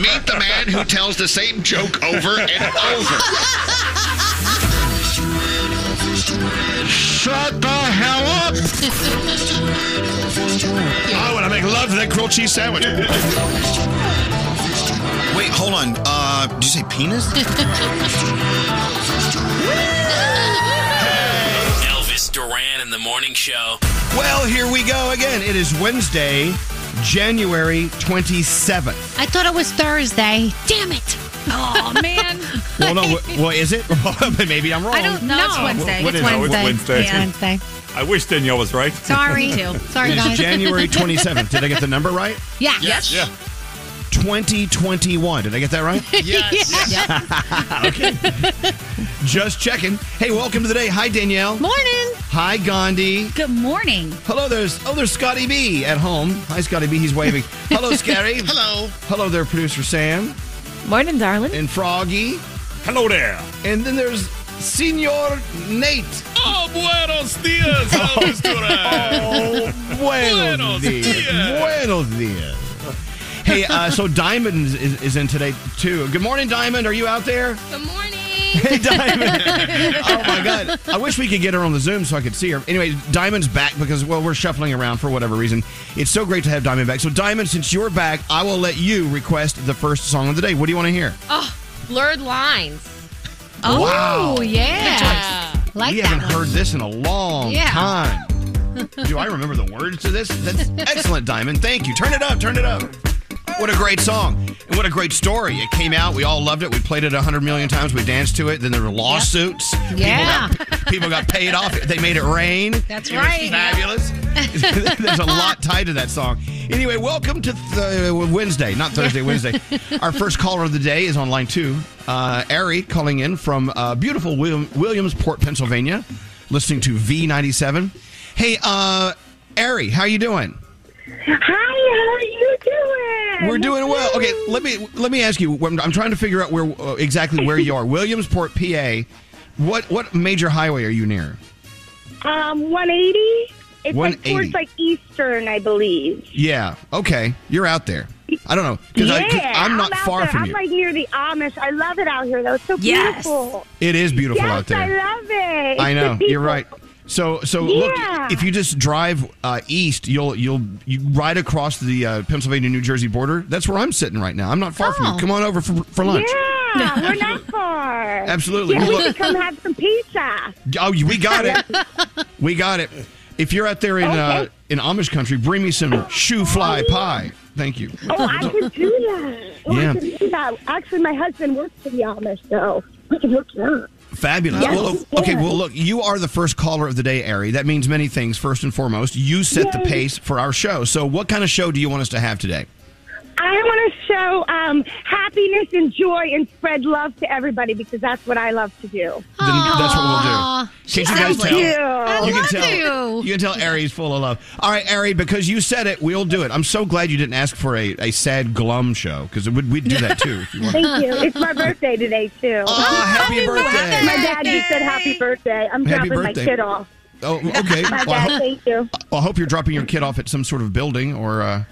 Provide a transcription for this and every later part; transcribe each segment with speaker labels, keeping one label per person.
Speaker 1: Meet the man who tells the same joke over and over. Shut the hell up! oh, and I make love to that grilled cheese sandwich.
Speaker 2: Wait, hold on. Uh, did you say penis?
Speaker 3: Elvis Duran in the morning show.
Speaker 4: Well, here we go again. It is Wednesday, January 27th.
Speaker 5: I thought it was Thursday. Damn it.
Speaker 6: Oh man,
Speaker 4: Well, no, wh- well, is it? Maybe I'm wrong.
Speaker 6: I don't know. It's Wednesday.
Speaker 7: What
Speaker 5: It's
Speaker 7: is it? Oh, it's
Speaker 5: Wednesday.
Speaker 7: Wednesday.
Speaker 5: Oh, It's Wednesday.
Speaker 7: I wish Danielle was right.
Speaker 5: Sorry.
Speaker 6: Me too.
Speaker 5: Sorry,
Speaker 4: It is
Speaker 5: guys.
Speaker 4: January 27th. Did I get the number right?
Speaker 5: Yeah.
Speaker 1: Yes.
Speaker 7: Yeah.
Speaker 4: 2021. Did I get that right?
Speaker 1: Yes.
Speaker 4: Just checking. Hey, welcome to the day. Hi, Danielle.
Speaker 5: Morning.
Speaker 4: Hi, Gandhi.
Speaker 6: Good morning.
Speaker 4: Hello, there's oh, there's Scotty B at home. Hi, Scotty B. He's waving. Hello, Scary.
Speaker 1: Hello.
Speaker 4: Hello there, producer Sam
Speaker 8: Morning, darling.
Speaker 4: and Froggy.
Speaker 7: Hello there.
Speaker 4: And then there's Senor Nate.
Speaker 3: Oh, buenos dias, Elvis Duran.
Speaker 4: Oh, buenos dias. Buenos dias. Hey, uh, so Diamond is, is in today too. Good morning, Diamond. Are you out there?
Speaker 8: Good morning.
Speaker 4: Hey, Diamond. oh my God. I wish we could get her on the Zoom so I could see her. Anyway, Diamond's back because well, we're shuffling around for whatever reason. It's so great to have Diamond back. So, Diamond, since you're back, I will let you request the first song of the day. What do you want to hear?
Speaker 8: Blurred lines.
Speaker 5: Oh,
Speaker 4: Wow.
Speaker 5: yeah. Like
Speaker 4: we
Speaker 5: that
Speaker 4: haven't
Speaker 5: one.
Speaker 4: heard this in a long
Speaker 5: Yeah.
Speaker 4: time. Do I remember the words to this? That's excellent, Diamond. Thank you. Turn it up. Turn it up. What a great song. And what a great story. It came out. We all loved it. We played it 100 million times. We danced to it. Then there were lawsuits.
Speaker 5: Yeah.
Speaker 4: People got, people got paid off. They made it rain.
Speaker 5: That's
Speaker 4: it
Speaker 5: right.
Speaker 4: Was fabulous. There's a lot tied to that song. Anyway, welcome to th- uh, Wednesday, not Thursday, Wednesday. Our first caller of the day is on line two. Uh, Ari calling in from uh, beautiful William- Williamsport, Pennsylvania, listening to V97. Hey, uh, Ari, how you doing?
Speaker 9: Hi, how are you doing?
Speaker 4: We're doing well. Okay, let me let me ask you. I'm, I'm trying to figure out where uh, exactly where you are. Williamsport, PA. What what major highway are you near?
Speaker 9: Um, 180. It's like
Speaker 4: 180.
Speaker 9: towards like Eastern, I believe.
Speaker 4: Yeah. Okay. You're out there. I don't know because
Speaker 9: yeah,
Speaker 4: I, am not
Speaker 9: out
Speaker 4: far
Speaker 9: there.
Speaker 4: from
Speaker 9: I'm
Speaker 4: you.
Speaker 9: like near the Amish. I love it out here, though. It's so
Speaker 6: Yes.
Speaker 9: beautiful.
Speaker 4: it is beautiful
Speaker 9: yes,
Speaker 4: out there.
Speaker 9: I love it. It's
Speaker 4: I know.
Speaker 9: the
Speaker 4: You're
Speaker 9: people.
Speaker 4: right. So so
Speaker 9: Yeah.
Speaker 4: look, if you just drive uh, east, you'll you'll you right across the uh, Pennsylvania New Jersey border. That's where I'm sitting right now. I'm not far from you.
Speaker 5: Oh.
Speaker 4: Come on over for, for lunch.
Speaker 9: Yeah, we're not far.
Speaker 4: Absolutely. Well,
Speaker 9: Yeah, we
Speaker 4: look-
Speaker 9: could come have some pizza.
Speaker 4: Oh, we got it. we got it. If you're out there in uh,
Speaker 9: Okay.
Speaker 4: in Amish country, bring me some shoe fly pie. Thank you.
Speaker 9: Oh, I could do that. Oh,
Speaker 4: Yeah.
Speaker 9: I could do that. Actually, my husband works for the Amish, so we could look it up.
Speaker 4: Fabulous.
Speaker 9: Yes,
Speaker 4: Well,
Speaker 9: yes.
Speaker 4: okay, well, look, you are the first caller of the day, Ari. That means many things. First and foremost, you set the
Speaker 9: Yay.
Speaker 4: pace for our show. So, what kind of show do you want us to have today?
Speaker 9: I want to show um, happiness and joy and spread love to everybody because that's what I love to do.
Speaker 4: Then that's what we'll do.
Speaker 5: She
Speaker 4: Can't you guys
Speaker 5: sounds
Speaker 4: tell?
Speaker 5: like-
Speaker 9: Yeah.
Speaker 4: you can
Speaker 5: love
Speaker 4: tell
Speaker 5: you.
Speaker 4: can tell Ari's full of love. All right, Ari, because you said it, we'll do it. I'm so glad you didn't ask for a, a sad glum show because we'd, we'd do that too. If you want.
Speaker 9: Thank you. It's my birthday today too.
Speaker 4: Oh, happy birthday!
Speaker 9: my dad just said happy birthday. I'm
Speaker 4: Happy
Speaker 9: dropping
Speaker 4: birthday.
Speaker 9: my kid off.
Speaker 4: Oh, okay.
Speaker 9: My
Speaker 4: Well, I,
Speaker 9: dad,
Speaker 4: hope,
Speaker 9: thank you.
Speaker 4: well, I hope you're dropping your kid off at some sort of building or. Uh,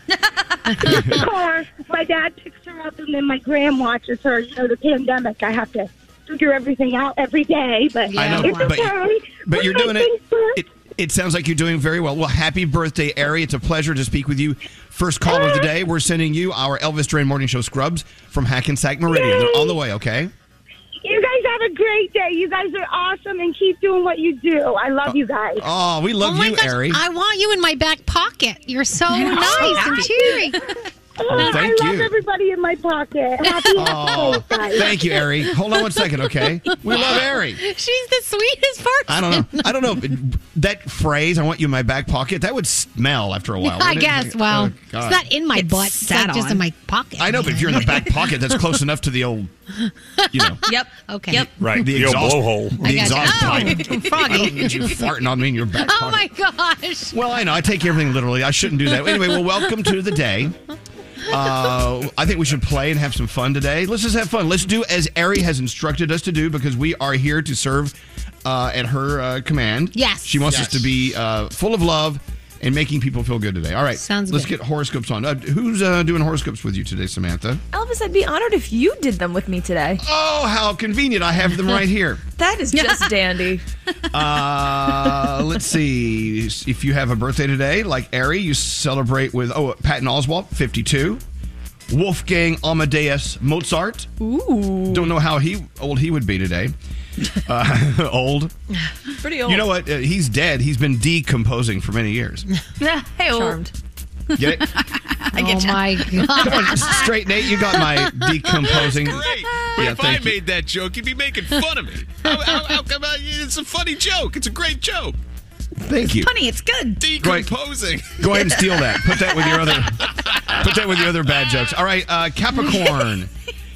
Speaker 9: Of course, my dad picks her up and then my gram watches her. You know, the pandemic. I have to figure everything out every day, but
Speaker 5: I know,
Speaker 9: it's
Speaker 4: but-
Speaker 9: okay.
Speaker 4: But
Speaker 9: We
Speaker 4: you're
Speaker 9: make
Speaker 4: doing it,
Speaker 9: things work.
Speaker 4: it. It sounds like you're doing very well. Well, happy birthday, Ari. It's a pleasure to speak with you. First call of the day, we're sending you our Elvis Duran Morning Show scrubs from Hackensack Meridian. They're on the way, okay?
Speaker 9: You guys have a great day. You guys are awesome and keep doing what you do. I love you guys.
Speaker 4: Oh, we love
Speaker 5: oh my
Speaker 4: you,
Speaker 5: gosh,
Speaker 4: Ari.
Speaker 5: I want you in my back pocket. You're so nice and cheery.
Speaker 9: Oh,
Speaker 4: thank
Speaker 9: I love
Speaker 4: you.
Speaker 9: everybody in my pocket. Happy
Speaker 4: Oh,
Speaker 9: birthday, guys.
Speaker 4: thank you, Ari. Hold on one second, okay? We love Ari.
Speaker 5: She's the sweetest person.
Speaker 4: I don't know. I don't know. That phrase, I want you in my back pocket, that would smell after a while.
Speaker 5: I
Speaker 4: wouldn't it?
Speaker 5: guess.
Speaker 4: Like,
Speaker 5: Well,
Speaker 4: oh,
Speaker 5: it's
Speaker 4: God.
Speaker 5: not in my
Speaker 6: It's
Speaker 5: butt. It's
Speaker 6: sat
Speaker 5: like just
Speaker 6: on.
Speaker 5: in my pocket.
Speaker 4: I know, but if you're in the back pocket, that's close enough to the old, you know.
Speaker 6: Yep.
Speaker 5: Okay.
Speaker 6: Yep.
Speaker 7: Right.
Speaker 4: The
Speaker 7: The, old
Speaker 4: exhaust-
Speaker 7: blowhole.
Speaker 5: I
Speaker 4: The
Speaker 5: got
Speaker 4: exhaust pipe.
Speaker 5: you. Oh,
Speaker 4: I don't
Speaker 5: froggy.
Speaker 4: need you farting on me in your back
Speaker 5: Oh
Speaker 4: pocket.
Speaker 5: my gosh.
Speaker 4: Well, I know. I take everything literally. I shouldn't do that. Anyway, well, welcome to the day. Uh, I think we should play and have some fun today. Let's just have fun. Let's do as Ari has instructed us to do because we are here to serve uh, at her uh, command.
Speaker 5: Yes.
Speaker 4: She wants us to be uh, full of love and making people feel good today. All right,
Speaker 5: Sounds
Speaker 4: Let's
Speaker 5: good.
Speaker 4: get horoscopes on. Uh, who's uh, doing horoscopes with you today, Samantha?
Speaker 10: Elvis, I'd be honored if you did them with me today.
Speaker 4: Oh, how convenient! I have them right here.
Speaker 10: That is just dandy.
Speaker 4: Uh, let's see. If you have a birthday today, like Ari, you celebrate with oh Patton Oswalt, fifty-two. Wolfgang Amadeus Mozart. Ooh. Don't know how he old he would be today. Uh, old.
Speaker 10: Pretty old.
Speaker 4: You know what? Uh, he's dead. He's been decomposing for many years.
Speaker 6: hey, well,
Speaker 10: Charmed.
Speaker 4: Get it?
Speaker 5: oh. I get oh my god!
Speaker 4: Straight Nate, you got my decomposing.
Speaker 3: Great. But
Speaker 4: Yeah,
Speaker 3: if I
Speaker 4: thank you.
Speaker 3: made that joke, you'd be making fun of me. How- how- how come I- it's a funny joke. It's a great joke.
Speaker 4: Thank you.
Speaker 6: funny, it's good.
Speaker 3: Decomposing.
Speaker 4: Go ahead and steal that. Put that with your other. Put that with your other bad jokes. All right, uh, Capricorn.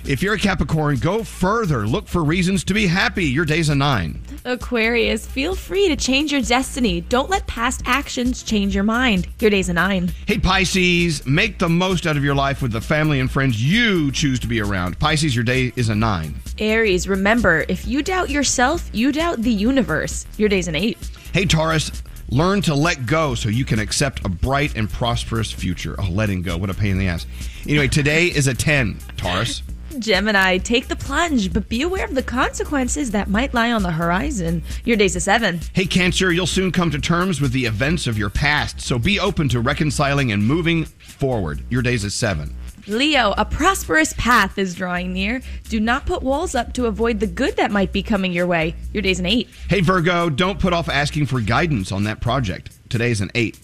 Speaker 4: if you're a Capricorn, go further. Look for reasons to be happy. Your day's a nine.
Speaker 10: Aquarius, feel free to change your destiny. Don't let past actions change your mind. Your day's a nine.
Speaker 4: Hey Pisces, make the most out of your life with the family and friends you choose to be around. Pisces, your day is a nine.
Speaker 10: Aries, remember, if you doubt yourself, you doubt the universe. Your day's an eight.
Speaker 4: Hey Taurus, learn to let go so you can accept a bright and prosperous future. Oh, letting go, what a pain in the ass. Anyway, today is a ten, Taurus.
Speaker 10: Gemini, take the plunge, but be aware of the consequences that might lie on the horizon. Your day's a seven.
Speaker 4: Hey, Cancer, you'll soon come to terms with the events of your past, so be open to reconciling and moving forward. Your day's a seven.
Speaker 10: Leo, a prosperous path is drawing near. Do not put walls up to avoid the good that might be coming your way. Your day's an eight.
Speaker 4: Hey, Virgo, don't put off asking for guidance on that project. Today's an eight.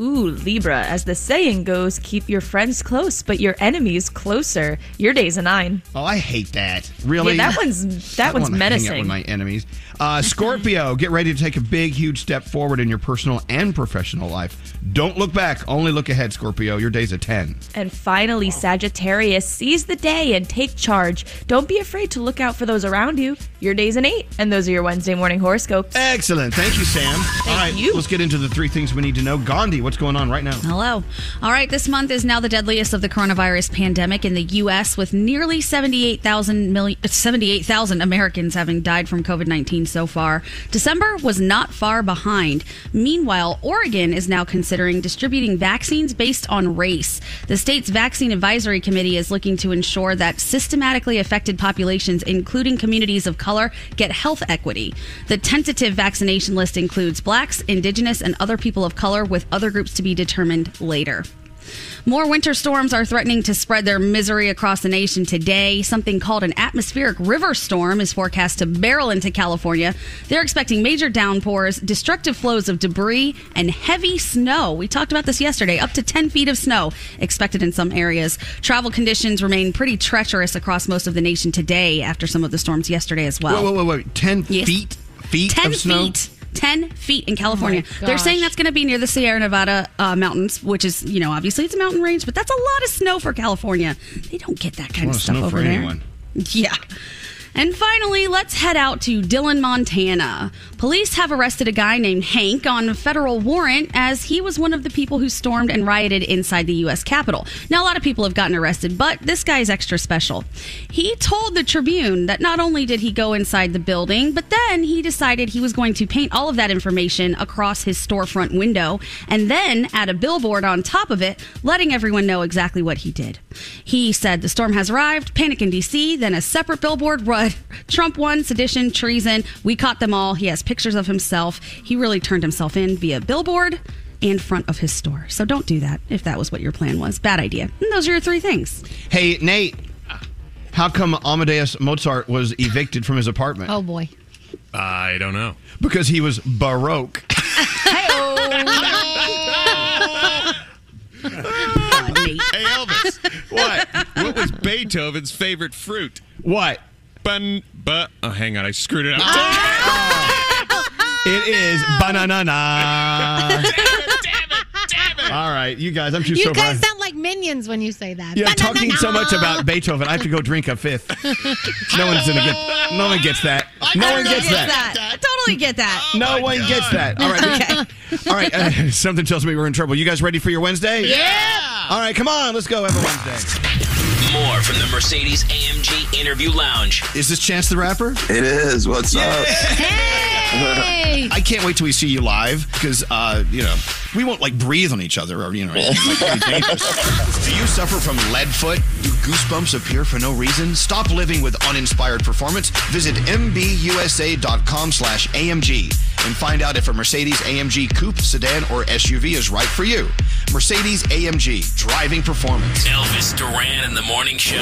Speaker 10: Ooh, Libra, as the saying goes, keep your friends close, but your enemies closer. Your day's a nine.
Speaker 4: Oh, I hate that. Really?
Speaker 10: Yeah, that one's
Speaker 4: I
Speaker 10: that
Speaker 4: don't wanna hang
Speaker 10: one's
Speaker 4: out
Speaker 10: menacing.
Speaker 4: with my enemies. Uh, Scorpio, get ready to take a big, huge step forward in your personal and professional life. Don't look back, only look ahead, Scorpio. Your day's a 10.
Speaker 10: and finally, Sagittarius, seize the day and take charge. Don't be afraid to look out for those around you. Your day's an eight, and those are your Wednesday morning horoscopes.
Speaker 4: Excellent. Thank you, Sam. All right,
Speaker 10: you.
Speaker 4: let's get into the three things we need to know. Gandhi, what's going on right now?
Speaker 11: Hello. All right, this month is now the deadliest of the coronavirus pandemic in the U.S., with nearly 78,000 million, 78,000 Americans having died from COVID 19 so far. December was not far behind. Meanwhile, Oregon is now considering distributing vaccines based on race. The state's Vaccine Advisory Committee is looking to ensure that systematically affected populations, including communities of color, get health equity. The tentative vaccination list includes blacks, indigenous, and other people of color, with other groups to be determined later. More winter storms are threatening to spread their misery across the nation today. Something called an atmospheric river storm is forecast to barrel into California. They're expecting major downpours, destructive flows of debris, and heavy snow. We talked about this yesterday. Up to 10 feet of snow expected in some areas. Travel conditions remain pretty treacherous across most of the nation today after some of the storms yesterday as well.
Speaker 4: Wait, wait, wait, wait. 10
Speaker 11: Yes.
Speaker 4: feet? Feet
Speaker 11: 10
Speaker 4: of snow?
Speaker 11: feet. 10 feet in California.
Speaker 8: Oh my
Speaker 11: They're
Speaker 8: gosh.
Speaker 11: saying that's going to be near the Sierra Nevada uh, mountains, which is, you know, obviously it's a mountain range, but that's a lot of snow for California. They don't get that kind
Speaker 4: lot
Speaker 11: of
Speaker 4: of
Speaker 11: stuff
Speaker 4: snow
Speaker 11: over
Speaker 4: for
Speaker 11: there.
Speaker 4: anyone.
Speaker 11: Yeah. And finally, let's head out to Dillon, Montana. Police have arrested a guy named Hank on a federal warrant as he was one of the people who stormed and rioted inside the U.S. Capitol. Now, a lot of people have gotten arrested, but this guy is extra special. He told the Tribune that not only did he go inside the building, but then he decided he was going to paint all of that information across his storefront window and then add a billboard on top of it, letting everyone know exactly what he did. He said the storm has arrived, panic in DC, then a separate billboard read Trump won, sedition, treason. We caught them all. He has pictures of himself. He really turned himself in via billboard in front of his store. So don't do that if that was what your plan was. Bad idea. And those are your three things.
Speaker 4: Hey, Nate, how come Amadeus Mozart was evicted from his apartment?
Speaker 5: Oh boy!
Speaker 3: I don't know.
Speaker 4: Because he was Baroque. oh.
Speaker 3: Hey, Elvis. what? What was Beethoven's favorite fruit?
Speaker 4: What?
Speaker 3: Bun, but. Oh, hang on. I screwed it up.
Speaker 6: Ah!
Speaker 4: It is banana. All right, you guys, I'm too
Speaker 5: You
Speaker 4: sober.
Speaker 5: guys
Speaker 4: I-
Speaker 5: sound like minions when you say that.
Speaker 4: yeah,
Speaker 5: Ba-na-na-na.
Speaker 4: talking so much about Beethoven, I have to go drink a fifth. No one's gonna get. No one gets that. No one gets that.
Speaker 11: I totally get that.
Speaker 3: Oh
Speaker 4: No one gets that. All right. All right. uh, something tells me we're in trouble. You guys ready for your Wednesday? Yeah. All right. Come on. Let's go. Have a Wednesday.
Speaker 12: More from the Mercedes AMG Interview Lounge.
Speaker 4: Is this Chance the Rapper?
Speaker 2: It is. What's up?
Speaker 5: Hey! Yay!
Speaker 2: I can't wait till we see you live because, uh, you know, we won't like breathe on each other or, you know, anything like that. It'd be dangerous. Do you suffer from lead foot? Do goosebumps appear for no reason? Stop living with uninspired performance. Visit mbusa.com slash AMG and find out if a Mercedes AMG coupe, sedan, or SUV is right for you. Mercedes AMG, driving performance.
Speaker 12: Elvis Duran in the morning show.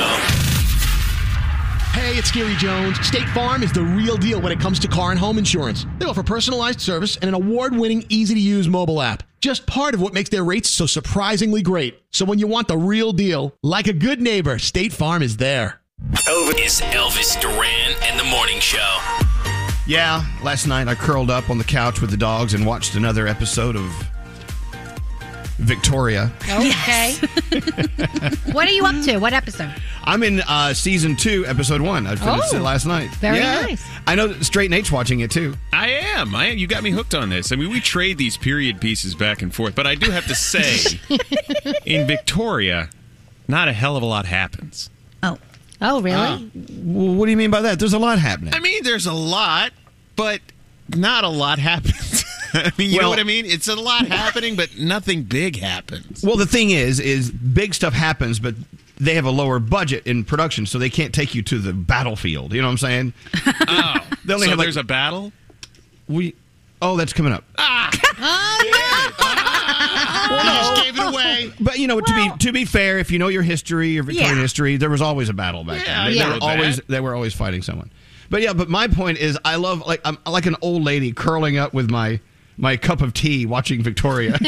Speaker 13: Hey, it's Gary Jones. State Farm is the real deal when it comes to car and home insurance. They offer personalized service and an award winning, easy to use mobile app. Just part of what makes their rates so surprisingly great. So when you want the real deal, like a good neighbor, State Farm is there.
Speaker 12: Over is Elvis Duran and the morning show.
Speaker 4: Yeah, last night I curled up on the couch with the dogs and watched another episode of Victoria.
Speaker 5: Okay. what are you up to? What episode?
Speaker 4: I'm in uh, season two, episode one. I finished
Speaker 5: Oh,
Speaker 4: it last night.
Speaker 5: very
Speaker 4: Yeah.
Speaker 5: nice.
Speaker 4: I know that Straight Nate's watching it too.
Speaker 3: I am. I am. You got me hooked on this. I mean, we trade these period pieces back and forth, but I do have to say, in Victoria, not a hell of a lot happens.
Speaker 11: Oh.
Speaker 5: Oh, really?
Speaker 4: W- Uh, what do you mean by that? There's a lot happening.
Speaker 3: I mean, there's a lot, but not a lot happens. I mean, you know
Speaker 4: Well-
Speaker 3: what I mean? It's a lot happening, but nothing big happens.
Speaker 4: Well, the thing is, is big stuff happens, but they have a lower budget in production, so they can't take you to the battlefield. You know what I'm saying?
Speaker 3: Oh,
Speaker 4: They only
Speaker 3: so
Speaker 4: have, like-
Speaker 3: there's a battle.
Speaker 4: We. Oh, that's coming up.
Speaker 5: Oh,
Speaker 3: just gave it away.
Speaker 4: But you know, to be to be fair, if you know your history or Victorian
Speaker 3: Yeah.
Speaker 4: history, there was always a battle back
Speaker 3: Yeah,
Speaker 4: then. They,
Speaker 3: I
Speaker 4: they
Speaker 3: know
Speaker 4: were always
Speaker 3: that.
Speaker 4: they were always fighting someone. But yeah, but my point is, I love like I'm like an old lady curling up with my my cup of tea, watching Victoria.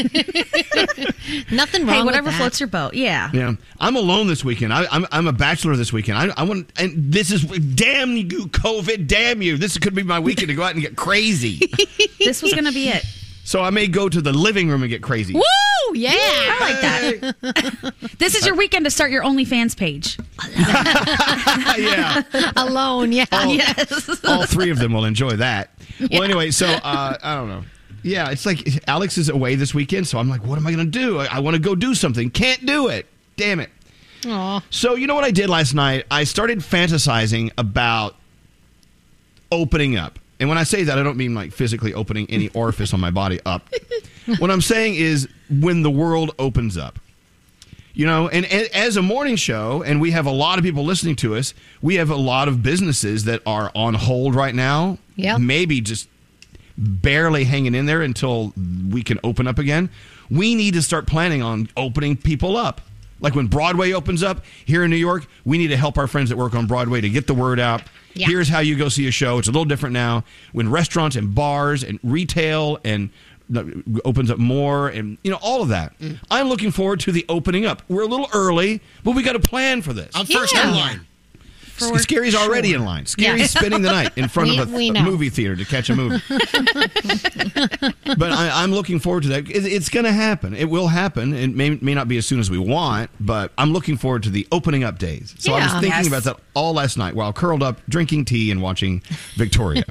Speaker 5: Nothing
Speaker 11: Hey,
Speaker 5: wrong with
Speaker 11: whatever
Speaker 5: that.
Speaker 11: floats your boat. Yeah.
Speaker 4: yeah, I'm alone this weekend. I, I'm I'm a bachelor this weekend. I, I want and this is damn you COVID, damn you. This could be my weekend to go out and get crazy.
Speaker 11: this was going to be it.
Speaker 4: so I may go to the living room and get crazy.
Speaker 11: Woo! Yeah. I like that. this is your weekend to start your OnlyFans page.
Speaker 4: yeah.
Speaker 5: Alone. Yeah.
Speaker 11: yes.
Speaker 4: Oh. All three of them will enjoy that. Well, anyway, so uh, I don't know. Yeah, it's like Alex is away this weekend, so I'm like, what am I going to do? I, I want to go do something. Can't do it. Damn it.
Speaker 5: Aw.
Speaker 4: So you know what I did last night? I started fantasizing about opening up. And when I say that, I don't mean like physically opening any orifice on my body up. what I'm saying is when the world opens up. You know, and, and as a morning show, and we have a lot of people listening to us, we have a lot of businesses that are on hold right now.
Speaker 5: Yep.
Speaker 4: Maybe just barely hanging in there until we can open up again. We need to start planning on opening people up. Like when Broadway opens up here in New York, we need to help our friends that work on Broadway to get the word out.
Speaker 14: Yeah.
Speaker 4: Here's how you go see a show. It's a little different now. When restaurants and bars and retail and uh, opens up more and you know all of that.
Speaker 5: Mm.
Speaker 4: I'm looking forward to the opening up. We're a little early, but we got a plan for this. I'm
Speaker 5: first in Yeah. line.
Speaker 4: S- Scary's already in line. Scary's
Speaker 5: Yeah.
Speaker 4: spending the night in front
Speaker 5: We-
Speaker 4: of a,
Speaker 5: we
Speaker 4: th-
Speaker 5: know.
Speaker 4: movie theater to catch a movie. but I, I'm looking forward to that. It, it's going to happen. It will happen. It may, may not be as soon as we want, but I'm looking forward to the opening up days. So I was
Speaker 5: Yeah.
Speaker 4: thinking
Speaker 5: Yes.
Speaker 4: about that all last night while curled up, drinking tea and watching Victoria.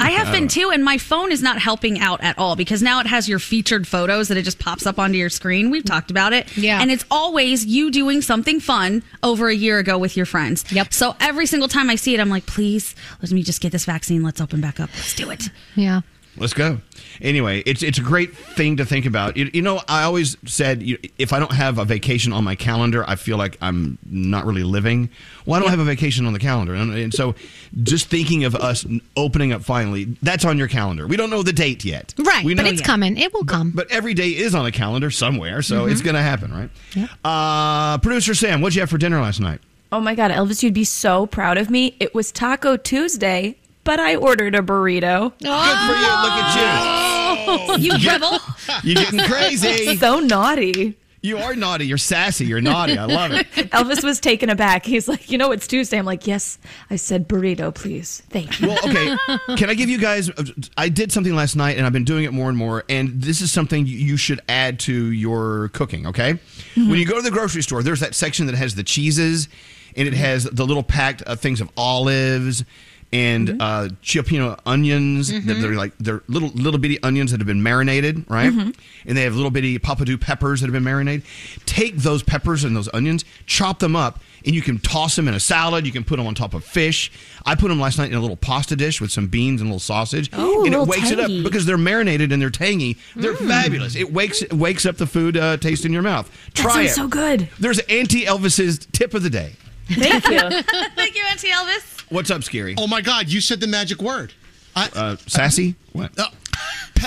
Speaker 11: I have
Speaker 4: Oh.
Speaker 11: been too, and my phone is not helping out at all because now it has your featured photos that it just pops up onto your screen. We've talked about it. Yeah. And it's always you doing something fun over a year ago with your friends. Yep. So every single time I see it, I'm like, please, let me just get this vaccine. Let's open back up. Let's do it.
Speaker 5: Yeah.
Speaker 4: Let's go. Anyway, it's it's a great thing to think about. You, you know, I always said you, if I don't have a vacation on my calendar, I feel like I'm not really living. Well, I don't have a vacation on the calendar, and, and so just thinking of us opening up finally, that's on your calendar. We don't know the date yet,
Speaker 5: Right.
Speaker 4: We
Speaker 5: but
Speaker 4: know-
Speaker 5: it's coming. It will come.
Speaker 4: But every day is on a calendar somewhere, so
Speaker 10: Mhm.
Speaker 4: it's going to happen, right? Uh, Producer Sam, what'd you have for dinner last night?
Speaker 10: Oh my God, Elvis, you'd be so proud of me. It was Taco Tuesday, but I ordered a burrito.
Speaker 11: Good for you. Look at you. you rebel.
Speaker 4: You're getting crazy.
Speaker 10: So naughty.
Speaker 4: You are naughty. You're sassy. You're naughty. I love it.
Speaker 10: Elvis was taken aback. He's like, you know, it's Tuesday. I'm like, yes, I said burrito, please. Thank you.
Speaker 4: Well, okay. Can I give you guys? uh, I did something last night, and I've been doing it more and more. And this is something you should add to your cooking. Okay, when you go to the grocery store, there's that section that has the cheeses, and it has the little packed uh, things of olives and uh, Chiapino onions. that They're, like they're little little bitty onions that have been marinated, right?
Speaker 14: Mhm.
Speaker 4: And they have little bitty papadou peppers that have been marinated. Take those peppers and those onions, chop them up, and you can toss them in a salad. You can put them on top of fish. I put them last night in a little pasta dish with some beans and a little sausage,
Speaker 14: Ooh,
Speaker 4: and it
Speaker 14: little
Speaker 4: wakes it
Speaker 14: tangy.
Speaker 4: up because they're marinated and they're tangy. They're
Speaker 14: Mm.
Speaker 4: fabulous. It wakes it wakes up the food uh, taste in your mouth.
Speaker 10: That
Speaker 4: Try
Speaker 10: sounds
Speaker 4: it.
Speaker 10: so good.
Speaker 4: There's Auntie Elvis's tip of the day.
Speaker 10: Thank you.
Speaker 11: Thank you, Auntie Elvis.
Speaker 4: What's up, Scary?
Speaker 14: Oh my God! You said the magic word.
Speaker 4: Uh, sassy? What?
Speaker 14: Pe-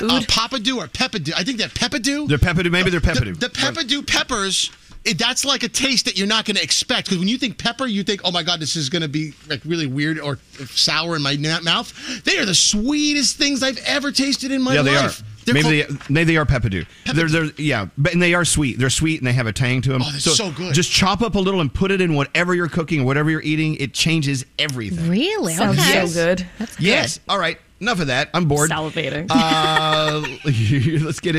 Speaker 14: uh, Papadou or Peppadou. I think that Peppadou.
Speaker 4: They're pepperdew. Maybe they're
Speaker 14: The,
Speaker 4: pepperdew.
Speaker 14: the Peppadou peppers. It, that's like a taste that you're not going to expect because when you think pepper, you think, "Oh my God, this is going to be like really weird or sour in my na- mouth." They are the sweetest things I've ever tasted in my
Speaker 4: yeah, they
Speaker 14: life.
Speaker 4: are. Maybe they maybe they are pepperdew. They're, they're yeah, but and they are sweet. They're sweet and they have a tang to them.
Speaker 14: Oh, that's so good.
Speaker 4: Just chop up a little and put it in whatever you're cooking, whatever you're eating. It changes everything.
Speaker 5: Really?
Speaker 4: Sounds so
Speaker 5: okay.
Speaker 10: good.
Speaker 4: Yes. All right. Enough of that. I'm bored.
Speaker 10: Salivating.
Speaker 4: Uh, let's get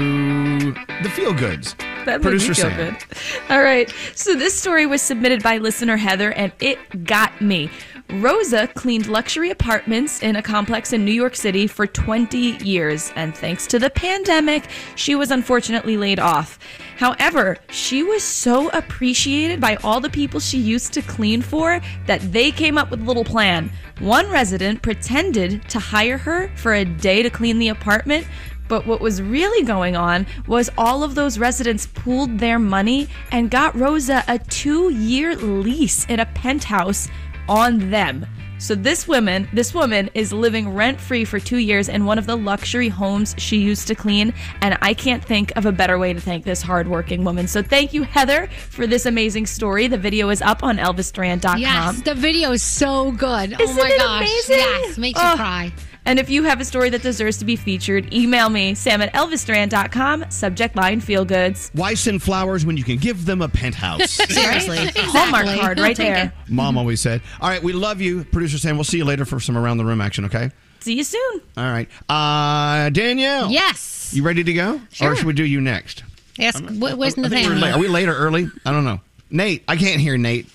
Speaker 4: into the feel goods.
Speaker 10: That
Speaker 4: Producer
Speaker 10: made me feel
Speaker 4: Sam.
Speaker 10: good. All right. So this story was submitted by listener Heather, and it got me. Rosa cleaned luxury apartments in a complex in New York City for 20 years, and thanks to the pandemic, she was unfortunately laid off. However, she was so appreciated by all the people she used to clean for that they came up with a little plan. One resident pretended to hire her for a day to clean the apartment, but what was really going on was all of those residents pooled their money and got Rosa a two year lease in a penthouse on them. So this woman, this woman is living rent free for two years in one of the luxury homes she used to clean, and I can't think of a better way to thank this hardworking woman. So thank you, Heather, for this amazing story. The video is up on ElvisDuran.com.
Speaker 5: Yes, the video is so good. oh
Speaker 10: Isn't
Speaker 5: my
Speaker 10: it
Speaker 5: gosh.
Speaker 10: amazing?
Speaker 5: Yes, makes
Speaker 10: Oh.
Speaker 5: you cry.
Speaker 10: And if you have a story that deserves to be featured, email me, sam at elvisduran.com, subject line feel goods.
Speaker 4: Why send flowers when you can give them a penthouse?
Speaker 10: Seriously. Hallmark card right there.
Speaker 4: Mom always said. All right, we love you, producer Sam. We'll see you later for some around the room action. Okay.
Speaker 10: See you soon.
Speaker 4: All right, uh, Danielle.
Speaker 5: Yes.
Speaker 4: You ready to go, or
Speaker 5: Sure.
Speaker 4: should we do you next?
Speaker 5: Ask, what, where's
Speaker 4: I think we're late.
Speaker 5: Nathaniel?
Speaker 4: Are we late or early? I don't know. Nate, I can't hear Nate.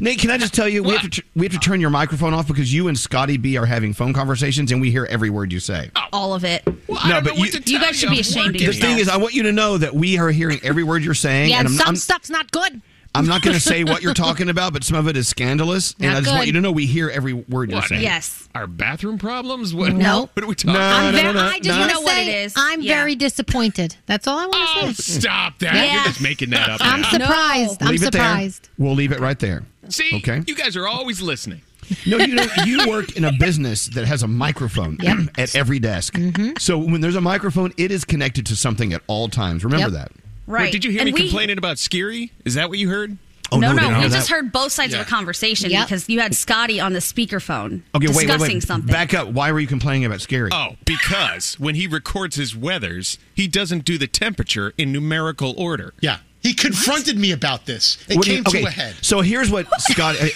Speaker 4: Nate, can I just tell you we have, to, tr- we have to turn your microphone off because you and Scotty B are having phone conversations and we hear every word you say.
Speaker 3: Oh,
Speaker 11: All of it.
Speaker 4: No, but you,
Speaker 11: you guys should be ashamed of
Speaker 4: the
Speaker 11: yourself.
Speaker 4: thing is, I want you to know that we are hearing every word you're saying,
Speaker 5: Yeah,
Speaker 4: and
Speaker 5: and
Speaker 4: I'm,
Speaker 5: some
Speaker 4: I'm,
Speaker 5: stuff's not good.
Speaker 4: I'm not going to say what you're talking about, but some of it is scandalous, and
Speaker 5: Not
Speaker 4: I just want
Speaker 5: good.
Speaker 4: you to know we hear every word you're
Speaker 3: What?
Speaker 4: saying.
Speaker 5: Yes.
Speaker 3: Our bathroom problems? What,
Speaker 5: No.
Speaker 3: What are we talking
Speaker 4: No,
Speaker 3: about?
Speaker 4: I'm no, no, no,
Speaker 5: I just
Speaker 4: no.
Speaker 5: want
Speaker 4: You
Speaker 5: to
Speaker 4: know
Speaker 5: say
Speaker 4: what
Speaker 5: I'm very disappointed. That's all I want to
Speaker 3: Oh,
Speaker 5: say.
Speaker 3: stop that.
Speaker 5: Yeah.
Speaker 3: You're just making that up.
Speaker 5: I'm
Speaker 3: now.
Speaker 5: surprised. I'm
Speaker 4: Leave it there.
Speaker 5: surprised.
Speaker 4: We'll leave it right there.
Speaker 3: See?
Speaker 4: Okay.
Speaker 3: You guys are always listening.
Speaker 4: No, you don't, you work in a business that has a microphone at every desk.
Speaker 11: Mm-hmm.
Speaker 4: So when there's a microphone, it is connected to something at all times. Remember
Speaker 11: Yep.
Speaker 4: that.
Speaker 11: Right.
Speaker 3: Wait, did you hear
Speaker 11: And
Speaker 3: me
Speaker 11: we-
Speaker 3: complaining about Skiri? Is that what you heard?
Speaker 11: no,
Speaker 4: Oh, we
Speaker 11: no,
Speaker 4: didn't
Speaker 11: we
Speaker 4: hear
Speaker 11: just
Speaker 4: that.
Speaker 11: heard both sides
Speaker 3: Yeah.
Speaker 11: of a conversation
Speaker 5: Yep.
Speaker 11: because you had Scotty on the speakerphone
Speaker 4: Okay, wait,
Speaker 11: discussing
Speaker 4: wait, wait.
Speaker 11: something.
Speaker 4: Back up. Why were you complaining about Scary?
Speaker 3: Oh, because when he records his weathers, he doesn't do the temperature in numerical order.
Speaker 14: Yeah. He confronted me about this. It
Speaker 4: What do you-
Speaker 14: came
Speaker 4: okay,
Speaker 14: to a head.
Speaker 4: So here's what Scott. uh,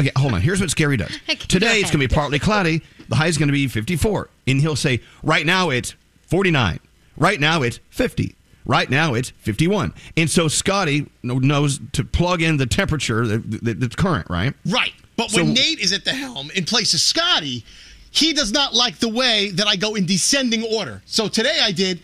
Speaker 4: Okay, hold on. Here's what Scary does.
Speaker 14: Okay, go
Speaker 4: Today it's
Speaker 14: ahead.
Speaker 4: going to be partly cloudy. The high is going to be 54, and he'll say, "Right now it's 49. Right now it's 50. Right now it's 51." And so Scotty kn- knows to plug in the temperature that, that, that's current, right?
Speaker 14: Right. But
Speaker 4: So-
Speaker 14: when Nate is at the helm in place of Scotty, he does not like the way that I go in descending order. So today I did,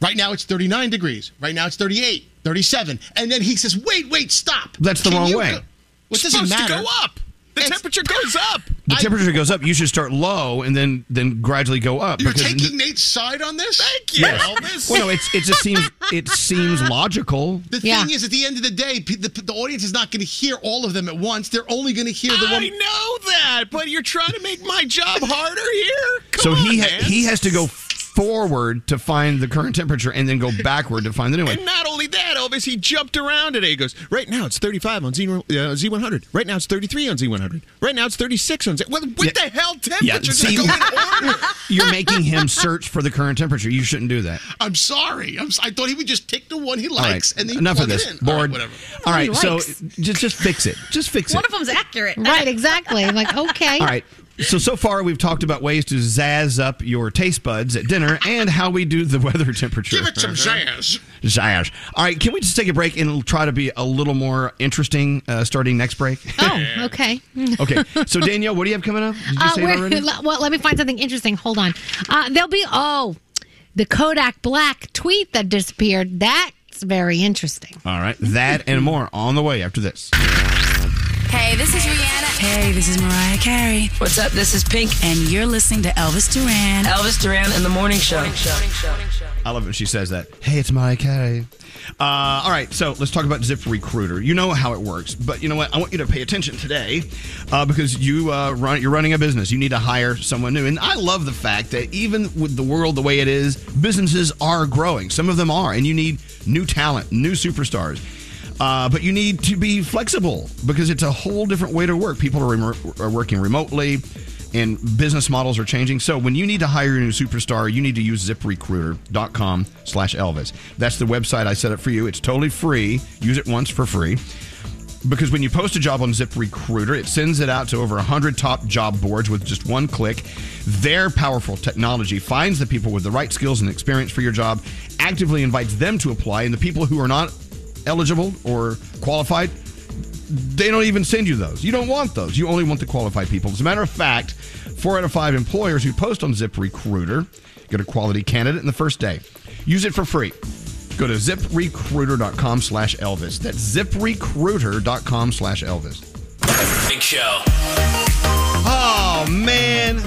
Speaker 14: right now it's 39 degrees. Right now it's 38, 37. And then he says, wait, wait, stop.
Speaker 4: That's the
Speaker 14: Can
Speaker 4: wrong
Speaker 14: you go-
Speaker 4: way.
Speaker 14: Well, it
Speaker 3: It's
Speaker 14: doesn't
Speaker 3: supposed to
Speaker 14: matter.
Speaker 3: go up. The temperature goes up.
Speaker 4: The temperature goes up. You should start low and then then gradually go up.
Speaker 14: You're
Speaker 4: because-
Speaker 14: taking Nate's side on this? Thank
Speaker 4: Yes. Well, no, it's, it just seems it seems logical.
Speaker 14: The thing is, at the end of the day, pe- the, the audience is not going to hear all of them at once. They're only going to hear the one.
Speaker 3: I know that, but you're trying to make my job harder here.
Speaker 4: so he ha- he has to go forward to find the current temperature and then go backward to find the new one.
Speaker 3: And not only that, Elvis, he jumped around today. He goes, right now it's 35 on Z, uh, Z100. Right now it's 33 on Z100. Right now it's 36 on Z. Well, what the hell temperature
Speaker 4: Yeah,
Speaker 3: does
Speaker 4: see-
Speaker 3: go in order?
Speaker 4: You're making him search for the current temperature. You shouldn't do that.
Speaker 14: I'm sorry. I'm, s- I thought he would just take the one he
Speaker 4: All right,
Speaker 14: likes and then
Speaker 4: enough
Speaker 14: plug it
Speaker 4: of this.
Speaker 14: in. All right,
Speaker 4: Bored.
Speaker 14: whatever.
Speaker 4: All right,
Speaker 14: He
Speaker 4: so
Speaker 14: likes.
Speaker 4: just just fix it. Just fix it.
Speaker 11: One of them's accurate.
Speaker 5: Right, exactly. I'm like, okay.
Speaker 4: All right, So so far we've talked about ways to zazz up your taste buds at dinner and how we do the weather temperature.
Speaker 1: Give it some
Speaker 4: Uh-huh.
Speaker 1: jazz.
Speaker 4: Zazz. All right, can we just take a break and try to be a little more interesting uh, starting next break?
Speaker 5: Oh, okay.
Speaker 4: okay. So Danielle, what do you have coming up? Did you
Speaker 5: Uh,
Speaker 4: say it
Speaker 5: where-
Speaker 4: already?
Speaker 5: le- well, let me find something interesting. Hold on. Uh, there'll be, oh, the Kodak Black tweet that disappeared. That's very interesting.
Speaker 4: All right, that and more on the way after this.
Speaker 15: Hey, this is Rihanna. Hey, this is Mariah Carey. What's up? This is Pink, and you're listening to Elvis Duran. Elvis Duran and the Morning Show.
Speaker 4: I love it when she says that. Hey, it's Mariah Carey. Uh, all right, so let's talk about Zip Recruiter. You know how it works, but you know what? I want you to pay attention today uh, because you uh, run you're running a business. You need to hire someone new, and I love the fact that even with the world the way it is, businesses are growing. Some of them are, and you need new talent, new superstars. Uh, but you need to be flexible because it's a whole different way to work. People are, remo- are working remotely and business models are changing. So when you need to hire a new superstar, you need to use ziprecruiter.com slash Elvis. That's the website I set up for you. It's totally free. Use it once for free. Because when you post a job on ZipRecruiter, it sends it out to over 100 top job boards with just one click. Their powerful technology finds the people with the right skills and experience for your job, actively invites them to apply, and the people who are not eligible or qualified they don't even send you those. You don't want those. You only want the qualified people. As a matter of fact, four out of five employers who post on ZipRecruiter get a quality candidate in the first day. Use it for free. Go to ziprecruiter.com slash Elvis. That's ziprecruiter.com slash Elvis.
Speaker 12: Big Show.
Speaker 4: Oh, man.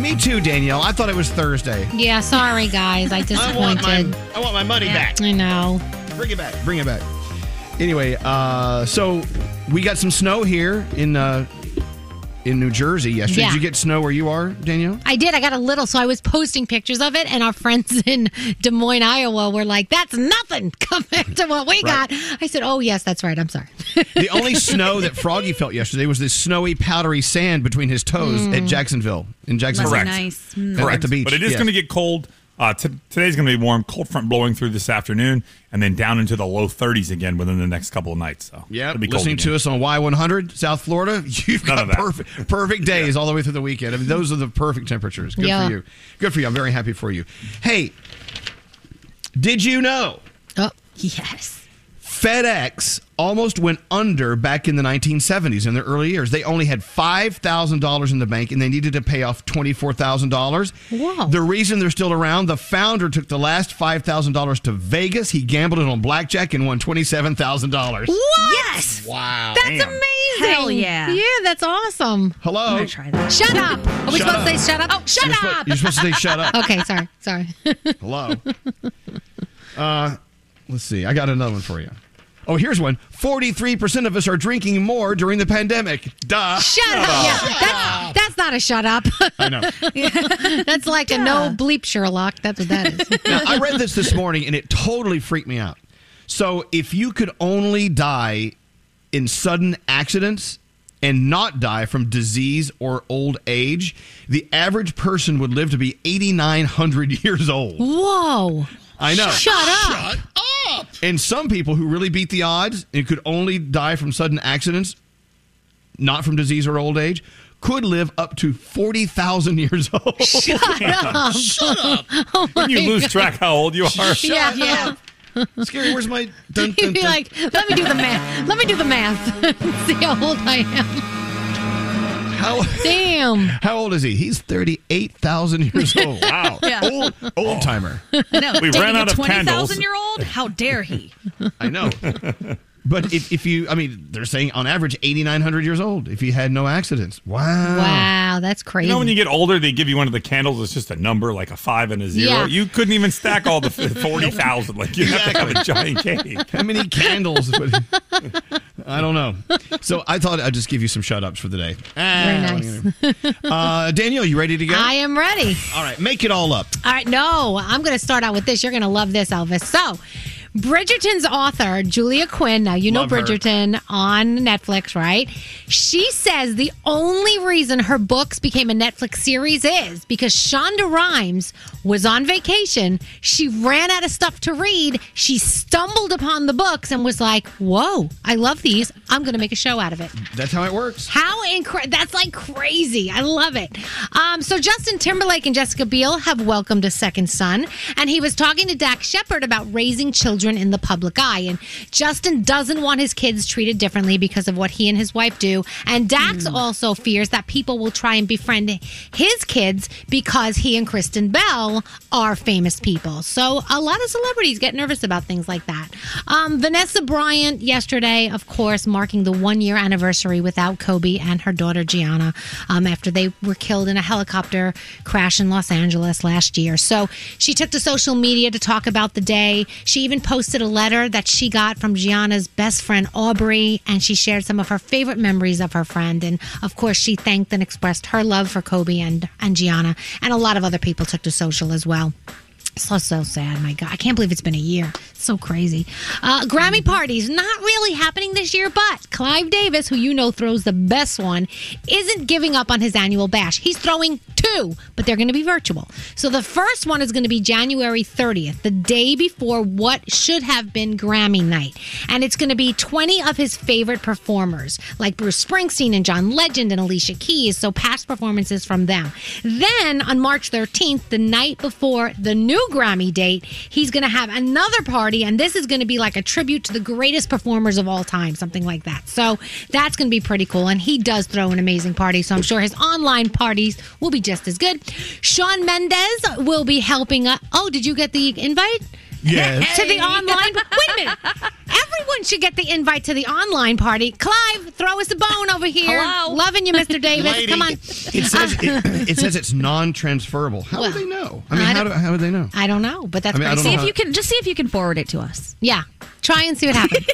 Speaker 4: Me too, Danielle. I thought it was Thursday.
Speaker 5: Yeah, sorry, guys. I
Speaker 4: I want
Speaker 5: disappointed.
Speaker 4: my- I want my money back.
Speaker 5: I know.
Speaker 4: Bring it back. Bring it back. Anyway, uh, so we got some snow here in uh, in New Jersey yesterday.
Speaker 5: Yeah.
Speaker 4: Did you get snow where you are, Danielle?
Speaker 5: I did. I got a little, so I was posting pictures of it, and our friends in Des Moines, Iowa, were like, "That's nothing compared to what we
Speaker 4: Right.
Speaker 5: got." I said, "Oh yes, that's right. I'm sorry."
Speaker 4: The only snow that Froggy felt yesterday was this snowy, powdery sand between his toes
Speaker 5: Mm.
Speaker 7: Hmm.
Speaker 4: at Jacksonville in Jacksonville.
Speaker 7: Correct.
Speaker 15: Hmm.
Speaker 4: At- At
Speaker 7: Correct.
Speaker 4: the beach.
Speaker 7: But it is
Speaker 4: yes.
Speaker 7: going to get cold. Uh, t- today's going to be warm. Cold front blowing through this afternoon, and then down into the low 30s again within the next couple of nights. So
Speaker 4: Yep.
Speaker 7: it'll be cold
Speaker 4: Listening
Speaker 7: again.
Speaker 4: to us on Y100, South Florida, you've
Speaker 7: None
Speaker 4: got
Speaker 7: of that.
Speaker 4: perfect, perfect days all the way through the weekend. I mean, those are the perfect temperatures. Good
Speaker 5: Yeah.
Speaker 4: for you. Good for you. I'm very happy for you. Hey, did you know?
Speaker 5: Oh, yes.
Speaker 4: FedEx almost went under back in the 1970s in their early years. They only had $5,000 in the bank and they needed to pay off $24,000. Wow. The reason they're still around, the founder took the last $5,000 to Vegas. He gambled it on blackjack and won $27,000.
Speaker 5: Yes.
Speaker 4: Wow.
Speaker 5: That's
Speaker 4: Damn.
Speaker 5: amazing.
Speaker 4: Hell yeah.
Speaker 5: Yeah, that's awesome.
Speaker 4: Hello. I'm gonna
Speaker 5: try that. Shut up. Are we
Speaker 4: Shut
Speaker 5: supposed
Speaker 4: up.
Speaker 5: to say shut up? Oh, shut
Speaker 4: You're supposed-
Speaker 5: up.
Speaker 4: you're supposed to say shut up.
Speaker 5: okay, sorry. Sorry.
Speaker 4: Hello. Uh, let's see. I got another one for you. Oh, here's one. 43% of us are drinking more during the pandemic. Duh.
Speaker 5: Shut up. Yeah, that's, that's not a shut up.
Speaker 4: I know.
Speaker 5: that's like a no bleep Sherlock. That's what that is.
Speaker 4: Now, I read this this morning and it totally freaked me out. So, if you could only die in sudden accidents and not die from disease or old age, the average person would live to be 8,900 years old.
Speaker 5: Whoa.
Speaker 4: I know.
Speaker 5: Shut up.
Speaker 4: And some people who really beat the odds and could only die from sudden accidents, not from disease or old age, could live up to 40,000 years old.
Speaker 5: Shut up.
Speaker 4: Shut up.
Speaker 5: Oh my
Speaker 7: Wouldn't you lose
Speaker 5: God.
Speaker 7: track how old you are?
Speaker 5: yeah, yeah.
Speaker 4: Scary, where's my dun,
Speaker 5: You'd be like, let me do the math. Let me do the math. See how old I am.
Speaker 4: How
Speaker 5: Damn.
Speaker 4: How old is he? He's 38,000 years old. Wow.
Speaker 11: Yeah.
Speaker 4: Old old timer.
Speaker 11: I know.
Speaker 4: We
Speaker 11: Dating
Speaker 4: ran
Speaker 11: a
Speaker 4: out of candles.
Speaker 11: 20,000 year old? How dare he?
Speaker 4: I know. But if, if you, I mean, they're saying on average 8,900 years old if he had no accidents. Wow.
Speaker 5: Wow, that's crazy.
Speaker 7: You know, when you get older, they give you one of the candles. It's just a number, like a five and a zero.
Speaker 5: Yeah.
Speaker 7: You couldn't even stack all the forty thousand. Like you have to have a giant cake.
Speaker 4: How many candles? Would, I don't know. So I thought I'd just give you some shut ups for the day.
Speaker 5: Very
Speaker 4: Ah,
Speaker 5: nice.
Speaker 4: Uh, Daniel, you ready to go?
Speaker 5: I am ready.
Speaker 4: All right, make it all up.
Speaker 5: All right, no, I'm going to start out with this. You're going to love this, Elvis. So, Bridgerton's author, Julia Quinn, now you know
Speaker 16: Love her.
Speaker 5: Bridgerton on Netflix, right? She says the only reason her books became a Netflix series is because Shonda Rhimes was on vacation. She ran out of stuff to read. She stumbled upon the books and was like, whoa, I love these. I'm going to make a show out of it.
Speaker 4: That's how it works.
Speaker 5: How incredible! That's like crazy. I love it. Um, so Justin Timberlake and Jessica Biel have welcomed a second son, and he was talking to Dak Shepard about raising children in the public eye. And Justin doesn't want his kids treated differently because of what he and his wife do. And Dax also fears that people will try and befriend his kids because he and Kristen Bell are famous people. So a lot of celebrities get nervous about things like that. Um, Vanessa Bryant yesterday, of course, marking the one year anniversary without Kobe and her daughter Gianna um, after they were killed in a helicopter crash in Los Angeles last year. So she took to social media to talk about the day. She even posted a letter that she got from Gianna's best friend Aubrey, and she shared some of her favorite memories of her friend. And of course, she thanked and expressed her love for Kobe and, and Gianna, and a lot of other people took to social as well. So so sad, my God! I can't believe it's been a year. So crazy. Uh, Grammy parties not really happening this year, but Clive Davis, who you know throws the best one, isn't giving up on his annual bash. He's throwing two, but they're going to be virtual. So the first one is going to be January 30th, the day before what should have been Grammy night, and it's going to be 20 of his favorite performers, like Bruce Springsteen and John Legend and Alicia Keys. So past performances from them. Then on March 13th, the night before the new Grammy date, he's going to have another party, and this is going to be like a tribute to the greatest performers of all time, something like that. So that's going to be pretty cool. And he does throw an amazing party, so I'm sure his online parties will be just as good. Sean Mendez will be helping. Us. Oh, did you get the invite?
Speaker 16: Yes.
Speaker 5: to the online. Wait a minute. Everyone should get the invite to the online party. Clive, throw us a bone over here.
Speaker 16: Hello.
Speaker 5: Loving you, Mr. Davis.
Speaker 16: Lady.
Speaker 5: Come on.
Speaker 4: It says
Speaker 5: Uh,
Speaker 4: it, it says it's non-transferable. How
Speaker 5: well,
Speaker 4: do they know? I mean, how, do,
Speaker 5: don't-
Speaker 4: how do they know?
Speaker 5: I don't know, but that's
Speaker 4: I mean, I
Speaker 5: pretty
Speaker 4: don't know
Speaker 5: cool.
Speaker 4: See if how-
Speaker 5: can just see if you can forward it to us. Yeah. Try and see what happens.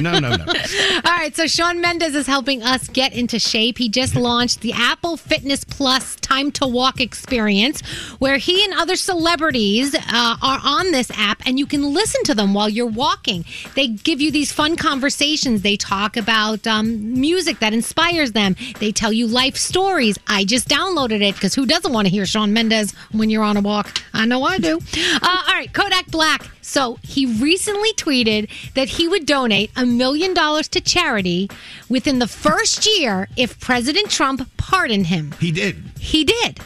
Speaker 4: No, no, no.
Speaker 5: All right, so Sean Mendez is helping us get into shape. He just launched the Apple Fitness Plus Time to Walk experience, where he and other celebrities uh, are on this app, and you can listen to them while you're walking. They give you these fun conversations. They talk about um, music that inspires them. They tell you life stories. I just downloaded it because who doesn't want to hear Sean Mendez when you're on a walk? I know I do. Uh, all right, Kodak Black. So he recently tweeted that he would donate a million dollars to charity within the first year if President Trump pardoned him.
Speaker 4: He did.
Speaker 5: He did.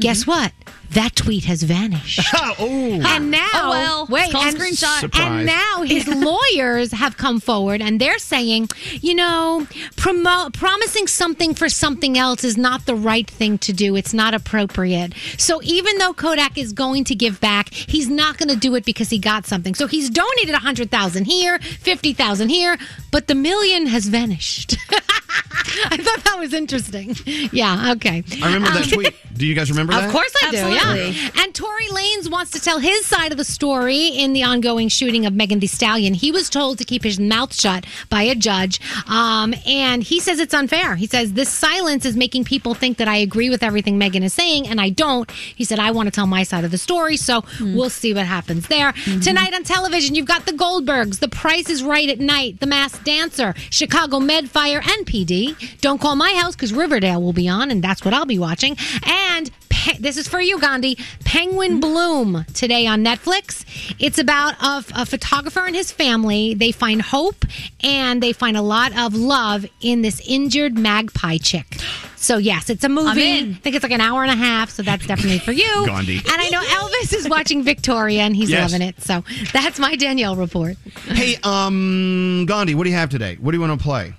Speaker 5: Guess what? That tweet has vanished.
Speaker 4: oh.
Speaker 5: And now,
Speaker 11: Oh, well.
Speaker 5: wait,
Speaker 11: It's called
Speaker 5: and,
Speaker 11: screenshot.
Speaker 5: and
Speaker 11: Surprise.
Speaker 5: now his lawyers have come forward and they're saying, you know, promo- promising something for something else is not the right thing to do. It's not appropriate. So even though Kodak is going to give back, he's not going to do it because he got something. So he's donated 100,000 here, 50,000 here, but the million has vanished. I thought that was interesting. Yeah, okay.
Speaker 4: I remember that
Speaker 5: Um,
Speaker 4: tweet. Do you guys remember that?
Speaker 5: Of course I do,
Speaker 4: Absolutely.
Speaker 5: yeah. And Tory Lanez wants to tell his side of the story in the ongoing shooting of Megan Thee Stallion. He was told to keep his mouth shut by a judge, um, and he says it's unfair. He says this silence is making people think that I agree with everything Megan is saying, and I don't. He said I want to tell my side of the story, so we'll see what happens there. Tonight on television, you've got The Goldbergs, The Price is Right at Night, The Masked Dancer, Chicago Medfire, and PD. Don't call my house because Riverdale will be on, and that's what I'll be watching. And Pe- this is for you, Gandhi. Penguin Bloom today on Netflix. It's about a, a photographer and his family. They find hope and they find a lot of love in this injured magpie chick. So yes, it's a movie. I think it's like an hour and a half, so that's definitely for you.
Speaker 4: Gandhi.
Speaker 5: And I know Elvis is watching Victoria and he's
Speaker 4: Yes.
Speaker 5: loving it. So that's my Danielle report.
Speaker 4: Hey, um, Gandhi, what do you have today? What do you want to play?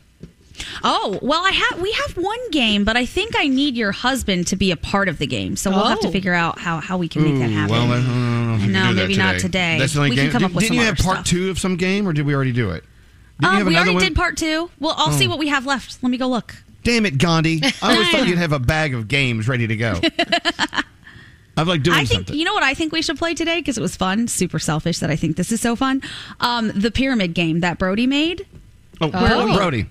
Speaker 11: Oh, well, I have we have one game, but I think I need your husband to be a part of the game. So we'll have to
Speaker 5: Oh.
Speaker 11: figure out how, how we can make that
Speaker 4: Ooh,
Speaker 11: happen.
Speaker 4: Hmm, Well, I don't know if we can
Speaker 11: No,
Speaker 4: do that
Speaker 11: maybe not today.
Speaker 4: That's the only
Speaker 11: We can
Speaker 4: game.
Speaker 11: come up
Speaker 4: Did-
Speaker 11: with
Speaker 4: Didn't
Speaker 11: some
Speaker 4: you
Speaker 11: other
Speaker 4: have part
Speaker 11: stuff.
Speaker 4: two of some game, or did we already do it? Didn't you
Speaker 11: um,
Speaker 4: have
Speaker 11: we
Speaker 4: another
Speaker 11: already
Speaker 4: one?
Speaker 11: did part two. Well, I'll see
Speaker 4: Oh.
Speaker 11: what we have left. Let me go look.
Speaker 4: Damn it, Gandhi! I always thought you'd have a bag of games ready to go. I'm like doing
Speaker 11: I think
Speaker 4: something.
Speaker 11: you know what I think we should play today because it was fun. Super selfish that I think this is so fun. Um, the pyramid game that Brody made.
Speaker 4: oh,
Speaker 11: where
Speaker 4: pull
Speaker 11: we-
Speaker 4: up Brody.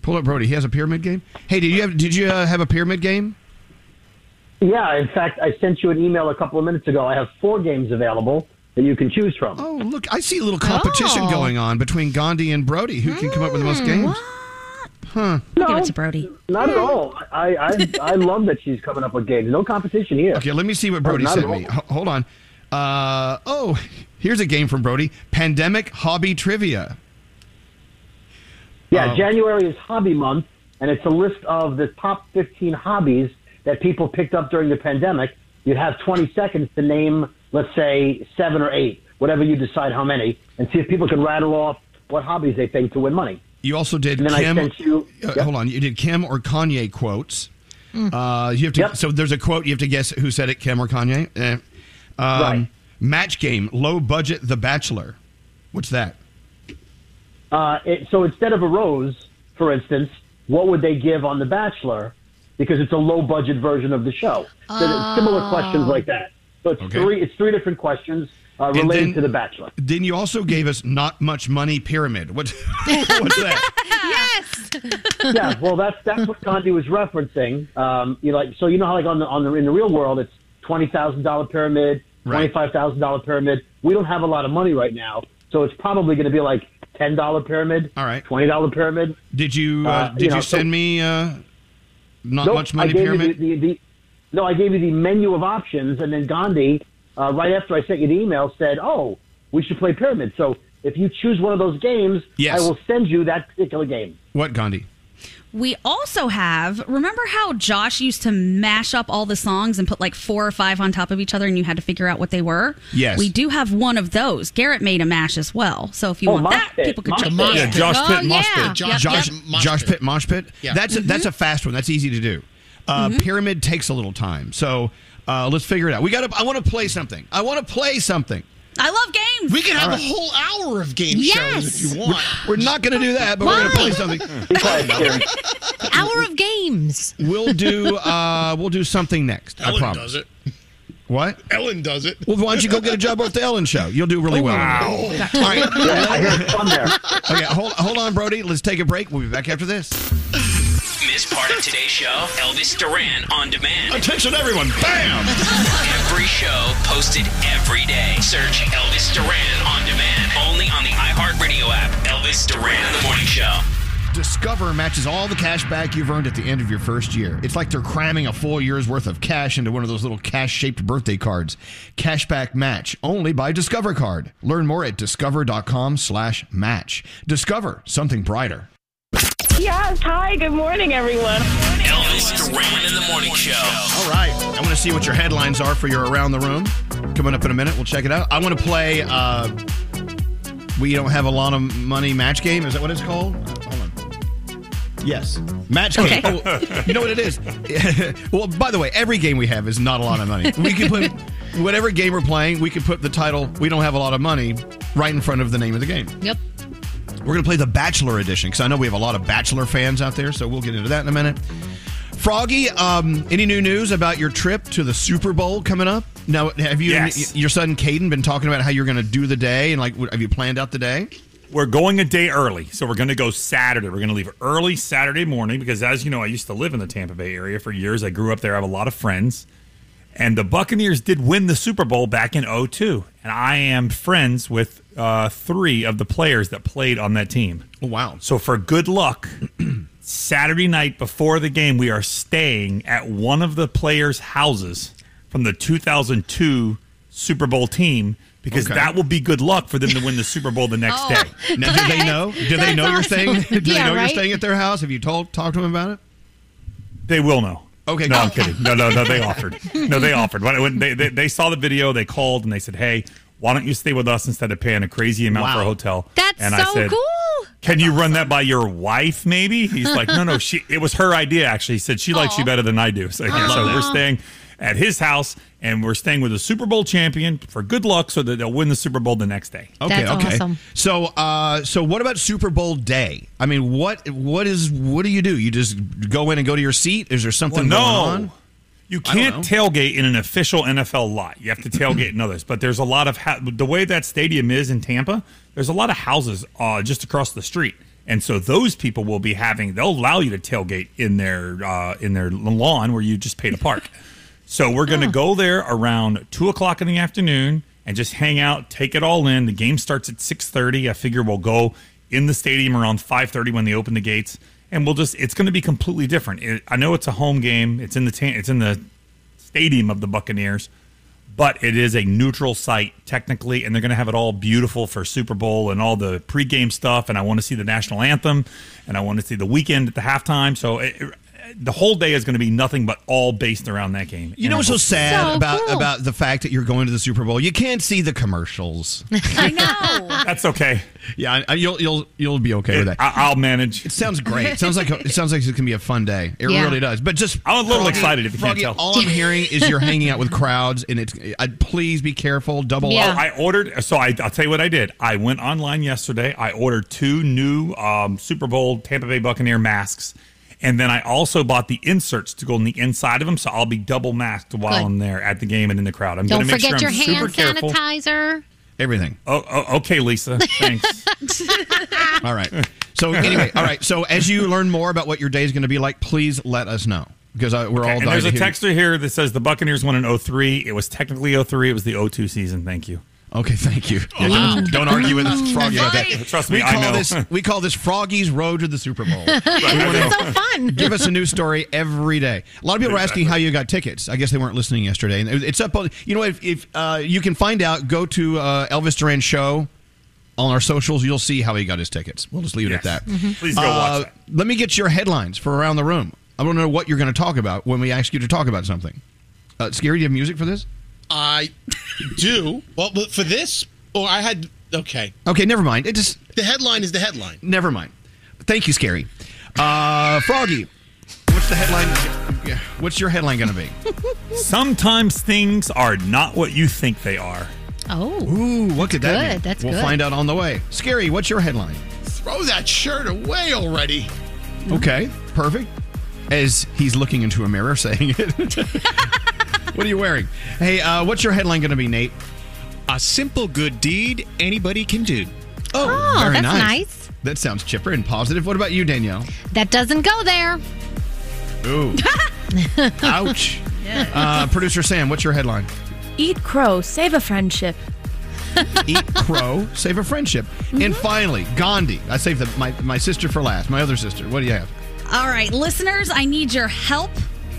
Speaker 4: Pull up Brody. He has a pyramid game. Hey, did you have? Did you uh, have a pyramid game?
Speaker 17: Yeah, in fact, I sent you an email a couple of minutes ago. I have four games available. that you can choose from.
Speaker 4: Oh, look, I see a little competition
Speaker 17: Oh.
Speaker 4: going on between Gandhi and Brody. Who can come up with the most games? Huh.
Speaker 17: No, Hmm. give it to Brody. Not at all. I, I, I love that she's coming up with games. No competition here.
Speaker 4: Okay, let me see what Brody sent me. Ho- Hold on. Uh, oh, here's a game from Brody Pandemic Hobby Trivia.
Speaker 17: Yeah,
Speaker 4: Oh.
Speaker 17: January is hobby month, and it's a list of the top 15 hobbies that people picked up during the pandemic. You'd have 20 seconds to name, let's say, seven or eight, whatever you decide how many, and see if people can rattle off what hobbies they think to win money.
Speaker 4: You also did
Speaker 17: And then I
Speaker 4: Kim.
Speaker 17: sent you-
Speaker 4: uh,
Speaker 17: Yep.
Speaker 4: Hold on. You did Kim or Kanye quotes.
Speaker 17: Hmm.
Speaker 4: Uh, you have to. So there's a quote. You have to guess who said it, Kim or Kanye. Eh. Um,
Speaker 17: Right.
Speaker 4: Match game, low budget, The Bachelor. What's that?
Speaker 17: Uh, it, so instead of a rose, for instance, what would they give on The Bachelor? Because it's a low budget version of the show. So there's Similar questions like that. So it's three. It's three different questions uh,
Speaker 4: And
Speaker 17: related
Speaker 4: then-
Speaker 17: to The Bachelor.
Speaker 4: Then you also gave us not much money pyramid. What? what's that?
Speaker 17: yeah, well, that's that's what Gandhi was referencing. Um, you know, like so you know how like on the on the in the real world it's twenty thousand dollar pyramid, twenty five thousand dollar pyramid. We don't have a lot of money right now, so it's probably going to be like ten dollar pyramid, all right, twenty dollar pyramid.
Speaker 4: Did you uh, did you, send me uh, not
Speaker 17: Nope,
Speaker 4: much
Speaker 17: I
Speaker 4: money
Speaker 17: gave you
Speaker 4: pyramid?
Speaker 17: The, the, the, no, I gave you the menu of options, and then Gandhi, uh, right after I sent you the email, said, "Oh, we should play pyramid." So if you choose one of those games,
Speaker 4: Yes.
Speaker 17: I will send you that particular game.
Speaker 4: What Gandhi?
Speaker 11: We also have, remember how Josh used to mash up all the songs and put like four or five on top of each other and you had to figure out what they were?
Speaker 7: Yes.
Speaker 11: We do have one of those. Garrett made a mash as well. So
Speaker 14: Oh,
Speaker 4: Oh,
Speaker 11: if you want that, people could Oh, check that
Speaker 7: Yeah,
Speaker 11: out.
Speaker 7: Josh Pitt, Mosh Pit.
Speaker 4: Josh, Josh, Josh Pitt, Mosh Pit.
Speaker 11: Yeah.
Speaker 4: That's a,
Speaker 11: Mhm.
Speaker 4: that's a fast one. That's easy to do. Uh,
Speaker 11: Mm-hmm.
Speaker 4: Pyramid takes a little time, so uh, let's figure it out. We got to. I want to play something. I want to play something.
Speaker 11: I love games.
Speaker 14: We can have
Speaker 4: All
Speaker 14: a
Speaker 4: right.
Speaker 14: whole hour of game shows if you
Speaker 4: We're-
Speaker 14: want.
Speaker 4: We're, not going to do that, but we're
Speaker 14: Why?
Speaker 4: going to play something.
Speaker 2: Hour of games.
Speaker 4: We'll do. Uh, we'll do something next. I
Speaker 14: Ellen
Speaker 4: promise.
Speaker 14: does it.
Speaker 4: What?
Speaker 14: Ellen does it.
Speaker 4: Well, why don't you go get a job at the Ellen Show? You'll do really well.
Speaker 14: Wow.
Speaker 4: All right.
Speaker 14: Yeah, I heard fun there.
Speaker 4: Okay, hold, hold on, Brody. Let's take a break. We'll be back after this.
Speaker 12: Miss part of today's show, Elvis Duran on demand.
Speaker 4: Attention, everyone. Bam!
Speaker 12: Every show posted every day. Search Elvis Duran on demand. Only on the iHeartRadio app. Elvis Duran in the Morning Show.
Speaker 18: Discover matches all the cash back you've earned at the end of your first year. It's like they're cramming a full year's worth of cash into one of those little cash shaped birthday cards. Cashback match only by Discover Card. Learn more at discover.com slash match. Discover something brighter.
Speaker 9: Yes. Hi. Good morning, everyone.
Speaker 12: Elvis Duran in the Morning Show.
Speaker 4: All right. I want to see what your headlines are for your around the room. Coming up in a minute, we'll check it out. I want to play. Uh, we don't have a lot of money match game. Is that what it's called? Uh, Hold on. Yes, match game.
Speaker 18: Okay.
Speaker 4: Oh, you know what it is? well, by the way, every game we have is not a lot of money. We can put whatever game we're playing. We can put the title "We don't have a lot of money" right in front of the name of the game.
Speaker 2: Yep.
Speaker 4: We're going to play the Bachelor edition because I know we have a lot of Bachelor fans out there, so we'll get into that in a minute. Froggy, um, any new news about your trip to the Super Bowl coming up? Now, have you
Speaker 7: Yes.
Speaker 4: your son Caden been talking about how you're going to do the day and like what- have you planned out the day?
Speaker 7: We're going a day early. So we're going to go Saturday. We're going to leave early Saturday morning because, as you know, I used to live in the Tampa Bay area for years. I grew up there. I have a lot of friends. And the Buccaneers did win the Super Bowl back in 02. And I am friends with uh, three of the players that played on that team.
Speaker 4: Oh, wow.
Speaker 7: So for good luck, Saturday night before the game, we are staying at one of the players' houses from the 2002 Super Bowl team because
Speaker 4: Okay.
Speaker 7: that will be good luck for them to win the Super Bowl the next
Speaker 4: Oh.
Speaker 7: day.
Speaker 4: Now, do they know? Do they know you're staying? Do they know you're staying
Speaker 7: At-
Speaker 4: at their house? Have you told talked to them about it?
Speaker 7: they will know.
Speaker 4: Okay, good.
Speaker 7: no, I'm kidding. No, no, no. They offered. No, they offered. When, when they, they they saw the video, they called and they said, "Hey, why don't you stay with us instead of paying a crazy amount for a hotel?"
Speaker 2: That's
Speaker 7: and
Speaker 2: so cool.
Speaker 7: Can you run that by your wife, maybe? He's like, no, no, she. It was her idea, actually. He said she likes you better than I do. So,
Speaker 4: I
Speaker 7: yeah, so
Speaker 4: love that.
Speaker 7: we're staying at his house, and we're staying with a Super Bowl champion for good luck, so that they'll win the Super Bowl the next day.
Speaker 4: Okay, okay. So, uh, so what about Super Bowl day? I mean, what what is what do you do? You just go in and go to your seat? Is there something
Speaker 7: Well, no.
Speaker 4: going on?
Speaker 7: You
Speaker 4: I don't
Speaker 7: can't tailgate in an official NFL lot. You have to tailgate in others. But there's a lot of ha- the way that stadium is in Tampa. There's a lot of houses uh, just across the street, and so those people will be having. They'll allow you to tailgate in their uh, in their lawn where you just pay to park. so we're going to go there around two o'clock in the afternoon and just hang out, take it all in. The game starts at 6:30. I figure we'll go in the stadium around 5:30 when they open the gates, and we'll just it's going to be completely different. It, I know it's a home game. It's in the ta- it's in the stadium of the Buccaneers, but it is a neutral site technically, and they're going to have it all beautiful for Super Bowl and all the pregame stuff. And I want to see the national anthem, and I want to see the weekend at the halftime. So. It, it- the whole day is going to be nothing but all based around that game.
Speaker 4: You know what's
Speaker 7: And I
Speaker 4: so
Speaker 7: hope-
Speaker 4: sad about about the fact that you're going to the Super Bowl? You can't see the commercials.
Speaker 7: I know. That's okay.
Speaker 4: Yeah, I- I- you'll you'll you'll be okay with that.
Speaker 7: I, will manage.
Speaker 4: It sounds great. It sounds like a, it sounds like it's gonna be a fun day. It
Speaker 19: Yeah.
Speaker 4: really does. But just
Speaker 7: I'm a little
Speaker 4: Froggy-
Speaker 7: excited if you can't
Speaker 4: Froggy,
Speaker 7: tell.
Speaker 4: All I'm hearing is you're hanging out with crowds, and it's I, please be careful. Double
Speaker 7: Oh,
Speaker 4: up.
Speaker 7: I ordered. So I, I'll tell you what I did. I went online yesterday. I ordered two new um, Super Bowl Tampa Bay Buccaneer masks, and then I also bought the inserts to go on the inside of them. So I'll be double masked while
Speaker 2: Good.
Speaker 7: I'm there at the game and in the crowd. I'm going
Speaker 2: Don't
Speaker 7: to make
Speaker 2: forget
Speaker 7: sure I'm
Speaker 2: your
Speaker 7: super
Speaker 2: hand
Speaker 7: careful.
Speaker 2: sanitizer.
Speaker 4: Everything.
Speaker 7: Oh, oh, okay, Lisa. Thanks.
Speaker 4: All right. So anyway, all right. So as you learn more about what your day is going to be like, please let us know because I, we're all
Speaker 7: and
Speaker 4: dying
Speaker 7: there's
Speaker 4: to
Speaker 7: a
Speaker 4: hear-
Speaker 7: texter here that says the Buccaneers won in 03. It was technically 03. It was the 02 season. Thank you.
Speaker 4: Okay, thank you. Yeah,
Speaker 7: Wow.
Speaker 4: don't, don't argue with us, Froggy about
Speaker 7: Sorry.
Speaker 4: that.
Speaker 7: Trust me,
Speaker 4: we
Speaker 7: I
Speaker 4: call
Speaker 7: know.
Speaker 4: this we call this Froggy's Road to the Super Bowl.
Speaker 2: It's so fun.
Speaker 4: Give us a new story every day. A lot of people were asking how you got tickets. I guess they weren't listening yesterday. And it- it's up on. You know, if, if uh, you can find out, go to uh, Elvis Duran show on our socials. You'll see how he got his tickets. We'll just leave it at that.
Speaker 7: Mhm. Please go watch
Speaker 4: Uh, Let me get your headlines for around the room. I don't know what you're going to talk about when we ask you to talk about something. Uh, Scary, do you have music for this?
Speaker 14: I do. Well, but for this, or I had. Okay.
Speaker 4: Okay, never mind. It just
Speaker 14: The headline is the headline.
Speaker 4: Never mind. Thank you, Scary. Uh, Froggy, what's the headline? yeah, What's your headline going to be?
Speaker 7: Sometimes things are not what you think they are.
Speaker 2: Oh.
Speaker 4: Ooh, what could that
Speaker 14: good.
Speaker 4: mean?
Speaker 14: That's
Speaker 4: we'll
Speaker 14: good.
Speaker 4: find out on the way. Scary, what's your headline?
Speaker 14: Throw that shirt away already.
Speaker 4: Okay, perfect. As he's looking into a mirror saying it. what are you wearing? Hey, uh, what's your headline going to be, Nate?
Speaker 3: A simple good deed anybody can do.
Speaker 4: Oh,
Speaker 2: Oh,
Speaker 4: very
Speaker 2: that's
Speaker 4: nice.
Speaker 2: nice.
Speaker 4: That sounds chipper and positive. What about you, Danielle?
Speaker 2: That doesn't go there.
Speaker 4: Ooh. Ouch.
Speaker 10: Yeah.
Speaker 4: Uh, Producer Sam, what's your headline?
Speaker 10: Eat crow, save a friendship.
Speaker 4: Eat crow, save a friendship. And finally, Gandhi. I saved the, my, my sister for last, my other sister. What do you have?
Speaker 11: All right, listeners, I need your help.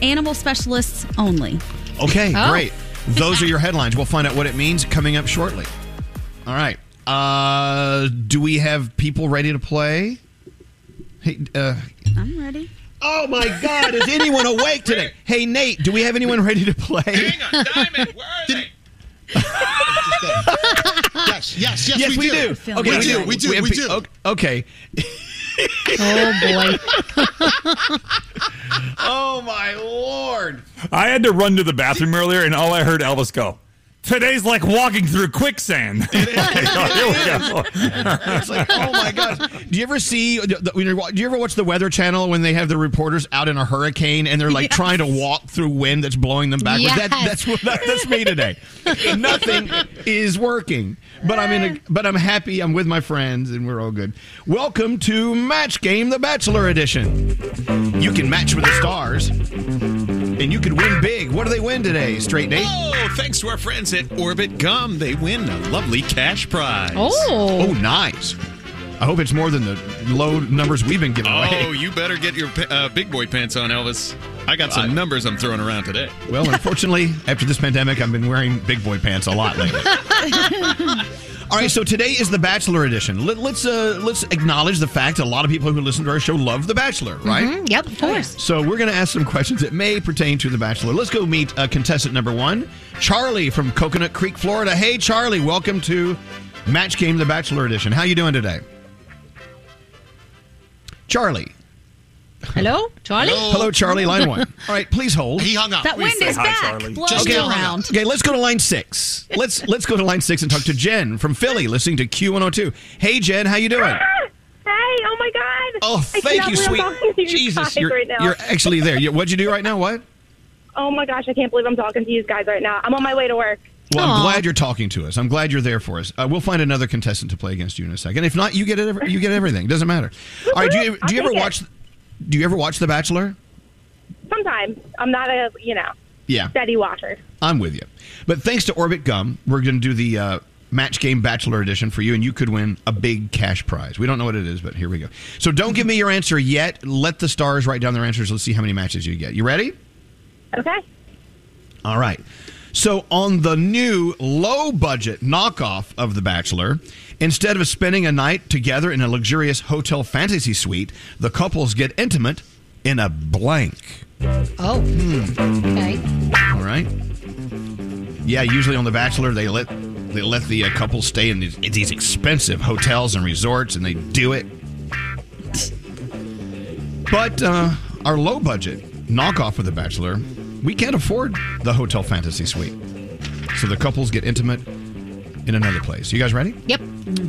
Speaker 11: Animal specialists only.
Speaker 4: Okay,
Speaker 11: Oh.
Speaker 4: great. Those are your headlines. We'll find out what it means coming up shortly. All right. Uh, do we have people ready to play? Hey, uh,
Speaker 11: I'm ready.
Speaker 4: oh my God! Is anyone awake today? Hey, Nate, do we have anyone ready to play? Hang on, Diamond. Where are they?
Speaker 14: yes, yes, yes,
Speaker 4: yes,
Speaker 14: we
Speaker 4: we,
Speaker 14: do.
Speaker 4: do.
Speaker 14: Feeling We do, we do,
Speaker 4: have
Speaker 14: we
Speaker 4: pe-
Speaker 14: do.
Speaker 4: o- Okay.
Speaker 2: oh
Speaker 4: boy. oh my lord.
Speaker 7: I had to run to the bathroom earlier, and all I heard Elvis go, "Today's like walking through quicksand."
Speaker 4: It's like, oh my gosh. Do you ever see, the- when you're wa- do you ever watch the Weather Channel when they have the reporters out in a hurricane and they're like trying to walk through wind that's blowing them backwards? That,
Speaker 19: Yes.
Speaker 4: that's what that, that's me today. Nothing is working, but I'm in. A, but I'm happy. I'm with my friends, and we're all good. Welcome to Match Game: The Bachelor Edition. You can match with the stars, and you could win big. What do they win today? Straight Nate.
Speaker 3: Oh, thanks to our friends at Orbit Gum, they win a lovely cash prize.
Speaker 4: Oh, nice. I hope it's more than the low numbers we've been giving away.
Speaker 3: Oh, you better get your uh, big boy pants on, Elvis. I got some numbers I'm throwing around today.
Speaker 4: Well, unfortunately, after this pandemic, I've been wearing big boy pants a lot lately. All right, so today is the Bachelor edition. Let, us uh, let's acknowledge the fact that a lot of people who listen to our show love The Bachelor,
Speaker 20: Mm-hmm.
Speaker 4: right?
Speaker 2: Mhm, Yep, of course.
Speaker 4: So we're going to ask some questions that may pertain to The Bachelor. Let's go meet uh, contestant number one, Charlie from Coconut Creek, Florida. Hey, Charlie, welcome to Match Game: The Bachelor Edition. How you doing today, Charlie?
Speaker 20: Hello, Charlie.
Speaker 4: Hello, Charlie. Line one. All right, please hold. He hung
Speaker 20: up. That wind is back, blowing around.
Speaker 4: Okay, let's go to line six. Let's let's go to line six and talk to Jen from Philly, listening to Q one hundred two. Hey, Jen, how you doing?
Speaker 9: Ah, Hey, oh my God.
Speaker 4: Oh, thank you, sweet Jesus. You're,
Speaker 9: right now.
Speaker 4: you're actually there. You- what'd you do right now? What?
Speaker 9: oh my gosh, I can't believe I'm talking to you guys right now. I'm on my way to work.
Speaker 4: Well, I'm glad you're talking to us. I'm glad you're there for us. Uh, we'll find another contestant to play against you in a second. If not, you get it. You get everything. Doesn't matter. All right. Do you do you
Speaker 9: I'll
Speaker 4: ever
Speaker 9: take it.
Speaker 4: watch? Do you ever watch The Bachelor?
Speaker 9: Sometimes I'm not a, you know.
Speaker 4: Yeah.
Speaker 9: steady watcher.
Speaker 4: I'm with you. But thanks to Orbit Gum, we're going to do the uh, match game bachelor edition for you, and you could win a big cash prize. We don't know what it is, but here we go. So don't give me your answer yet. Let the stars write down their answers. Let's see how many matches you get. You ready?
Speaker 9: Okay.
Speaker 4: All right. So on the new low budget knockoff of The Bachelor, instead of spending a night together in a luxurious hotel fantasy suite, the couples get intimate in a blank.
Speaker 5: Oh.
Speaker 4: Hmm.
Speaker 5: Okay.
Speaker 4: All right. Yeah, usually on The Bachelor, they let they let the uh, couple stay in these, in these expensive hotels and resorts, and they do it. But uh, our low budget knockoff of The Bachelor, we can't afford the hotel fantasy suite, so the couples get intimate in another place. You guys ready?
Speaker 5: Yep.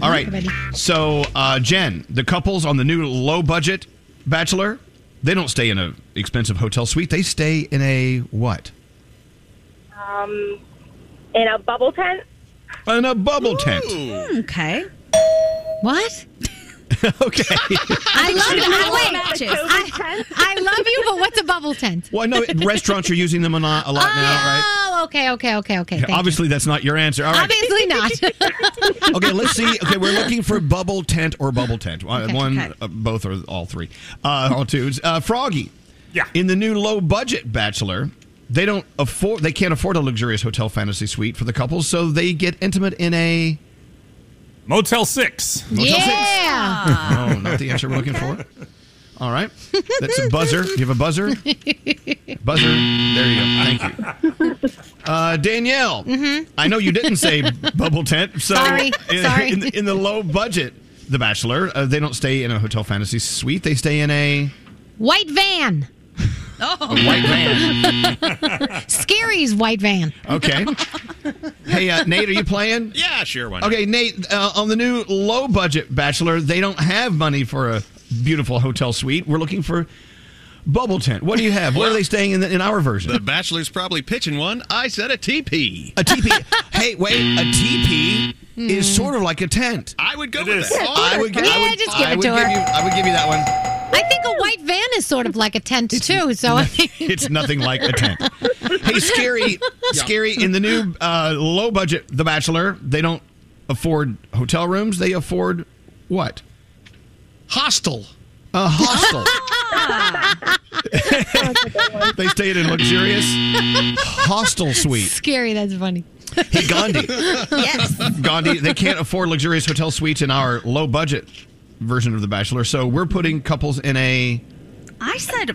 Speaker 4: All right. So, uh, Jen, the couples on the new low budget Bachelor, they don't stay in an expensive hotel suite. They stay in a what?
Speaker 9: Um, in a bubble tent.
Speaker 4: In a bubble tent.
Speaker 11: Okay.
Speaker 5: What?
Speaker 4: okay.
Speaker 5: I love it. I, wait,
Speaker 11: Matches.
Speaker 5: I, I love you, but what's a bubble tent?
Speaker 4: Well, I know restaurants are using them a lot, a lot now, right?
Speaker 5: Oh, okay, okay, okay, okay.
Speaker 4: Yeah,
Speaker 5: Thank
Speaker 4: obviously, that's not your answer. All right.
Speaker 5: Obviously not.
Speaker 4: okay, let's see. Okay, we're looking for bubble tent or bubble tent. Uh,
Speaker 5: Okay.
Speaker 4: One,
Speaker 5: Okay.
Speaker 4: Uh, both, or all three. Uh, all two. Uh, Froggy.
Speaker 21: Yeah.
Speaker 4: In the new low budget Bachelor, they don't afford. They can't afford a luxurious hotel fantasy suite for the couples, so they get intimate in a
Speaker 21: Motel Six.
Speaker 4: Motel
Speaker 5: Yeah.
Speaker 4: Six. oh, not the answer we're looking for. All right. That's a buzzer. You have a buzzer. Buzzer. There you go. Thank you. Uh, Danielle,
Speaker 5: Mhm.
Speaker 4: I know you didn't say bubble tent. So
Speaker 5: Sorry,
Speaker 4: in,
Speaker 5: sorry.
Speaker 4: In, the- in the low budget, The Bachelor, uh, they don't stay in a hotel fantasy suite. They stay in a.
Speaker 5: White van. Oh.
Speaker 4: white
Speaker 5: van. Scary's white van.
Speaker 4: Okay. hey, uh, Nate, are you playing?
Speaker 3: Yeah, sure. Why not?
Speaker 4: Okay, Nate, uh, on the new low budget Bachelor, they don't have money for a beautiful hotel suite. We're looking for bubble tent. What do you have? Where are they staying in, the, in our version?
Speaker 3: The Bachelor's probably pitching one. I said a teepee.
Speaker 4: A teepee. hey, wait. A teepee is sort of like a tent.
Speaker 3: I would go with that.
Speaker 4: I would,
Speaker 5: Yeah,
Speaker 4: I would,
Speaker 5: just give
Speaker 4: I
Speaker 5: it
Speaker 4: would
Speaker 5: to her.
Speaker 4: You, I would give you that one.
Speaker 5: I think a white van is sort of like a tent too. So I think
Speaker 4: It's nothing like a tent. Hey, scary, scary. In the new uh, low budget The Bachelor, they don't afford hotel rooms. They afford what? Hostel. A hostel.
Speaker 5: Ah.
Speaker 4: they stayed in a luxurious hostel suite.
Speaker 5: scary. That's funny.
Speaker 4: Hey, Gandhi. Gandhi, they can't afford luxurious hotel suites in our low budget version of The Bachelor, so we're putting couples in a.
Speaker 11: I said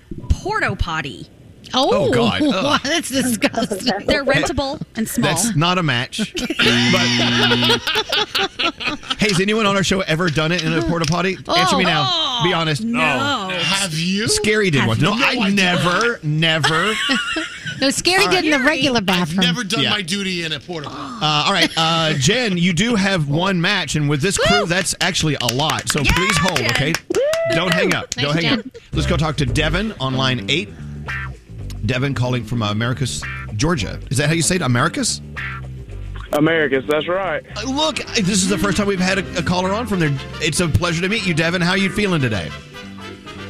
Speaker 11: porta potty.
Speaker 4: Oh, God. Ugh. Wow,
Speaker 5: that's disgusting.
Speaker 11: They're rentable and small.
Speaker 4: That's not a match. But hey, has anyone on our show ever done it in a porta potty?
Speaker 11: Oh.
Speaker 4: Answer me now. Be honest.
Speaker 11: no.
Speaker 4: Have you? Scary did one. No, I never, never.
Speaker 5: No, scary
Speaker 4: All
Speaker 5: did in the
Speaker 4: right.
Speaker 5: regular bathroom.
Speaker 14: Never done
Speaker 4: Yeah.
Speaker 14: my duty in a porta potty.
Speaker 4: Uh, all right, uh, Jen, you do have one match, and with this crew, that's actually a lot. So please hold, okay? Don't hang up.
Speaker 5: Thanks,
Speaker 4: Don't hang
Speaker 5: Jen.
Speaker 4: up. Let's go talk to Devin on line eight. Devin calling from Americus, Georgia. Is that how you say it? Americus?
Speaker 1: Americus, that's right.
Speaker 4: Uh, Look, this is the first time we've had a, a caller on from there. It's a pleasure to meet you, Devin. How you feeling today?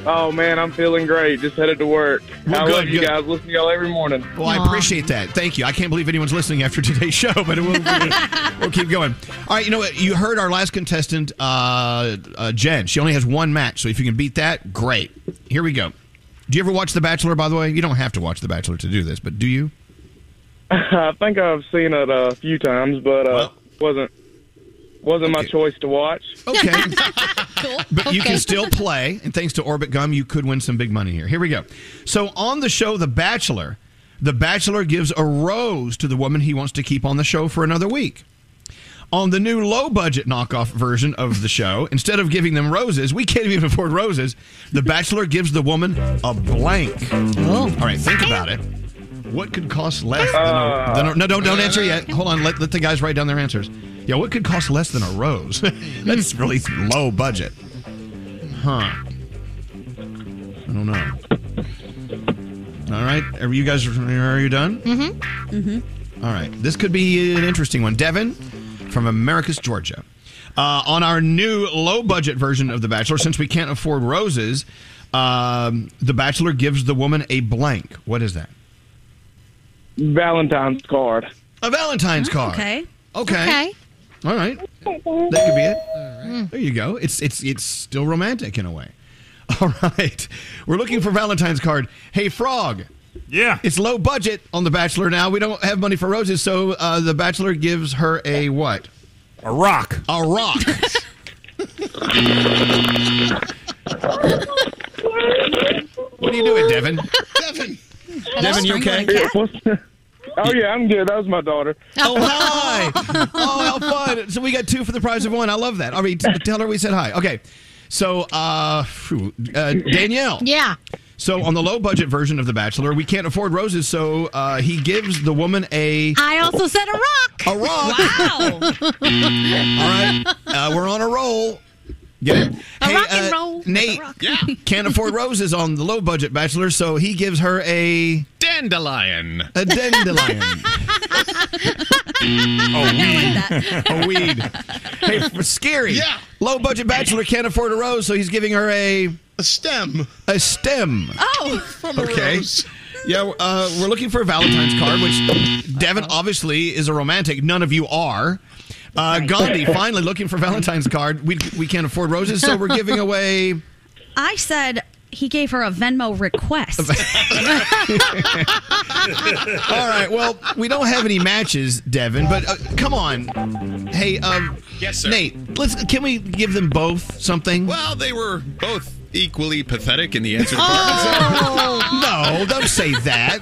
Speaker 1: Oh man, I'm feeling great. Just headed to work.
Speaker 4: Well,
Speaker 1: I
Speaker 4: good,
Speaker 1: love you
Speaker 4: good.
Speaker 1: guys. Listen to y'all every morning.
Speaker 4: Well, I appreciate that. Thank you. I can't believe anyone's listening after today's show, but we'll, we'll, we'll keep going. All right, you know what? You heard our last contestant, uh, uh, Jen. She only has one match, so if you can beat that, great. Here we go. Do you ever watch The Bachelor, by the way? You don't have to watch The Bachelor to do this, but do you?
Speaker 1: I think I've seen it a few times, but uh, wasn't wasn't my choice to watch.
Speaker 4: Okay. But you can still play, and thanks to Orbit Gum, you could win some big money here. Here we go. So on the show, The Bachelor, The Bachelor gives a rose to the woman he wants to keep on the show for another week. On the new low budget knockoff version of the show, instead of giving them roses, we can't even afford roses. The Bachelor gives the woman a blank. All right, think about it. What could cost less than a, than a- no, don't, don't answer yet. Hold on, let, let the guys write down their answers. Yeah, what could cost less than a rose? That's really low budget. Huh. I don't know. All right, are you guys are you done?
Speaker 5: Mm-hmm. Mm-hmm.
Speaker 4: All right. This could be an interesting one. Devin from Americus, Georgia. Uh, on our new low budget version of The Bachelor, since we can't afford roses, um, The Bachelor gives the woman a blank. What is that?
Speaker 22: Valentine's card.
Speaker 4: A Valentine's card.
Speaker 11: Okay.
Speaker 4: Okay. All right. That could be it. Mm. There you go. It's it's it's still romantic in a way. All right. We're looking for Valentine's card. Hey Frog.
Speaker 7: Yeah.
Speaker 4: It's low budget on The Bachelor now. We don't have money for roses, so uh, The Bachelor gives her a what?
Speaker 7: A rock.
Speaker 4: A rock. what are you doing, Devin?
Speaker 14: Devin.
Speaker 4: Devin, you okay?
Speaker 22: oh yeah, I'm good. That was my daughter.
Speaker 4: Oh hi! oh how fun! So we got two for the price of one. I love that. All right, t- tell her we said hi. Okay, so uh, phew, uh Danielle.
Speaker 5: Yeah.
Speaker 4: So on the low budget version of The Bachelor, we can't afford roses, so uh, he gives the woman a.
Speaker 5: I also said a rock.
Speaker 4: A rock.
Speaker 5: Wow.
Speaker 4: All right, uh, we're on a roll. Get it? uh,
Speaker 5: A rock and roll with a
Speaker 4: Nate
Speaker 5: rock.
Speaker 4: can't afford roses on the low budget Bachelor, so he gives her a
Speaker 3: Dandelion.
Speaker 4: a dandelion.
Speaker 3: Oh, weed.
Speaker 4: a Oh, weed. Hey, for scary. Yeah. Low budget bachelor can't afford a rose, so he's giving her a a stem. A stem.
Speaker 11: Oh,
Speaker 4: Okay. Yeah, uh, we're looking for a Valentine's card, which Devin obviously is a romantic. None of you are. Uh, Gandhi finally looking for Valentine's card. We we can't afford roses, so we're giving away.
Speaker 11: I said he gave her a Venmo request.
Speaker 4: All right. Well, we don't have any matches, Devin. But uh, come on. Hey, um,
Speaker 3: Yes, sir.
Speaker 4: Nate. Let's. Can we give them both something?
Speaker 3: Well, they were both equally pathetic in the answer.
Speaker 4: Oh. no, don't say that.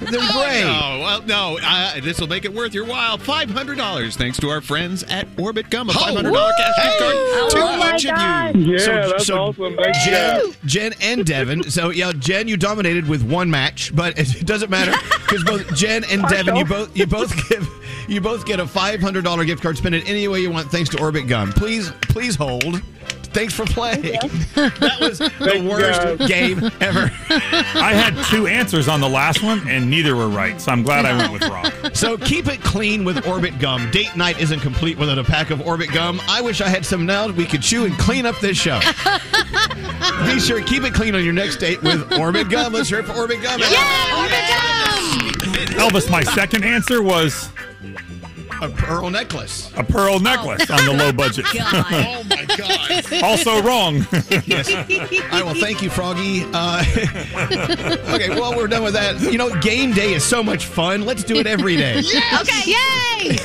Speaker 4: They're
Speaker 14: Oh,
Speaker 4: great.
Speaker 3: Oh, No, well, no. Uh, this will make it worth your while. Five hundred dollars, thanhanks to our friends at Orbit Gum.
Speaker 4: Oh,
Speaker 3: A five hundred dollar cash gift card. Too much of you.
Speaker 22: Yeah, that's awesome. Thank you.
Speaker 4: Jen, Jen and Devin. So yeah, Jen, you dominated with one match, but it doesn't matter because both Jen and Devin, you both you both give you both get a five hundred dollar gift card. Spend it any way you want, thanks to Orbit Gum. Please, please hold. Thanks for playing. That was the worst
Speaker 7: guys.
Speaker 4: game ever.
Speaker 7: I had two answers on the last one, and neither were right. So I'm glad I went with rock.
Speaker 4: So keep it clean with Orbit Gum. Date night isn't complete without a pack of Orbit Gum. I wish I had some now we could chew and clean up this show. Be sure to keep it clean on your next date with Orbit Gum. Let's hear it for Orbit Gum.
Speaker 7: Elvis, my second answer was
Speaker 4: A pearl necklace.
Speaker 7: a pearl necklace on the low budget. Oh,
Speaker 4: God. Oh my God.
Speaker 7: also wrong.
Speaker 4: yes. I will thank you, Froggy. Uh, okay, well, we're done with that. You know, game day is so much fun. Let's do it every day.
Speaker 5: Okay. Yay.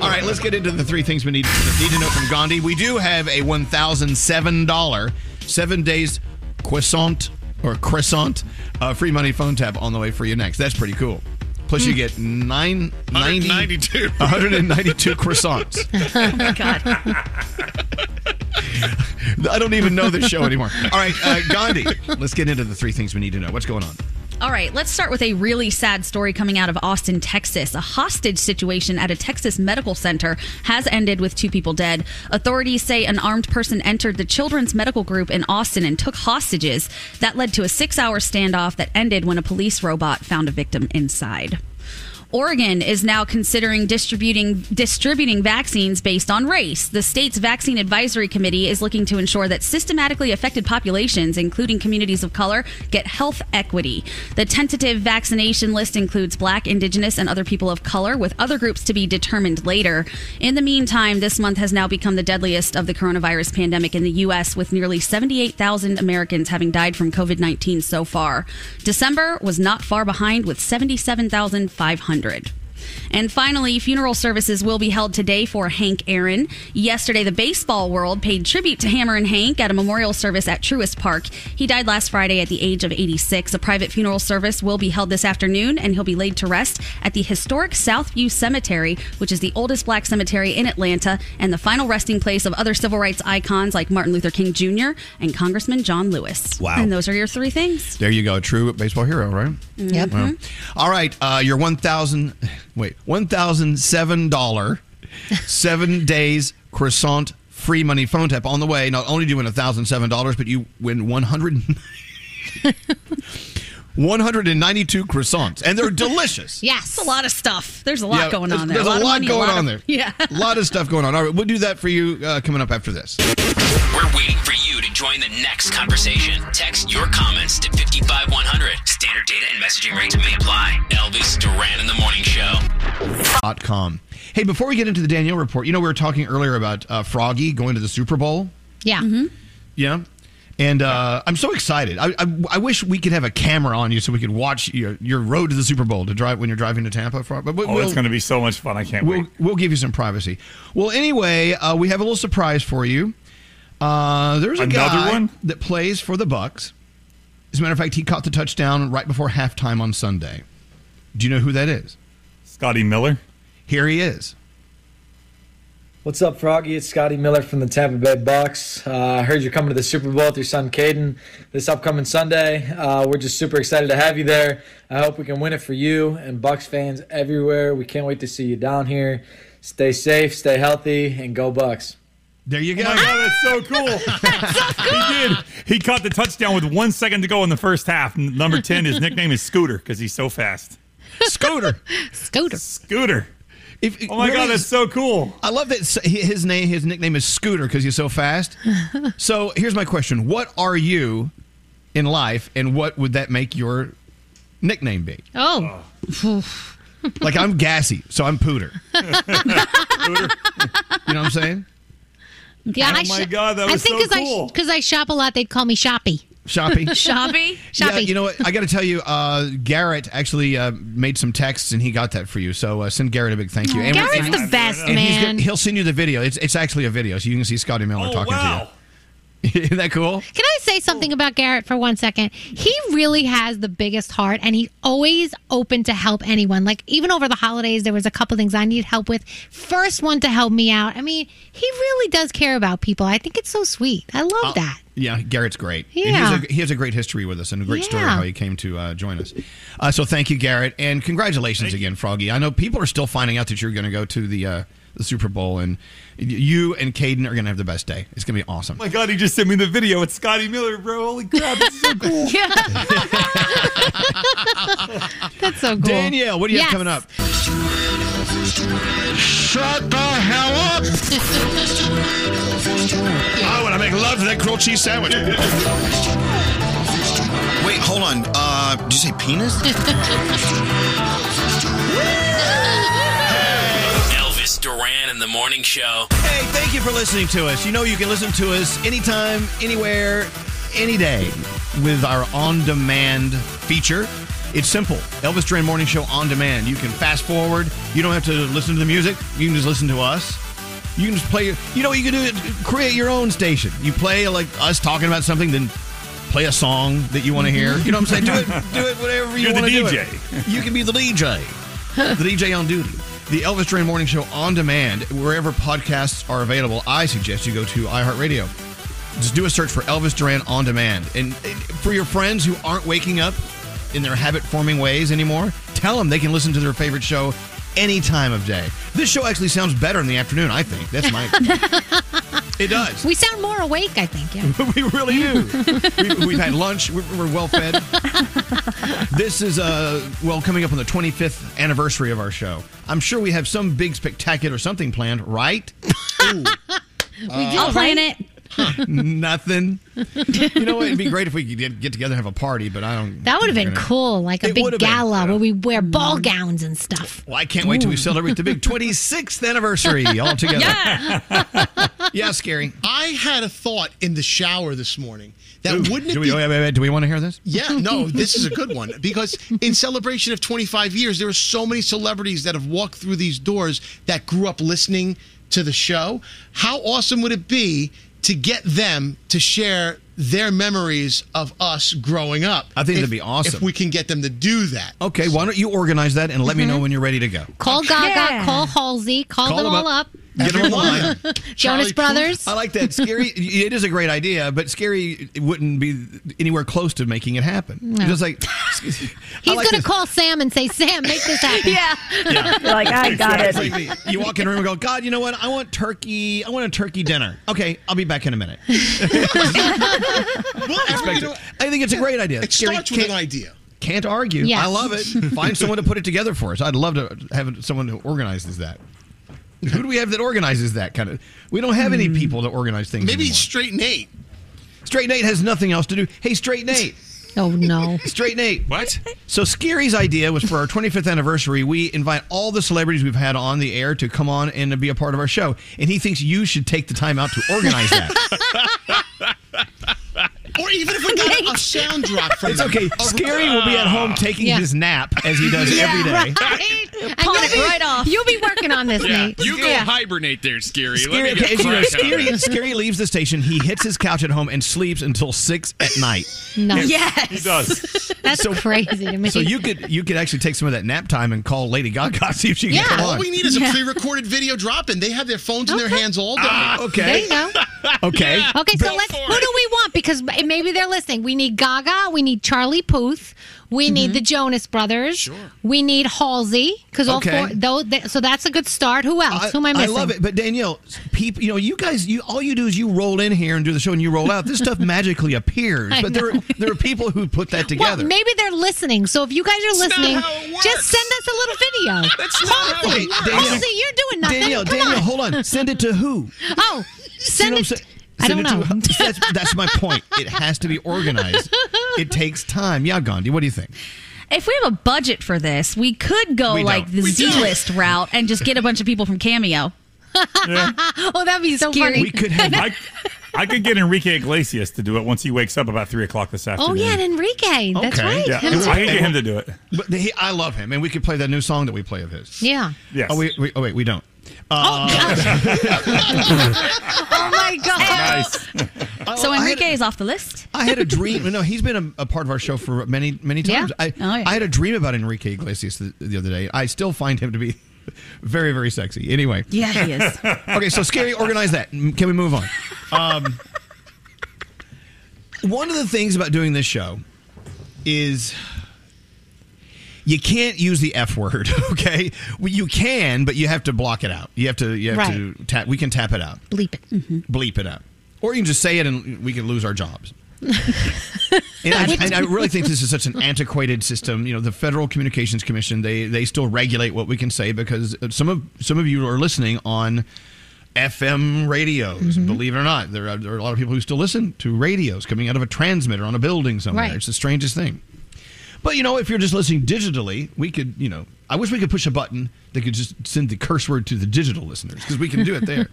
Speaker 4: All right, let's get into the three things we need, need to know from Gandhi. We do have a $1,007 seven days croissant or croissant uh, free money phone tap on the way for you next. That's pretty cool. Plus, you get nine, 90
Speaker 3: 192.
Speaker 4: 192 croissants.
Speaker 5: Oh
Speaker 4: I don't even know this show anymore. All right, uh, Gandhi, let's get into the three things we need to know. What's going on?
Speaker 11: All right, let's start with a really sad story coming out of Austin, Texas. A hostage situation at a Texas medical center has ended with two people dead. Authorities say an armed person entered the Children's Medical Group in Austin and took hostages. That led to a six hour standoff that ended when a police robot found a victim inside. Oregon is now considering distributing distributing vaccines based on race. The state's vaccine advisory committee is looking to ensure that systematically affected populations, including communities of color, get health equity. The tentative vaccination list includes black, indigenous, and other people of color, with other groups to be determined later. In the meantime, this month has now become the deadliest of the coronavirus pandemic in the U.S., with nearly 78,000 Americans having died from COVID 19 so far. December was not far behind, with 77,500. And finally, funeral services will be held today for Hank Aaron. Yesterday, the baseball world paid tribute to Hammer and Hank at a memorial service at Truist Park. He died last Friday at the age of 86. A private funeral service will be held this afternoon, and he'll be laid to rest at the historic Southview Cemetery, which is the oldest black cemetery in Atlanta and the final resting place of other civil rights icons like Martin Luther King Jr. and Congressman John Lewis.
Speaker 4: Wow.
Speaker 11: And those are your three things.
Speaker 4: There you go. True baseball hero, right?
Speaker 11: Yep.
Speaker 4: Wow. All right. Uh, your one thousand, wait, one thousand seven dollar, seven days croissant free money phone tap on the way. Not only do you win thousand seven dollars, but you win one hundred. 192 croissants, and they're delicious.
Speaker 5: Yes.
Speaker 11: It's a lot of stuff. There's a lot
Speaker 4: Yeah,
Speaker 11: going on there.
Speaker 4: there's, There's a lot,
Speaker 11: of money,
Speaker 4: going on
Speaker 11: lot of-
Speaker 4: there.
Speaker 11: Yeah.
Speaker 4: a lot of stuff going on. All right, we'll do that for you uh, coming up after this.
Speaker 12: We're waiting for you to join the next conversation. Text your comments to 55100. Standard data and messaging rates may apply. Elvis Duran
Speaker 4: com. Hey, before we get into the Danielle report, you know, we were talking earlier about uh, Froggy going to the Super Bowl.
Speaker 5: Yeah.
Speaker 11: Mm-hmm.
Speaker 4: Yeah. And uh, I'm so excited. I, I, I wish we could have a camera on you so we could watch your, your road to the Super Bowl to drive when you're driving to Tampa. For, but
Speaker 7: Oh, it's going to be so much fun. I can't
Speaker 4: we'll,
Speaker 7: wait.
Speaker 4: We'll give you some privacy. Well, anyway, uh, we have a little surprise for you. Uh, there's a
Speaker 7: Another
Speaker 4: guy
Speaker 7: one?
Speaker 4: that plays for the Bucks. As a matter of fact, he caught the touchdown right before halftime on Sunday. Do you know who that is?
Speaker 7: Scotty Miller.
Speaker 4: Here he is.
Speaker 23: What's up, Froggy? It's Scotty Miller from the Tampa Bay Bucks. Uh, I heard you're coming to the Super Bowl with your son Caden this upcoming Sunday. Uh, we're just super excited to have you there. I hope we can win it for you and Bucks fans everywhere. We can't wait to see you down here. Stay safe, stay healthy, and go Bucks.
Speaker 4: There you go.
Speaker 7: Oh my God, that's so cool. He did. He caught the touchdown with one second to go in the first half. N- Number 10, his nickname is Scooter because he's so fast.
Speaker 4: Scooter.
Speaker 5: Scooter.
Speaker 7: Scooter. oh my
Speaker 4: really-
Speaker 7: God, that's so cool.
Speaker 4: I love that s- hi- his name his nickname is Scooter because he's so fast. so here's my question: What are you in life, and what would that make your nickname be?
Speaker 5: Oh.
Speaker 4: Like I'm gassy, so I'm Pooter. You know what I'm saying?
Speaker 5: Yeah,
Speaker 4: Oh
Speaker 5: I
Speaker 4: my God, that
Speaker 5: I
Speaker 4: was
Speaker 5: think
Speaker 4: so
Speaker 5: because
Speaker 4: cool.
Speaker 5: because I shop a lot, they'd call me Shoppy.
Speaker 4: Shoppy?
Speaker 5: Shoppy. Shoppy.
Speaker 4: Yeah, you know what? I got to tell you, uh, Garrett actually uh, made some texts, and he got that for you. So uh, send Garrett a big thank you.
Speaker 5: Aw,
Speaker 4: And-
Speaker 5: Garrett's
Speaker 4: and-
Speaker 5: the best,
Speaker 4: and he's
Speaker 5: man.
Speaker 4: gonna- he'll send you the video. It's, it's actually a video, so you can see Scotty Miller talking to you. Isn't that cool?
Speaker 5: Can I say something about Garrett for one second? He really has the biggest heart and he's always open to help anyone. Like even over the holidays there was a couple things I needed help with. First one to help me out. I mean, he really does care about people. I think it's so sweet. I love
Speaker 4: Oh,
Speaker 5: that.
Speaker 4: Yeah, Garrett's great. And
Speaker 5: Yeah.
Speaker 4: he, has a, he has a great history with us and a great story
Speaker 5: Yeah.
Speaker 4: how he came to uh, join us. Uh, so thank you, Garrett, and congratulations again, Froggy. I know people are still finding out that you're going to go to the uh, the Super Bowl, and y- you and Caden are going to have the best day. It's going to be awesome.
Speaker 7: Oh my God, he just sent me the video. It's Scotty Miller, bro. Holy crap, this is so cool.
Speaker 5: That's so cool.
Speaker 4: Danielle, what do you have coming up?
Speaker 1: Shut the hell up! I want to make love to that grilled cheese sandwich.
Speaker 2: Wait, hold on. Uh, did you say penis?
Speaker 12: Elvis Duran in the morning show.
Speaker 2: Hey, thank you for listening to us. You know you can listen to us anytime, anywhere,
Speaker 4: any day with our on demand feature. It's simple Elvis Duran Morning Show on demand. You can fast forward. You don't have to listen to the music. You can just listen to us. You can just play, your- you know, you can do it, create your own station. You play like us talking about something, then play a song that you want to hear. You know what I'm saying? Do it, do it whatever you
Speaker 7: You're the
Speaker 4: want to do.
Speaker 7: DJ.
Speaker 4: it. You can be the DJ. the DJ on duty. The Elvis Duran Morning Show on demand, wherever podcasts are available. I suggest you go to iHeartRadio. Just do a search for Elvis Duran on demand. And eh, for your friends who aren't waking up in their habit forming ways anymore, tell them they can listen to their favorite show any time of day. This show actually sounds better in the afternoon, I think. That's my. it does.
Speaker 5: We sound more awake, I think. Yeah.
Speaker 4: we really do. we, we've had lunch. We're, we're well fed. this is uh well coming up on the 25th anniversary of our show. I'm sure we have some big spectacular something planned, right?
Speaker 11: We
Speaker 4: Uh,
Speaker 11: I'll plan it.
Speaker 4: Nothing. You know what? It'd be great if we could get, get together and have a party, but I don't.
Speaker 5: That would have
Speaker 4: think we're
Speaker 5: been
Speaker 4: gonna-
Speaker 5: cool, like a
Speaker 4: It
Speaker 5: big
Speaker 4: would've been,
Speaker 5: gala where we wear ball gowns and stuff.
Speaker 4: Well, I can't wait till we celebrate the big 26th anniversary all together. yeah, scary.
Speaker 14: I had a thought in the shower this morning that wouldn't it
Speaker 4: do
Speaker 14: be
Speaker 4: we, wait, wait, wait, do we want to hear this?
Speaker 14: Yeah, no, this is a good one because in celebration of 25 years, there are so many celebrities that have walked through these doors that grew up listening to the show. How awesome would it be to get them to share their memories of us growing up? I
Speaker 4: think
Speaker 14: if,
Speaker 4: that'd be awesome.
Speaker 14: if we can get them to do that.
Speaker 4: Okay, why don't you organize that and let
Speaker 5: Mm-hmm.
Speaker 4: me know when you're ready to go?
Speaker 5: Call Gaga,
Speaker 14: Yeah.
Speaker 5: call Halsey, call,
Speaker 4: Call
Speaker 5: them
Speaker 4: them
Speaker 5: all
Speaker 4: up.
Speaker 5: up.
Speaker 4: Get them online.
Speaker 5: Jonas Brothers.
Speaker 4: I like that. Scary. it is a great idea, but scary wouldn't be anywhere close to making it happen.
Speaker 5: No.
Speaker 4: Just like
Speaker 5: He's going to call Sam and say, Sam, make this happen. yeah.
Speaker 4: Exactly. You walk in a room and go, God, you know what? I want turkey. I want a turkey dinner. Okay, I'll be back in a minute. Expect it. I think it's a great idea.
Speaker 14: It
Speaker 4: Scary.
Speaker 14: starts with
Speaker 4: Can't-
Speaker 14: an idea.
Speaker 4: Can't argue.
Speaker 14: Yes.
Speaker 4: I love it. Find someone to put it together for us. I'd love to have someone who organizes that. Who do we have that organizes that kind of? We don't have
Speaker 5: Hmm.
Speaker 4: any people to organize things.
Speaker 14: Maybe
Speaker 4: anymore.
Speaker 14: straight Nate.
Speaker 4: Straight Nate has nothing else to do. Hey, Straight Nate,
Speaker 5: Oh no.
Speaker 4: Straight Nate.
Speaker 3: What?
Speaker 4: So Scary's idea was for our 25th anniversary, we invite all the celebrities we've had on the air to come on and to be a part of our show. And he thinks you should take the time out to organize that.
Speaker 14: Or even if we got a- a sound drop from
Speaker 4: it's
Speaker 14: them.
Speaker 4: okay.
Speaker 14: A-
Speaker 4: Scary will be at home taking
Speaker 14: Yeah.
Speaker 4: his nap as he does
Speaker 5: Yeah,
Speaker 4: every day.
Speaker 5: Right? And
Speaker 11: Pawn
Speaker 5: you'll
Speaker 11: it
Speaker 5: be-
Speaker 11: right off.
Speaker 5: You'll be working on this,
Speaker 3: Yeah,
Speaker 5: Nate.
Speaker 3: you go
Speaker 5: Yeah.
Speaker 3: hibernate there, Scary.
Speaker 4: Scary,
Speaker 3: Let me get
Speaker 4: okay, as you know,
Speaker 3: crack on
Speaker 4: Scary,
Speaker 3: it.
Speaker 4: Scary leaves the station. He hits his couch at home and sleeps until six at night.
Speaker 5: Nice.
Speaker 11: Yes.
Speaker 5: He
Speaker 4: does.
Speaker 5: That's crazy to me.
Speaker 4: So you could you could actually take some of that nap time and call Lady Gaga see if she can come
Speaker 14: Yeah,
Speaker 4: on.
Speaker 14: all we need is a pre-recorded video drop-in. They have their phones in their hands all day.
Speaker 4: Ah, okay. There you
Speaker 5: go.
Speaker 4: Okay.
Speaker 5: Okay, so let's. Who do we want? Because maybe they're listening. We need Gaga. We need Charlie Puth. We
Speaker 4: Mm-hmm.
Speaker 5: need the Jonas Brothers. Sure. We need Halsey. Because all
Speaker 4: Okay.
Speaker 5: four. Those, so that's a good start. Who else? Who am I missing?
Speaker 4: love it, but Danielle, people, you know, you guys, you all you do is you roll in here and do the show and you roll out. This stuff magically appears,
Speaker 5: I
Speaker 4: but there are, there are people who put that
Speaker 5: Well,
Speaker 4: together.
Speaker 5: maybe they're listening. So if you guys are
Speaker 4: That's not
Speaker 5: listening,
Speaker 4: how it
Speaker 5: just send us a little video.
Speaker 4: That's not how
Speaker 5: Halsey,
Speaker 4: it works. Danielle-
Speaker 5: Halsey, you're doing nothing.
Speaker 4: Danielle,
Speaker 5: Come
Speaker 4: Danielle,
Speaker 5: on.
Speaker 4: hold on. Send it to who?
Speaker 5: Oh, send it. I
Speaker 4: Send
Speaker 5: don't know.
Speaker 4: it to- that's, that's my point. It has to be organized. It takes time. Yeah, Gandhi, what do you think?
Speaker 11: If we have a budget for this, we could go
Speaker 4: We don't.
Speaker 11: like the
Speaker 4: We
Speaker 11: Z list route and just get a bunch of people from Cameo.
Speaker 5: Oh, that'd be so funny.
Speaker 7: We could have. I, I could get Enrique Iglesias to do it once he wakes up about three o'clock this afternoon.
Speaker 5: Oh yeah, and Enrique. That's right.
Speaker 7: Yeah, I
Speaker 5: Him too.
Speaker 7: could get him to do it.
Speaker 4: But he, I love him, and we could play that new song that we play of his.
Speaker 5: Yeah.
Speaker 4: Yes. Oh, we, we, oh wait, we don't. Uh,
Speaker 5: oh my god.
Speaker 11: So
Speaker 4: I had-
Speaker 11: Enrique is off the list.
Speaker 4: I had a dream. No, he's been a, a part of our show for many, many times.
Speaker 11: Yeah.
Speaker 4: I,
Speaker 11: Oh, yeah.
Speaker 4: I had a dream about Enrique Iglesias the, the other day. I still find him to be very, very sexy. Anyway.
Speaker 11: Yeah, he is.
Speaker 4: okay, so Scary, organize that. M- Can we move on?
Speaker 14: Uh,
Speaker 4: Um, one of the things about doing this show is you can't use the F word, okay? Well, you can, but you have to block it out. You have to, you have to tap, we can tap it out
Speaker 5: Bleep it.
Speaker 11: Mm-hmm.
Speaker 4: bleep it out. Or you can just say it and we can lose our jobs. and, I, and I really think this is such an antiquated system. You know, the Federal Communications Commission they they still regulate what we can say because uh, some of some of you are listening on FM radios. Believe it or not, there are, there are a lot of people who still listen to radios coming out of a transmitter on a building somewhere.
Speaker 2: Right.
Speaker 4: It's the strangest thing. But you know, if you're just listening digitally, we could, you know, I wish we could push a button that could just send the curse word to the digital listeners because we can do it there.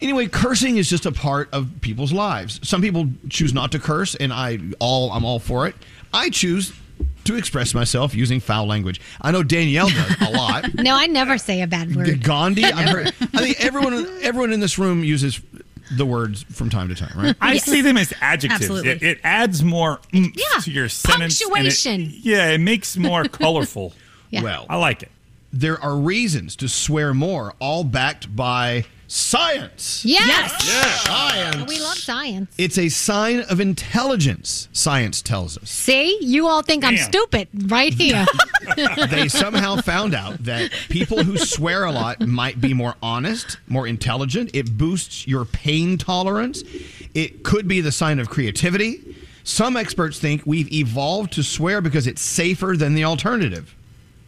Speaker 4: anyway, cursing is just a part of people's lives. Some people choose not to curse, and I all I'm all for it. I choose to express myself using foul language. I know Danielle does a lot.
Speaker 5: No, I never say a bad word.
Speaker 4: Gandhi, I've heard, I think everyone everyone in this room uses the words from time to time, right?
Speaker 7: I see them as adjectives.
Speaker 4: Absolutely.
Speaker 7: It, it adds more oomph to your sentence. and it-
Speaker 4: Punctuation.
Speaker 7: yeah, it makes more colorful.
Speaker 4: Yeah. Well,
Speaker 7: I like it.
Speaker 4: There are reasons to swear more, all backed by science.
Speaker 5: Yes.
Speaker 4: Science.
Speaker 5: We love science.
Speaker 4: It's a sign of intelligence, science tells us.
Speaker 5: See, you all think I'm
Speaker 4: Damn.
Speaker 5: stupid right here.
Speaker 4: they somehow found out that people who swear a lot might be more honest, more intelligent. It boosts your pain tolerance. It could be the sign of creativity. Some experts think we've evolved to swear because it's safer than the alternative.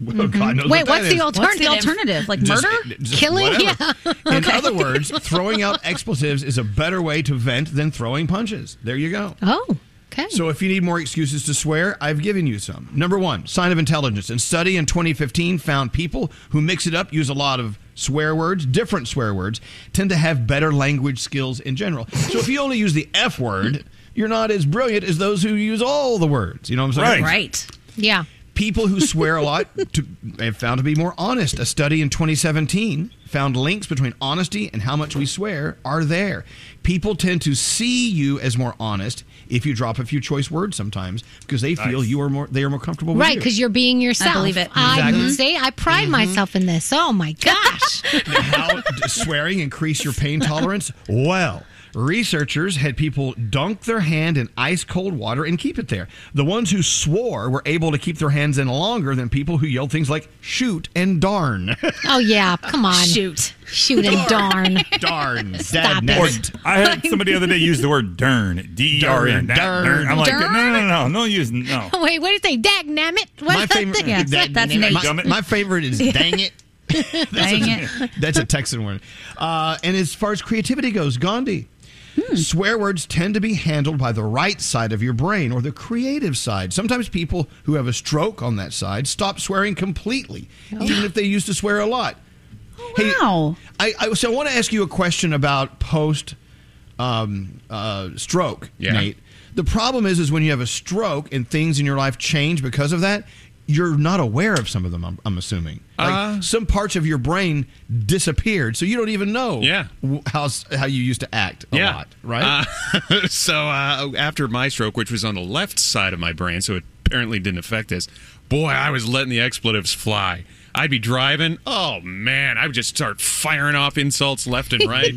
Speaker 4: Well, God knows
Speaker 5: Wait,
Speaker 4: what that
Speaker 5: Mm-hmm. what's
Speaker 4: is.
Speaker 5: the alternative?
Speaker 11: Like
Speaker 4: Just-
Speaker 11: murder?
Speaker 4: just
Speaker 5: Killing?
Speaker 4: whatever.
Speaker 5: Yeah.
Speaker 4: In other words, throwing out expletives is a better way to vent than throwing punches. There you go.
Speaker 5: Oh, okay.
Speaker 4: So if you need more excuses to swear, I've given you some. Number one, sign of intelligence. A study in 2015 found people who mix it up, use a lot of swear words, different swear words, tend to have better language skills in general. So if you only use the F word, you're not as brilliant as those who use all the words. You know what I'm saying?
Speaker 5: Yeah.
Speaker 4: People who swear a lot to, have found to be more honest. A study in 2017 found links between honesty and how much we swear are there. People tend to see you as more honest if you drop a few choice words sometimes because they feel you are more they are more comfortable with
Speaker 5: Right,
Speaker 4: you.
Speaker 5: because you're being yourself.
Speaker 4: believe it.
Speaker 5: I
Speaker 4: Exactly.
Speaker 5: see. I pride myself in this. Oh my gosh.
Speaker 4: How does swearing increase your pain tolerance? Well, researchers had people dunk their hand in ice cold water and keep it there. The ones who swore were able to keep their hands in longer than people who yelled things like shoot and darn.
Speaker 5: Oh yeah. Come on. Shoot. Shoot and darn.
Speaker 4: darn.
Speaker 5: Stop
Speaker 7: Or-
Speaker 5: it.
Speaker 7: I heard somebody the other day use the word dern, D E R N. That
Speaker 4: Dern.
Speaker 7: dern. I'm like, no,
Speaker 5: Dern?
Speaker 7: no, no, no, no use, no.
Speaker 5: Wait, what did it say? Dag nammit.
Speaker 4: My
Speaker 5: What is that
Speaker 4: favorite,
Speaker 5: thing?
Speaker 4: that- my, my favorite is dang it.
Speaker 5: Dang it.
Speaker 4: That's a Texan word. Uh, and as far as creativity goes, Gandhi,
Speaker 5: Hmm.
Speaker 4: Swear words tend to be handled by the right side of your brain or the creative side. Sometimes people who have a stroke on that side stop swearing completely,
Speaker 5: Oh.
Speaker 4: even if they used to swear a lot. wow. Hey, I, I, so I want to ask you a question about post um, uh, stroke, Nate. The problem is, is when you have a stroke and things in your life change because of that, you're not aware of some of them. I'm, I'm assuming, like
Speaker 3: Uh.
Speaker 4: some parts of your brain disappeared, so you don't even know,
Speaker 3: Yeah.
Speaker 4: w- how s- how you used to act a
Speaker 3: yeah.
Speaker 4: lot, right?
Speaker 3: Uh, so uh, after my stroke, which was on the left side of my brain, so it apparently didn't affect this. Boy, I was letting the expletives fly. I'd be driving. Oh man, I would just start firing off insults left and right.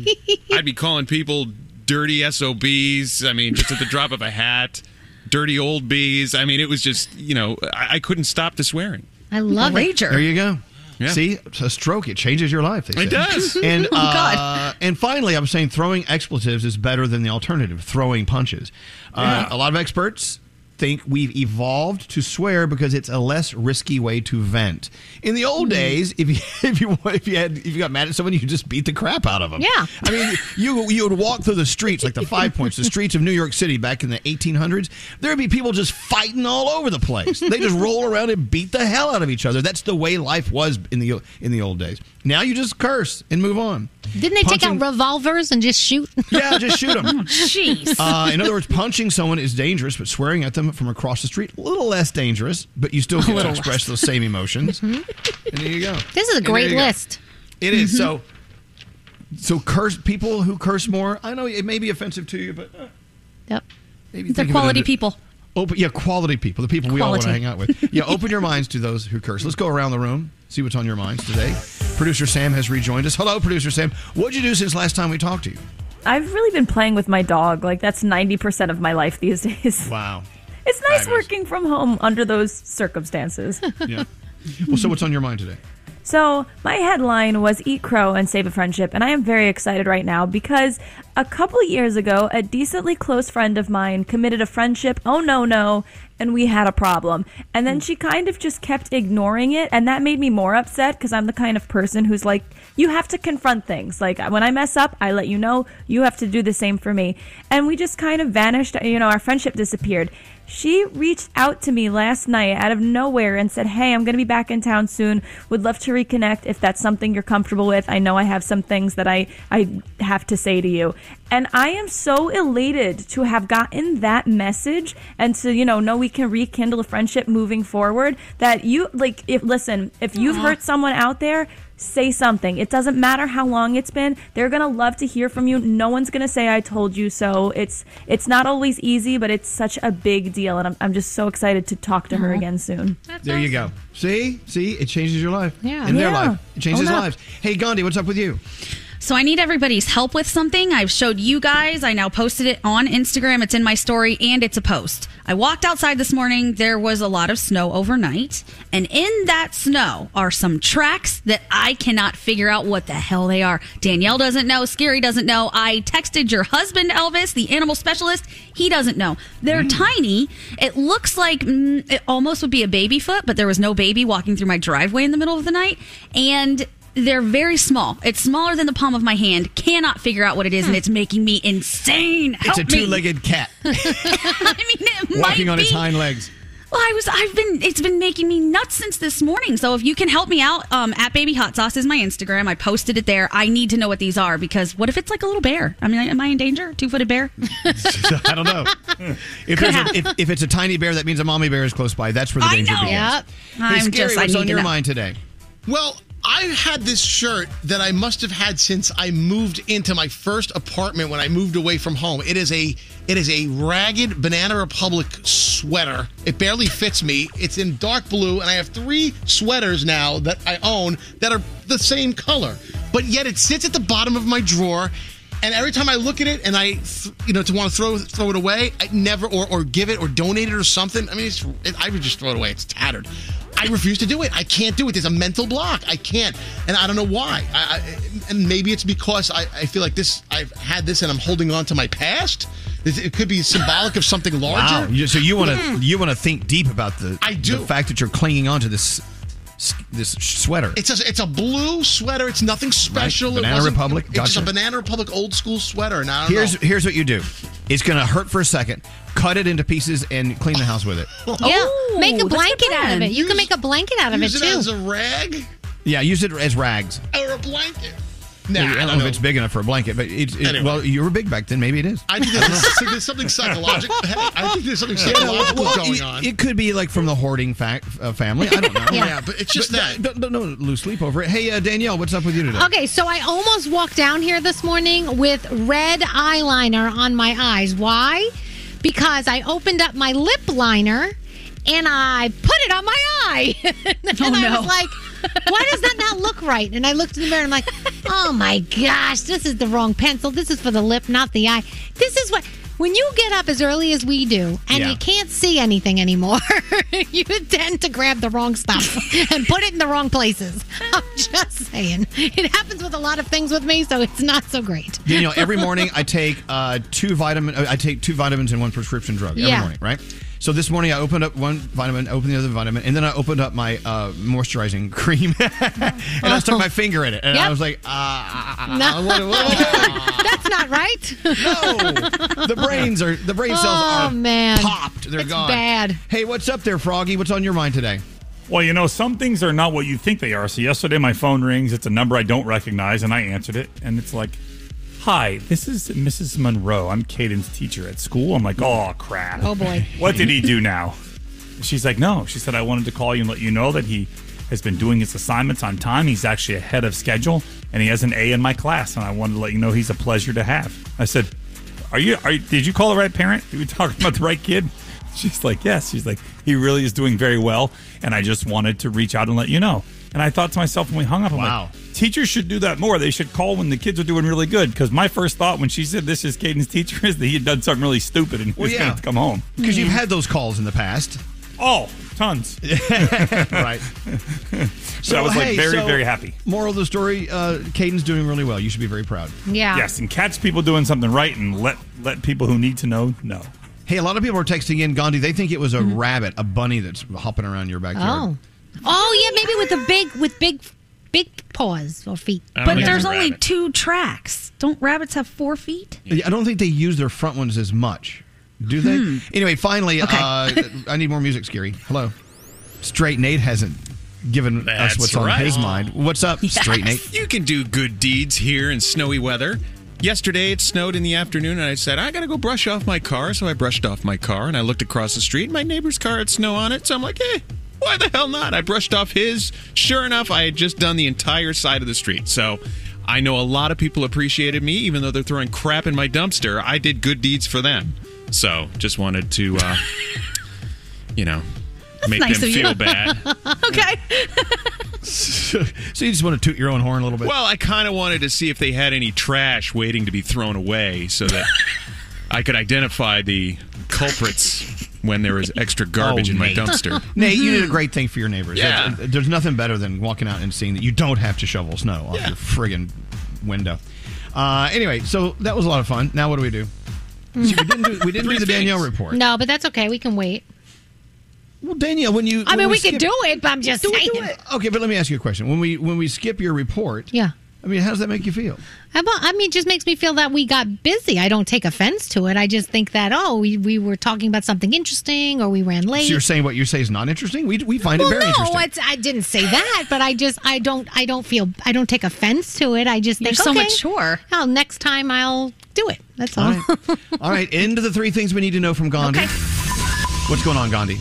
Speaker 3: I'd be calling people dirty SOBs. I mean, just at the drop of a hat, dirty old bees. I mean, it was just, you know, I, I couldn't stop the swearing.
Speaker 5: I love it.
Speaker 4: There you go. See, a stroke it changes your life. They
Speaker 3: It
Speaker 4: say.
Speaker 3: does.
Speaker 4: And
Speaker 3: Oh, God.
Speaker 4: uh, and finally, I'm saying throwing expletives is better than the alternative, throwing punches. Uh, A lot of experts think we've evolved to swear because it's a less risky way to vent. In the
Speaker 3: Mm-hmm.
Speaker 4: old days, if you if you if you had if you got mad at someone, you just beat the crap out of them.
Speaker 5: Yeah.
Speaker 4: I mean, you you would walk through the streets like the Five Points, the streets of New York City back in the 1800s. There would be people just fighting all over the place. They just roll around and beat the hell out of each other. That's the way life was in the in the old days. Now you just curse and move on.
Speaker 5: Didn't they
Speaker 4: Punching-
Speaker 5: take out revolvers and just shoot?
Speaker 4: Yeah, just shoot 'em. Oh,
Speaker 5: Jeez.
Speaker 4: Uh, in other words, punching someone is dangerous, but swearing at them from across the street a little less dangerous. But you still
Speaker 5: A
Speaker 4: get to
Speaker 5: little Mm-hmm.
Speaker 4: express those same emotions. And there you go.
Speaker 5: This is a
Speaker 4: And there
Speaker 5: great
Speaker 4: you go.
Speaker 5: list.
Speaker 4: It is. so. Mm-hmm. So curse people who curse more. I know it may be offensive to you, but uh,
Speaker 5: Yep.
Speaker 4: maybe
Speaker 11: They're
Speaker 4: think of it
Speaker 11: quality
Speaker 4: under-
Speaker 11: people.
Speaker 4: Open, yeah, quality people, the people we all want to
Speaker 11: Quality.
Speaker 4: hang out with. Yeah, open your minds to those who curse. Let's go around the room, see what's on your minds today. Producer Sam has rejoined us. Hello, producer Sam. What'd you do since last time we talked to you?
Speaker 10: I've really been playing with my dog. Like that's 90% of my life these days.
Speaker 4: Wow.
Speaker 10: It's nice
Speaker 4: Fabulous.
Speaker 10: working from home under those circumstances.
Speaker 4: Yeah. Well, so what's on your mind today?
Speaker 10: So, my headline was Eat Crow and Save a Friendship, and I am very excited right now because a couple years ago, a decently close friend of mine committed a friendship, oh no, no, and we had a problem. And then she kind of just kept ignoring it, and that made me more upset because I'm the kind of person who's like, you have to confront things. Like, when I mess up, I let you know, you have to do the same for me. And we just kind of vanished, you know, our friendship disappeared. She reached out to me last night out of nowhere and said, Hey, I'm going to be back in town soon. Would love to reconnect if that's something you're comfortable with. I know I have some things that I, I have to say to you. And I am so elated to have gotten that message and to, you know, know we can rekindle a friendship moving forward. That you, like, if, listen, if you've
Speaker 24: Aw.
Speaker 10: hurt someone out there, say something. It doesn't matter how long it's been. They're going to love to hear from you. No one's going to say I told you so. It's it's not always easy, but it's such a big deal and I'm I'm just so excited to talk to her again soon.
Speaker 4: there you go. See? See? It changes your life.
Speaker 10: Yeah.
Speaker 4: And their
Speaker 10: Yeah.
Speaker 4: life. It changes
Speaker 11: Own up.
Speaker 4: lives. Hey, Gandhi, what's up with you?
Speaker 11: So I need everybody's help with something. I've showed you guys. I now posted it on Instagram. It's in my story and it's a post. I walked outside this morning. There was a lot of snow overnight. And in that snow are some tracks that I cannot figure out what the hell they are. Danielle doesn't know. Scary doesn't know. I texted your husband, Elvis, the animal specialist. He doesn't know. They're tiny. It looks like mm, it almost would be a baby foot, but there was no baby walking through my driveway in the middle of the night. And they're very small. It's smaller than the palm of my hand. Cannot figure out what it is, and it's making me insane. Help
Speaker 4: it's a
Speaker 11: me.
Speaker 4: two-legged cat walking on its hind legs.
Speaker 11: Well, I was. I've been. It's been making me nuts since this morning. So if you can help me out, um, at Baby Hot Sauce is my Instagram. I posted it there. I need to know what these are because what if it's like a little bear? I mean, am I in danger? Two footed bear?
Speaker 4: I don't know. if,
Speaker 11: Could
Speaker 4: there's a,
Speaker 11: happen.
Speaker 4: if, if it's a tiny bear, that means a mommy bear is close by. That's where the danger begins. Hey,
Speaker 11: I'm
Speaker 4: Scary,
Speaker 11: just. I
Speaker 4: what's
Speaker 11: need
Speaker 4: on
Speaker 11: to
Speaker 4: your
Speaker 11: know.
Speaker 4: mind today?
Speaker 14: Well, I had this shirt that I must have had since I moved into my first apartment when I moved away from home. It is a it is a ragged Banana Republic sweater. It barely fits me. It's in dark blue and I have 3 sweaters now that I own that are the same color. But yet it sits at the bottom of my drawer and every time I look at it and I th- you know to want to throw throw it away, I never or or give it or donate it or something. I mean it's it, I would just throw it away. It's tattered. I refuse to do it. I can't do it. There's a mental block. I can't, and I don't know why. I, I, and maybe it's because I, I feel like this. I've had this, and I'm holding on to my past. This- It could be symbolic of something larger. Mm.
Speaker 4: Wow. You- So you want to you want to think deep about the
Speaker 14: I do.
Speaker 4: the fact that you're clinging on to this s- this sweater.
Speaker 14: It's a, it's a blue sweater. It's nothing special. It
Speaker 4: Banana
Speaker 14: wasn't-
Speaker 4: Republic?
Speaker 14: It's just a
Speaker 4: Gotcha.
Speaker 14: Banana Republic old school sweater. And I don't
Speaker 4: Here's
Speaker 14: know.
Speaker 4: here's what you do. It's gonna hurt for a second. Cut it into pieces and clean the house with it.
Speaker 5: Yeah,
Speaker 4: Oh,
Speaker 5: make a
Speaker 14: that's a
Speaker 5: blanket out of
Speaker 14: plan.
Speaker 5: it. You can make a blanket out of it
Speaker 14: Use
Speaker 5: too.
Speaker 14: it as a rag
Speaker 4: Yeah, use it as rags.
Speaker 14: or a blanket.
Speaker 4: I
Speaker 14: Nah,
Speaker 4: don't,
Speaker 14: I
Speaker 4: know, if it's big enough for a blanket, but it, it-
Speaker 14: Anyway.
Speaker 4: well, you were big back then. Maybe it is.
Speaker 14: I think there's, there's something psychological. Hey, I think there's something
Speaker 4: Yeah, no,
Speaker 14: psychological
Speaker 4: well,
Speaker 14: going
Speaker 4: it-
Speaker 14: on.
Speaker 4: It, could be like from the hoarding fac uh, family. I don't know.
Speaker 14: Yeah. Yeah, but it's just
Speaker 4: that. Don't, don't, don't lose sleep over it. Hey, uh, Danielle, what's up with you today?
Speaker 5: Okay, so I almost walked down here this morning with red eyeliner on my eyes. Why? Because I opened up my lip liner and I put it on my eye. and I was like, why does that not look right? And I looked in the mirror and I'm like, oh my gosh, this is the wrong pencil. This is for the lip, not the eye. This is what. When you get up as early as we do and
Speaker 2: Yeah.
Speaker 5: you can't see anything anymore, you tend to grab the wrong stuff and put it in the wrong places. I'm just saying. It happens with a lot of things with me, so it's not so great.
Speaker 4: Danielle, every morning I take uh, two vitamin. uh, I take two vitamins and one prescription drug every
Speaker 5: Yeah.
Speaker 4: morning, right? So this morning I opened up one vitamin, opened the other vitamin, and then I opened up my uh, moisturizing cream, and I stuck my finger in it, and I
Speaker 5: Yep.
Speaker 4: was like, ah,
Speaker 5: No.
Speaker 4: I wanna-
Speaker 5: That's not right. No.
Speaker 4: the brains are the brain cells
Speaker 5: oh,
Speaker 4: are
Speaker 5: man.
Speaker 4: popped. They're
Speaker 5: It's
Speaker 4: gone.
Speaker 5: bad.
Speaker 4: Hey, what's up there, Froggy? What's on your mind today?
Speaker 7: Well, you know, some things are not what you think they are. So yesterday, my phone rings. It's a number I don't recognize, and I answered it, and it's like, "Hi, this is Mrs. Monroe. I'm Caden's teacher at school." I'm like, "Oh crap!
Speaker 5: Oh, boy.
Speaker 7: what did he do now?" She's like, "No." She said, "I wanted to call you and let you know that he has been doing his assignments on time. He's actually ahead of schedule, and he has an A in my class. And I wanted to let you know he's a pleasure to have." I said, "Are you? Are you did you call the right parent? Did we talk about the right kid?" She's like, "Yes." She's like, "He really is doing very well, and I just wanted to reach out and let you know." And I thought to myself when we hung up, I'm
Speaker 4: Wow.
Speaker 7: like, teachers should do that more. They should call when the kids are doing really good. Because my first thought when she said this is Caden's teacher is that he had done something really stupid and he was going to come home.
Speaker 4: because you've had those calls in the past.
Speaker 7: Oh, tons.
Speaker 4: right.
Speaker 7: So I was, like, very, very happy.
Speaker 4: Moral of the story: uh, Caden's doing really well. You should be very proud.
Speaker 5: Yeah.
Speaker 7: Yes, and catch people doing something right and let let people who need to know know.
Speaker 4: Hey, a lot of people are texting in Gandhi. They think it was a rabbit, a bunny that's hopping around your backyard.
Speaker 5: Oh. Oh yeah, maybe with the big with big big paws or feet.
Speaker 4: I don't
Speaker 11: But
Speaker 4: think
Speaker 11: there's
Speaker 4: it's a
Speaker 11: only
Speaker 4: rabbit.
Speaker 11: two tracks. Don't rabbits have four feet?
Speaker 4: I don't think they use their front ones as much. Do they? Anyway, finally,
Speaker 11: Okay.
Speaker 4: uh, I need more music, Scary. Hello. Straight Nate hasn't given
Speaker 3: That's
Speaker 4: us what's
Speaker 3: right.
Speaker 4: on his mind. What's up, Straight Nate?
Speaker 3: You can do good deeds here in snowy weather. Yesterday it snowed in the afternoon, and I said, I gotta go brush off my car. So I brushed off my car, and I looked across the street. My neighbor's car had snow on it, so I'm like, eh, why the hell not? I brushed off his. Sure enough, I had just done the entire side of the street. So I know a lot of people appreciated me, even though they're throwing crap in my dumpster. I did good deeds for them. So just wanted to, uh, you know, make
Speaker 11: nice
Speaker 3: them
Speaker 11: of you.
Speaker 3: feel bad.
Speaker 11: okay.
Speaker 4: so you just want to toot your own horn a little bit?
Speaker 3: Well, I kind of wanted to see if they had any trash waiting to be thrown away so that I could identify the culprits when there was extra garbage
Speaker 4: Oh,
Speaker 3: in my
Speaker 4: Nate.
Speaker 3: dumpster.
Speaker 4: Nate, you
Speaker 5: Mm-hmm.
Speaker 4: did a great thing for your neighbors.
Speaker 3: Yeah.
Speaker 4: There's- There's nothing better than walking out and seeing that you don't have to shovel snow off your friggin' window. Uh, anyway, so that was a lot of fun. Now what do we do? See, we didn't do, we didn't do the Danielle report.
Speaker 5: No, but that's okay. We can wait.
Speaker 4: Well, Danielle, when you
Speaker 5: I mean,
Speaker 4: when
Speaker 5: we,
Speaker 4: skip-
Speaker 5: could do it, but I'm just saying.
Speaker 4: Okay, but let me ask you a question. When we when we skip your report,
Speaker 5: Yeah.
Speaker 4: I mean, how does that make you feel?
Speaker 5: How about- I mean, it just makes me feel that we got busy. I don't take offense to it. I just think that, oh, we, we were talking about something interesting or we ran late.
Speaker 4: So you're saying what you say is not interesting? We, we find
Speaker 5: well,
Speaker 4: it very
Speaker 5: no,
Speaker 4: interesting.
Speaker 5: it's, I didn't say that, but I just I don't I don't feel I don't take offense to it. I just think
Speaker 11: You're so
Speaker 5: okay,
Speaker 11: mature.
Speaker 5: Oh, next time I'll do it. That's all.
Speaker 4: All right, into the three things we need to know from Gandhi. What's going on, Gandhi?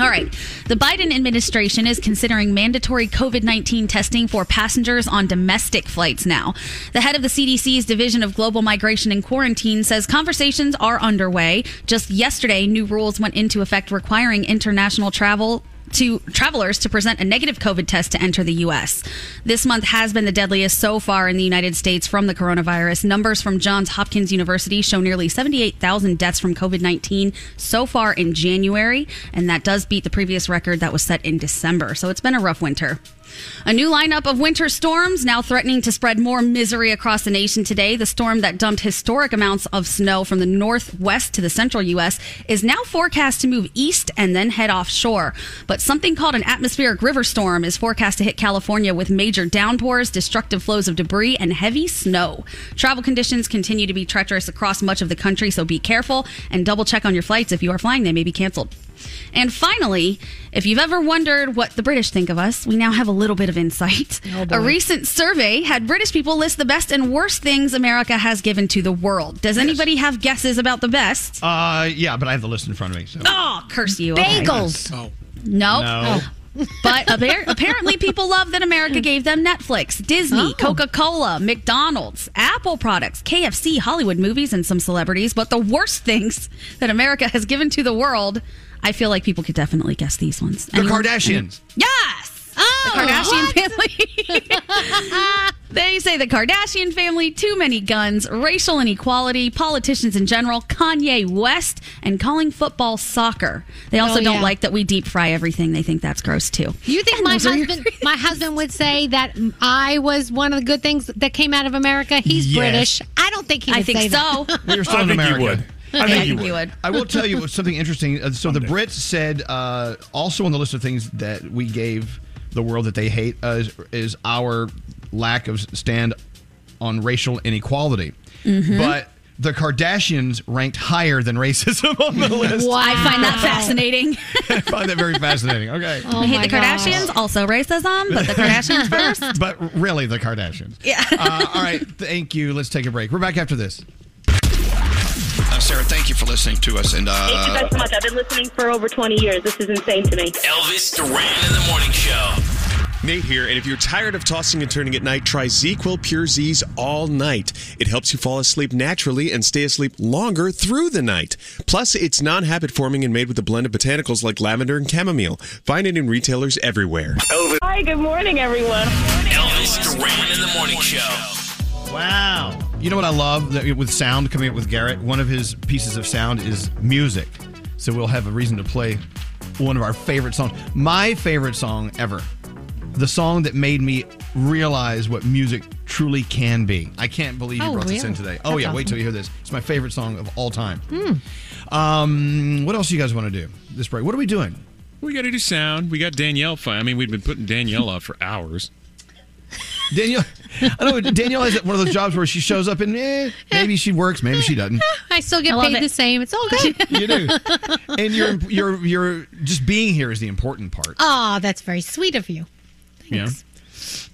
Speaker 11: All right. The Biden administration is considering mandatory COVID 19 testing for passengers on domestic flights now. The head of the CDC's Division of Global Migration and Quarantine says conversations are underway. Just yesterday, new rules went into effect requiring international travel to travelers to present a negative COVID test to enter the U.S. This month has been the deadliest so far in the United States from the coronavirus. Numbers from Johns Hopkins University show nearly 78,000 deaths from COVID 19 so far in January, and that does beat the previous record that was set in December. So it's been a rough winter. A new lineup of winter storms now threatening to spread more misery across the nation today. The storm that dumped historic amounts of snow from the northwest to the central U.S. is now forecast to move east and then head offshore. But something called an atmospheric river storm is forecast to hit California with major downpours, destructive flows of debris, and heavy snow. Travel conditions continue to be treacherous across much of the country, so be careful and double check on your flights. If you are flying, they may be canceled. And finally, if you've ever wondered what the British think of us, we now have a little bit of insight.
Speaker 4: Oh,
Speaker 24: boy.
Speaker 11: a recent survey had British people list the best and worst things America has given to the world. Does anybody have guesses about the best?
Speaker 4: Uh, yeah, but I have the list in front of me. So.
Speaker 11: Oh, curse you.
Speaker 4: Bagels.
Speaker 11: Okay.
Speaker 4: Oh.
Speaker 11: Nope.
Speaker 4: No.
Speaker 11: but appar- apparently, people love that America gave them Netflix, Disney,
Speaker 4: Oh.
Speaker 11: Coca Cola, McDonald's, Apple products, KFC, Hollywood movies, and some celebrities. But the worst things that America has given to the world, I feel like people could definitely guess these ones.
Speaker 2: The
Speaker 11: Anyone?
Speaker 2: Kardashians.
Speaker 11: Yes! Oh, the Kardashian family. they say the Kardashian family, too many guns, racial inequality, politicians in general, Kanye West, and calling football soccer. They also
Speaker 5: Oh,
Speaker 11: don't
Speaker 5: yeah.
Speaker 11: like that we deep fry everything. They think that's gross, too.
Speaker 5: You think my
Speaker 11: those are your
Speaker 5: husband, my husband would say that I was one of the good things that came out of America? He's
Speaker 4: Yes.
Speaker 5: British. I don't think he
Speaker 11: I
Speaker 5: would
Speaker 11: think
Speaker 5: say
Speaker 11: so.
Speaker 5: that.
Speaker 4: Well, you're still
Speaker 11: Oh. I
Speaker 4: in
Speaker 11: think you
Speaker 4: America.
Speaker 11: would. I think I you think would. you would.
Speaker 4: I will tell you something interesting. Uh, So the Brits said uh, also on the list of things that we gave the world that they hate uh, is, is our lack of stand on racial inequality.
Speaker 11: Mhm.
Speaker 4: But the Kardashians ranked higher than racism on the list.
Speaker 11: I find that fascinating.
Speaker 4: I find that very fascinating. Okay.
Speaker 5: Oh,
Speaker 11: I hate the Kardashians, also racism, but the Kardashians first.
Speaker 4: But really, the Kardashians. Yeah. uh, all right. Thank you. Let's take a break. We're back after this.
Speaker 2: Uh, Sarah, thank you for listening to us. And
Speaker 17: Thank you guys so
Speaker 2: uh,
Speaker 17: much. I've been listening for over 20 years. This is insane to me.
Speaker 12: Elvis Duran in the morning show.
Speaker 25: Mm-hmm. Nate here, and if you're tired of tossing and turning at night, try ZQL Pure Z's all night. It helps you fall asleep naturally and stay asleep longer through the night. Plus, it's non habit forming and made with a blend of botanicals like lavender and chamomile. Find it in retailers everywhere.
Speaker 17: Hi, good morning, everyone.
Speaker 12: Elvis Duran in the morning show.
Speaker 4: Wow. You know what I love that with sound coming up with Garrett? One of his pieces of sound is music. So we'll have a reason to play one of our favorite songs. My favorite song ever. The song that made me realize what music truly can be. I can't believe you
Speaker 2: Oh,
Speaker 4: brought this in
Speaker 2: really?
Speaker 4: today. Oh,
Speaker 2: That's
Speaker 4: yeah. Wait till
Speaker 2: awesome. Hmm.
Speaker 4: you hear this. It's my favorite song of all time. Um, what else do you guys want to do this break? What are we doing?
Speaker 3: We got to do sound. We got Danielle. fi- I mean, we've been putting Danielle off for hours.
Speaker 4: Danielle, I know Danielle has one of those jobs where she shows up and eh, maybe she works, maybe she doesn't.
Speaker 5: I still get
Speaker 11: I love
Speaker 5: paid
Speaker 11: it.
Speaker 5: the same. It's all good.
Speaker 4: You do. and your your your just being here is the important part.
Speaker 5: Oh, that's very sweet of you.
Speaker 4: Yeah.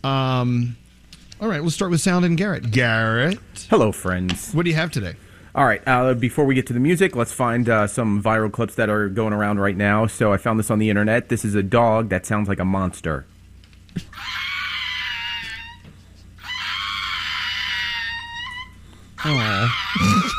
Speaker 4: Um. All right, we'll start with Sound and Garrett. Garrett.
Speaker 26: Hello, friends.
Speaker 4: What do you have today?
Speaker 26: All right. Uh, before we get to the music, let's find uh, some viral clips that are going around right now. So I found this on the internet. This is a dog that sounds like a monster.
Speaker 4: Oh.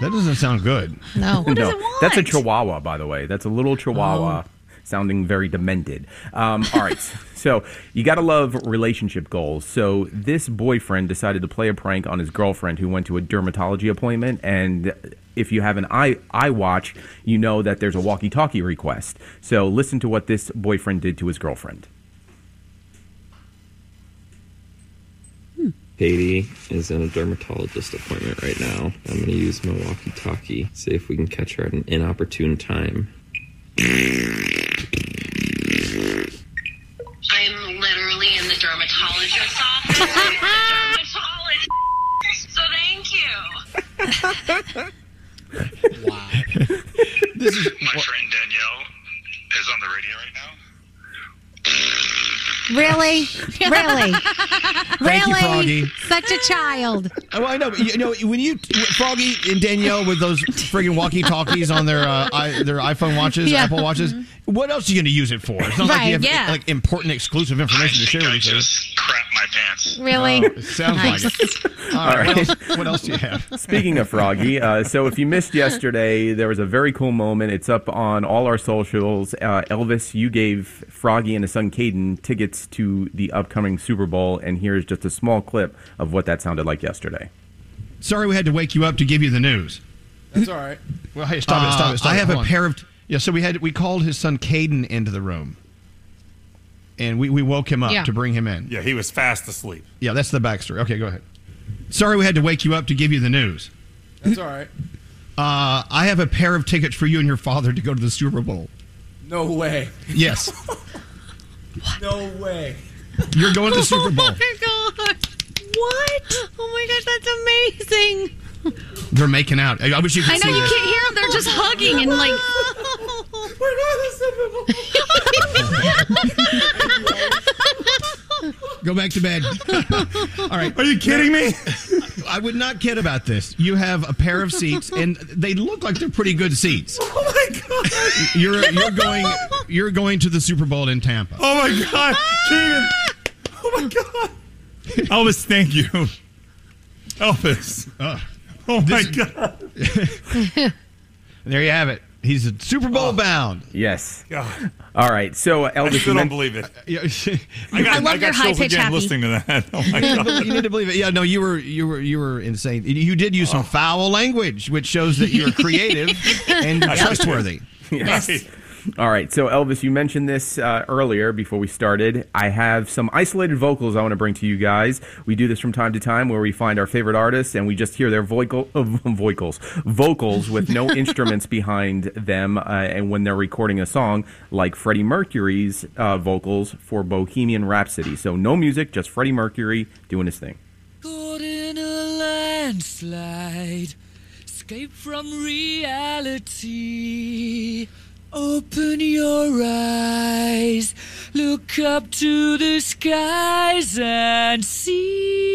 Speaker 4: that doesn't sound good.
Speaker 5: No.
Speaker 26: no, that's a chihuahua, by the way. That's a little chihuahua. Sounding very demented. Um, all right, so you gotta love relationship goals. So this boyfriend decided to play a prank on his girlfriend, who went to a dermatology appointment. And if you have an eye eye watch, you know that there's a walkie-talkie request. So listen to what this boyfriend did to his girlfriend.
Speaker 27: Katie is in a dermatologist appointment right now. I'm going to use my walkie talkie, see if we can catch her at an inopportune time.
Speaker 28: I'm literally in the dermatologist's office. dermatologist. So thank you.
Speaker 29: Wow.
Speaker 4: this is
Speaker 29: my friend Danielle is on the radio right now.
Speaker 5: Really? Really?
Speaker 4: Thank you,
Speaker 5: really?
Speaker 4: Froggy.
Speaker 5: Such a child.
Speaker 4: Oh, I know. But you know when you Froggy and Danielle with those friggin' walkie talkies on their uh, I, their iPhone watches,
Speaker 5: Yeah. Mm-hmm.
Speaker 4: Apple watches. What else are you going to use it for? It's not like
Speaker 5: Right,
Speaker 4: you have
Speaker 5: yeah.
Speaker 4: like important exclusive information to share with us.
Speaker 5: Really?
Speaker 4: Oh, it sounds like it. All right. What, else, what else do you have?
Speaker 26: Speaking of Froggy, uh, so if you missed yesterday, there was a very cool moment. It's up on all our socials. Uh, Elvis, you gave Froggy and his son Caden tickets to the upcoming Super Bowl, and here's just a small clip of what that sounded like yesterday.
Speaker 4: Sorry, we had to wake you up to give you the news.
Speaker 13: That's all right.
Speaker 4: Well, hey, stop it, stop
Speaker 13: Uh,
Speaker 4: it, stop
Speaker 13: I
Speaker 4: it.
Speaker 13: have
Speaker 4: Hold
Speaker 13: a
Speaker 4: on.
Speaker 13: pair
Speaker 4: of. Yeah, so we had we called his son Caden into the room. and we, we woke him up
Speaker 7: Yeah.
Speaker 4: to bring him in.
Speaker 7: Yeah, he was fast asleep.
Speaker 4: Yeah, that's the backstory. Okay, go ahead. Sorry we had to wake you up to give you the news.
Speaker 6: That's all right.
Speaker 4: Uh, I have a pair of tickets for you and your father to go to the Super Bowl.
Speaker 6: No way.
Speaker 4: Yes,
Speaker 6: No way.
Speaker 4: you're going to the Super Bowl.
Speaker 5: Oh my god! What? Oh my gosh, that's amazing!
Speaker 4: They're making out. I I wish you could
Speaker 11: I know
Speaker 4: see
Speaker 11: you
Speaker 4: this.
Speaker 11: can't hear them. They're just hugging and like.
Speaker 4: Go back to bed. All right.
Speaker 7: Are you kidding me?
Speaker 4: I would not kid about this. You have a pair of seats, and they look like they're pretty good seats.
Speaker 7: Oh my god!
Speaker 4: You're you're going you're going to the Super Bowl in Tampa.
Speaker 7: Oh my god, Keegan! Oh my god, Elvis, thank you, Elvis.
Speaker 4: Uh,
Speaker 7: oh my god!
Speaker 4: There you have it. He's a Super Bowl bound.
Speaker 26: Oh. Yes.
Speaker 7: God.
Speaker 26: All right. So Elvis,
Speaker 4: I still
Speaker 26: you
Speaker 4: don't
Speaker 7: believe it.
Speaker 4: I got- I love I got your high-pitched
Speaker 7: again
Speaker 4: happy.
Speaker 7: listening to that. Oh my god!
Speaker 4: you need to believe it. Yeah, no, you were you were you were insane. You did use
Speaker 7: Oh.
Speaker 4: some foul language, which shows that you're creative and you're
Speaker 26: I did.
Speaker 4: trustworthy.
Speaker 26: Yes. All right. So, Elvis, you mentioned this uh, earlier before we started. I have some isolated vocals I want to bring to you guys. We do this from time to time where we find our favorite artists and we just hear their vocal, uh, vocals, vocals with no instruments behind them. Uh, and when they're recording a song, like Freddie Mercury's uh, vocals for Bohemian Rhapsody. So, no music, just Freddie Mercury doing his thing.
Speaker 8: Caught in a landslide, escape from reality. Open your eyes, look up to the skies and see.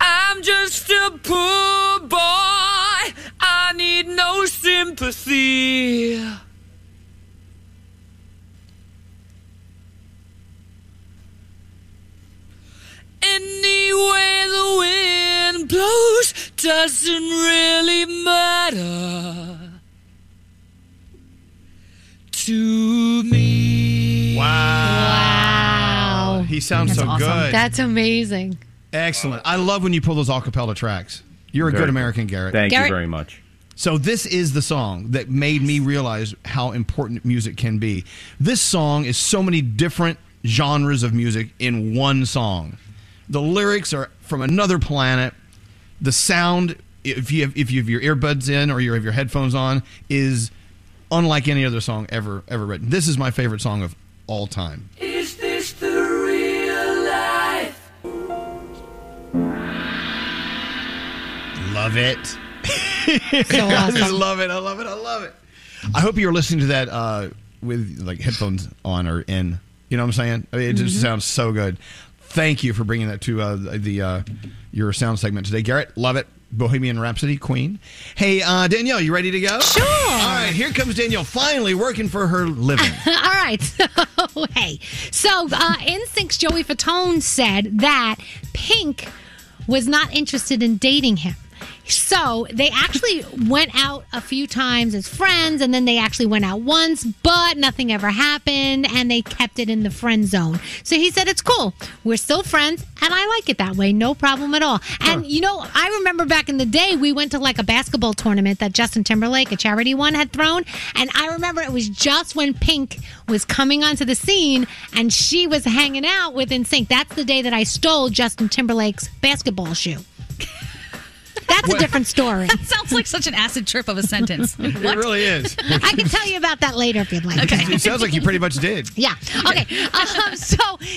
Speaker 8: I'm just a poor boy, I need no sympathy. Any way the wind blows doesn't really matter to me.
Speaker 4: Wow. He sounds so good.
Speaker 5: That's amazing.
Speaker 4: Excellent. I love when you pull those acapella tracks. You're a
Speaker 26: Very-
Speaker 4: good American, Garrett.
Speaker 26: Thank
Speaker 5: Garrett-
Speaker 26: you very much.
Speaker 4: So this is the song that made me realize how important music can be. This song is so many different genres of music in one song. The lyrics are from another planet. The sound, if you have, if you have your earbuds in or you have your headphones on, is unlike any other song ever ever written. This is my favorite song of all time.
Speaker 8: Is this the real life?
Speaker 4: Love it. I
Speaker 8: awesome.
Speaker 4: love it. I love it. I love it. I hope you're listening to that uh, with like headphones on or in. You know what I'm saying? I mean, it just
Speaker 5: Mm-hmm.
Speaker 2: Mhm.
Speaker 4: sounds so good. Thank you for bringing that to uh, the uh, your sound segment today, Garrett. Love it. Bohemian Rhapsody, Queen. Hey, uh, Danielle, you ready to go? Sure. All right, here comes Danielle finally working for her living.
Speaker 5: All right. So, hey. So, uh, NSYNC's Joey Fatone said that Pink was not interested in dating him. So, they actually went out a few times as friends, and then they actually went out once, but nothing ever happened, and they kept it in the friend zone. So, he said, It's cool. Oh, We're still friends, and I like it that way. No problem at all. And, you know, I remember back in the day, we went to like a basketball tournament that Justin Timberlake, a charity one, had thrown. And I remember it was just when Pink was coming onto the scene and she was hanging out with NSYNC. That's the day that I stole Justin Timberlake's basketball shoe. That's a different story.
Speaker 11: That sounds like such an acid trip of a sentence. What?
Speaker 4: It really is.
Speaker 5: I can tell you about that later if you'd like.
Speaker 4: it sounds like you pretty much did.
Speaker 5: Yeah. Okay. Um, so,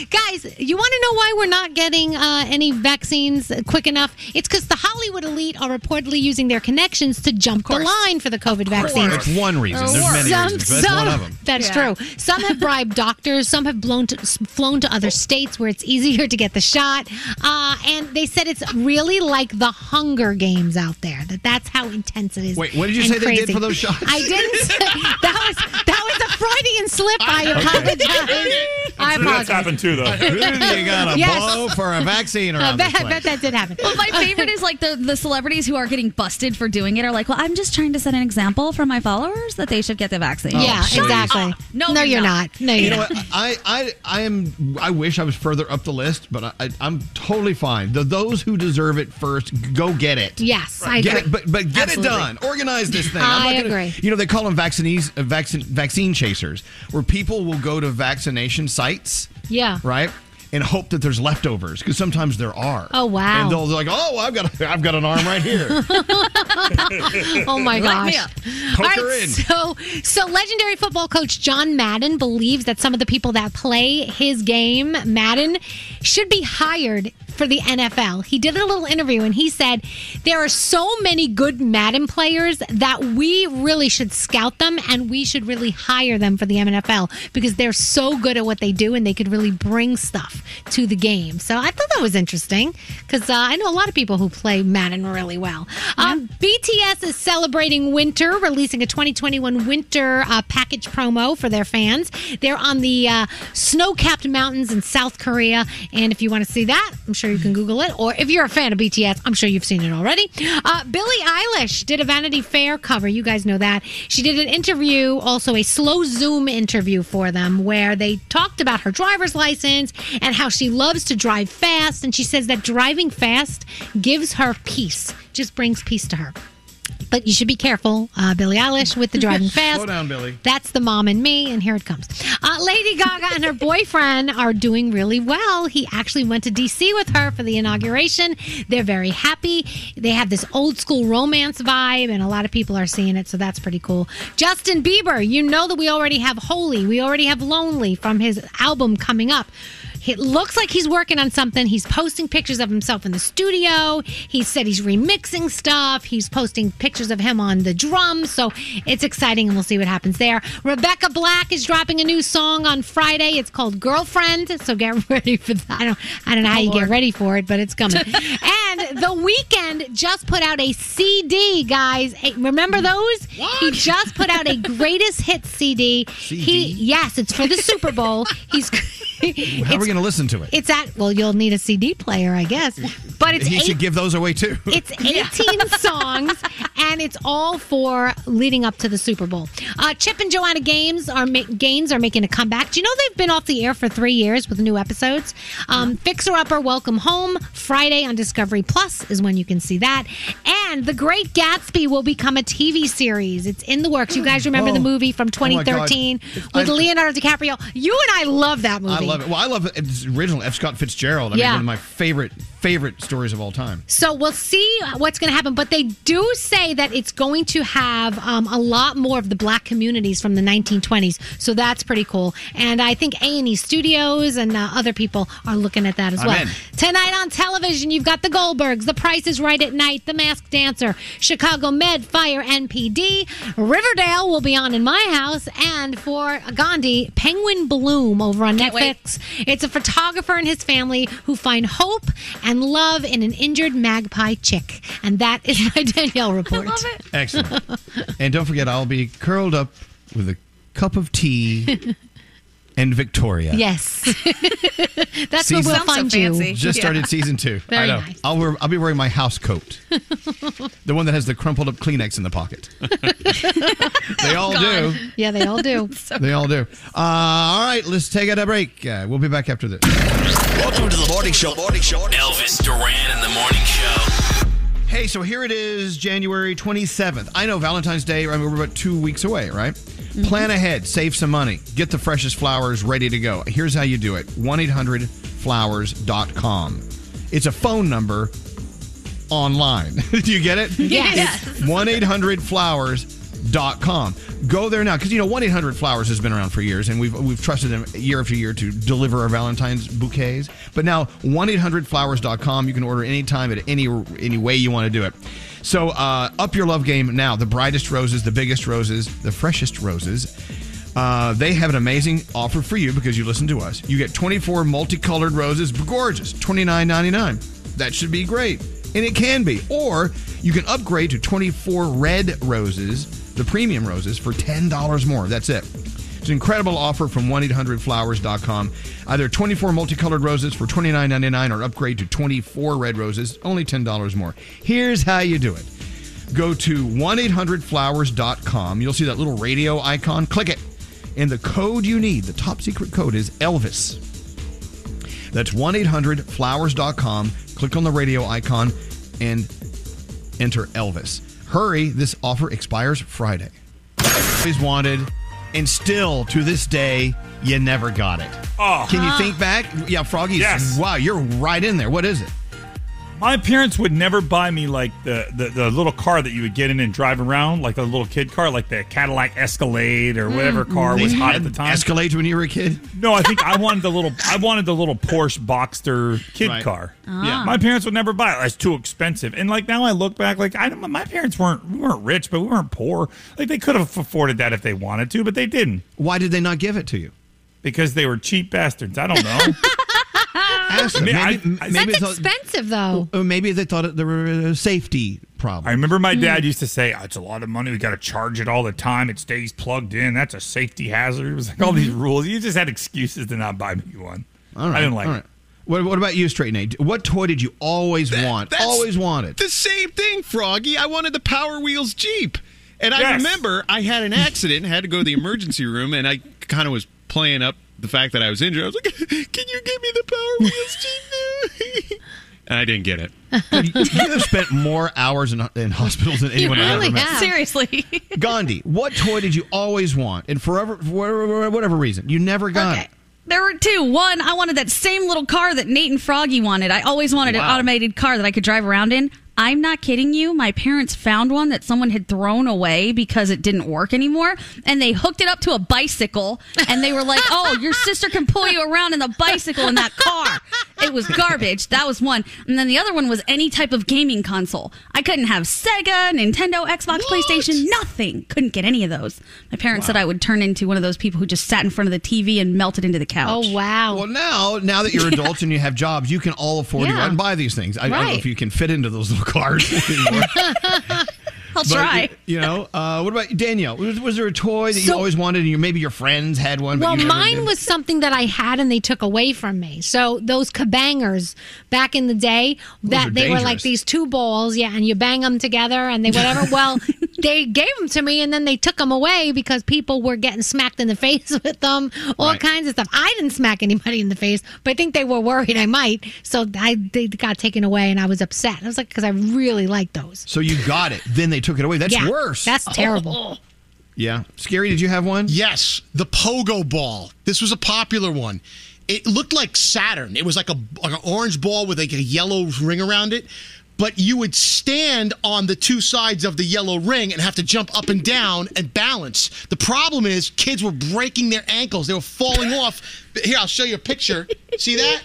Speaker 5: guys, you want to know why we're not getting uh, any vaccines quick enough? It's because the Hollywood elite are reportedly using their connections to jump the line for the COVID vaccine.
Speaker 4: That's one reason. There's many reasons, but that's one of them.
Speaker 5: That's
Speaker 4: Yeah.
Speaker 5: true. Some have bribed doctors. Some have blown to, s- flown to other states where it's easier to get the shot. Uh, and they said it's really like the Hunger Games out there. That that's how intense it is.
Speaker 4: Wait, what did you
Speaker 5: and
Speaker 4: say they did
Speaker 5: crazy.
Speaker 4: for those shots?
Speaker 5: I didn't. Say, that was that was Oh, a Freudian slip. I
Speaker 4: Okay.
Speaker 5: apologize.
Speaker 4: I heard it.
Speaker 5: I I apologize.
Speaker 30: That's happened too, though.
Speaker 4: you got a
Speaker 5: Yes.
Speaker 4: blow for a vaccine
Speaker 5: I
Speaker 4: around
Speaker 5: bet,
Speaker 4: this
Speaker 5: I
Speaker 4: place.
Speaker 5: bet that did happen.
Speaker 11: Well, my favorite is like the, the celebrities who are getting busted for doing it are like, well, I'm just trying to set an example for my followers that they should get the vaccine.
Speaker 5: yeah,
Speaker 4: please.
Speaker 5: exactly. No, no, you're not. No,
Speaker 4: Oh, you
Speaker 5: you're
Speaker 4: know
Speaker 5: not.
Speaker 4: what? I, I, I am. I wish I was further up the list, but I, I, I'm totally fine. The those who deserve it first, go get it.
Speaker 5: Yes, I
Speaker 4: get
Speaker 5: agree.
Speaker 4: it, but but get
Speaker 5: Absolutely.
Speaker 4: it done. Organize this thing. I'm
Speaker 5: I
Speaker 4: not gonna-
Speaker 5: agree.
Speaker 4: You know they call them vaccinees, uh, vaccine vaccine chasers, where people will go to vaccination sites,
Speaker 5: Yeah.
Speaker 4: right, and hope that there's leftovers because sometimes there are.
Speaker 5: Oh, wow.
Speaker 4: And they'll they're like, oh, I've got a, I've got an arm right here.
Speaker 5: oh my
Speaker 4: Lock
Speaker 5: gosh.
Speaker 4: me up. Poke
Speaker 5: All
Speaker 4: her
Speaker 5: right,
Speaker 4: in.
Speaker 5: So, so legendary football coach John Madden believes that some of the people that play his game, Madden, should be hired for the NFL. He did a little interview and he said there are so many good Madden players that we really should scout them and we should really hire them for the NFL because they're so good at what they do and they could really bring stuff to the game. So I thought that was interesting because uh, I know a lot of people who play Madden really well. Um, BTS is celebrating winter, releasing a 2021 winter uh, package promo for their fans. They're on the uh, snow capped mountains in South Korea. And if you want to see that, I'm sure you can Google it. Or if you're a fan of BTS, I'm sure you've seen it already. Uh, Billie Eilish did a Vanity Fair cover. You guys know that. She did an interview, also a slow Zoom interview for them, where they talked about her driver's license and how she loves to drive fast. And she says that driving fast gives her peace, just brings peace to her. But you should be careful, uh, Billie Eilish, with the driving fast.
Speaker 4: Slow down, Billie.
Speaker 5: That's the mom and me, and here it comes. Uh, Lady Gaga and her boyfriend are doing really well. He actually went to DC with her for the inauguration. They're very happy. They have this old school romance vibe, and a lot of people are seeing it, so that's pretty cool. Justin Bieber, you know that we already have Holy, we already have Lonely from his album coming up. It looks like he's working on something. He's posting pictures of himself in the studio. He said he's remixing stuff. He's posting pictures of him on the drums. So it's exciting, and we'll see what happens there. Rebecca Black is dropping a new song on Friday. It's called Girlfriend. So get ready for that. I don't, I don't know how you get ready for it, but it's coming. and The Weeknd just put out a CD, guys. Hey, Remember those? He just put out a greatest hits CD. He yes, it's for the Super Bowl. He's
Speaker 4: How are
Speaker 5: it's
Speaker 4: we going to listen to it?
Speaker 5: it's at well, you'll need a CD player, I guess. But it's
Speaker 4: he
Speaker 5: eight,
Speaker 4: should give those away too.
Speaker 5: it's 18 songs, and it's all for leading up to the Super Bowl. Uh, Chip and Joanna Gaines are ma- Gaines are making a comeback. Do you know they've been off the air for three years with new episodes? Um, Fixer Upper, Welcome Home, Friday on Discovery Plus is when you can see that. And The Great Gatsby will become a TV series. It's in the works. You guys remember the
Speaker 4: Oh.
Speaker 5: movie from
Speaker 4: Oh my God.
Speaker 5: 2013
Speaker 4: It's-
Speaker 5: with
Speaker 4: I-
Speaker 5: Leonardo DiCaprio? You and I love that movie.
Speaker 4: I love it. Well, I love it's original F. Scott Fitzgerald. I
Speaker 5: Yeah.
Speaker 4: mean, one of my favorite favorite stories of all time.
Speaker 5: So we'll see what's going to happen. But they do say that it's going to have um, a lot more of the black communities from the 1920s. So that's pretty cool. And I think A&E Studios and uh, other people are looking at that as
Speaker 2: I'm
Speaker 5: well.
Speaker 2: in.
Speaker 5: Tonight on television, you've got The Goldbergs, The Price is Right at Night, The Masked Dancer, Chicago Med, Fire, NPD. Riverdale will be on in my house. And for Gandhi, Penguin Bloom over on Netflix. It's a photographer and his family who find hope and love in an injured magpie chick. And that is my Danielle report. I love it.
Speaker 4: Excellent. and don't forget, I'll be curled up with a cup of tea and Victoria.
Speaker 5: Yes. That's where we'll find you.
Speaker 4: Just started season two.
Speaker 5: Very
Speaker 4: I know.
Speaker 5: nice.
Speaker 4: I'll wear, I'll be wearing my house coat, the one that has the crumpled up Kleenex in the pocket. they all do.
Speaker 5: Yeah, they all do.
Speaker 4: They all do. Uh, all right, let's take a break. Uh, we'll be back after this.
Speaker 12: Welcome to the morning show. Morning show. Elvis Duran in the morning show.
Speaker 4: Hey, so here it is, January 27th. I know Valentine's Day, I mean, we're about two weeks away, right? Plan ahead, save some money, get the freshest flowers ready to go. Here's how you do it 1 800 flowers.com. It's a phone number online. do you get it?
Speaker 2: Yes.
Speaker 4: 1 800 flowers.com. Go there now because you know 1 800 Flowers has been around for years and we've, we've trusted them year after year to deliver our Valentine's bouquets. But now 1 800 flowers.com, you can order anytime at any any way you want to do it. So uh, up your love game now. The brightest roses, the biggest roses, the freshest roses. Uh, they have an amazing offer for you because you listen to us. You get 24 multicolored roses, gorgeous, $29.99. That should be great. And it can be. Or you can upgrade to 24 red roses, the premium roses, for $10 more. That's it. It's an incredible offer from 1-800-Flowers.com. Either 24 multicolored roses for $29.99 or upgrade to 24 red roses, only $10 more. Here's how you do it. Go to 1-800-Flowers.com. You'll see that little radio icon. Click it. And the code you need, the top secret code is Elvis. That's 1 800 flowers.com. Click on the radio icon and enter Elvis. Hurry, this offer expires Friday. Always wanted, and still to this day, you never got it.
Speaker 7: Oh.
Speaker 4: Can you think back? Yeah, Froggy.
Speaker 7: Yes.
Speaker 4: Wow, you're right in there. What is it?
Speaker 7: My parents would never buy me like the, the, the little car that you would get in and drive around, like a little kid car, like the Cadillac Escalade or whatever car
Speaker 4: Mm.
Speaker 7: was
Speaker 4: They
Speaker 7: hot at
Speaker 4: had
Speaker 7: the time.
Speaker 4: Escalades when you were a kid.
Speaker 7: No, I think I wanted the little I wanted the little Porsche Boxster kid
Speaker 4: Right.
Speaker 7: car.
Speaker 5: Oh.
Speaker 4: Ah.
Speaker 7: my parents would never buy it. That's too expensive. And like now, I look back, like I don't, my parents weren't we weren't rich, but we weren't poor. Like they could have afforded that if they wanted to, but they didn't.
Speaker 4: Why did they not give it to you?
Speaker 7: Because they were cheap bastards. I don't know.
Speaker 4: Ask them.
Speaker 7: I mean, I-
Speaker 4: Maybe,
Speaker 7: I-
Speaker 4: maybe
Speaker 5: That's
Speaker 4: they thought-
Speaker 5: expensive, though.
Speaker 4: or maybe they thought there were uh, safety problems.
Speaker 7: I remember my
Speaker 4: Mm.
Speaker 7: dad used to say, oh, "It's a lot of money. We got to charge it all the time. It stays plugged in. That's a safety hazard." It was like all these rules. You just had excuses to not buy me one.
Speaker 4: Mm-hmm. All right.
Speaker 7: I didn't like
Speaker 4: all
Speaker 7: it.
Speaker 4: right. What, what about you, Straight Nate? What toy did you always want?
Speaker 25: that's-
Speaker 4: Always wanted.
Speaker 25: The same thing, Froggy. I wanted the Power Wheels Jeep. And I
Speaker 3: Yes.
Speaker 25: remember I had an accident and had to go to the emergency room, and I kind of was playing up the fact that I was injured. I was like, can you give me the Power Wheels Jeep?
Speaker 3: and I didn't get it.
Speaker 4: you have spent more hours in, in hospitals than anyone I've ever met.
Speaker 11: Seriously.
Speaker 4: Gandhi, what toy did you always want, and forever, for whatever, whatever reason, you never got it?
Speaker 11: There were two. One, I wanted that same little car that Nate and Froggy wanted. I always wanted an
Speaker 4: Wow.
Speaker 11: automated car that I could drive around in. I'm not kidding you. My parents found one that someone had thrown away because it didn't work anymore, and they hooked it up to a bicycle, and they were like, "Oh, your sister can pull you around in the bicycle in that car." It was garbage. That was one. And then the other one was any type of gaming console. I couldn't have Sega, Nintendo, Xbox, PlayStation, nothing. Couldn't get any of those. My parents said I would turn into one of those people who just sat in front of the TV and melted into the couch. Oh
Speaker 5: wow!
Speaker 4: Well, now now that you're adults and you have jobs, you can all afford to go
Speaker 11: Yeah.
Speaker 4: out and buy these things. I, I don't know
Speaker 11: Right.
Speaker 4: if you can fit into those little cars anymore.
Speaker 11: I'll
Speaker 4: But,
Speaker 11: try.
Speaker 4: You, know, uh, what about Danielle? Was, was there a toy that you
Speaker 5: So-
Speaker 4: always wanted, and you, maybe your friends had one? but
Speaker 5: Well,
Speaker 4: you never
Speaker 5: mine
Speaker 4: did?
Speaker 5: was something that I had and they took away from me. So those kabangers back in the day,
Speaker 4: Those are
Speaker 5: that they were like
Speaker 4: dangerous.
Speaker 5: these two balls, yeah, and you bang them together and they whatever. well, they gave them to me and then they took them away because people were getting smacked in the face with them, all
Speaker 9: Right.
Speaker 5: kinds of stuff. I didn't smack anybody in the face, but I think they were worried I might. So I they got taken away and I was upset. I was like, because I really liked those.
Speaker 4: So you got it, then they took it away. That's
Speaker 5: Yeah,
Speaker 4: worse. Oh.
Speaker 5: That's terrible.
Speaker 4: Yeah. Scary, did you have one?
Speaker 14: Yes, the pogo ball. This was a popular one. It looked like Saturn. It was like a like an orange ball with like a yellow ring around it. But you would stand on the two sides of the yellow ring and have to jump up and down and balance. The problem is kids were breaking their ankles. They were falling off. Here, I'll show you a picture. See that?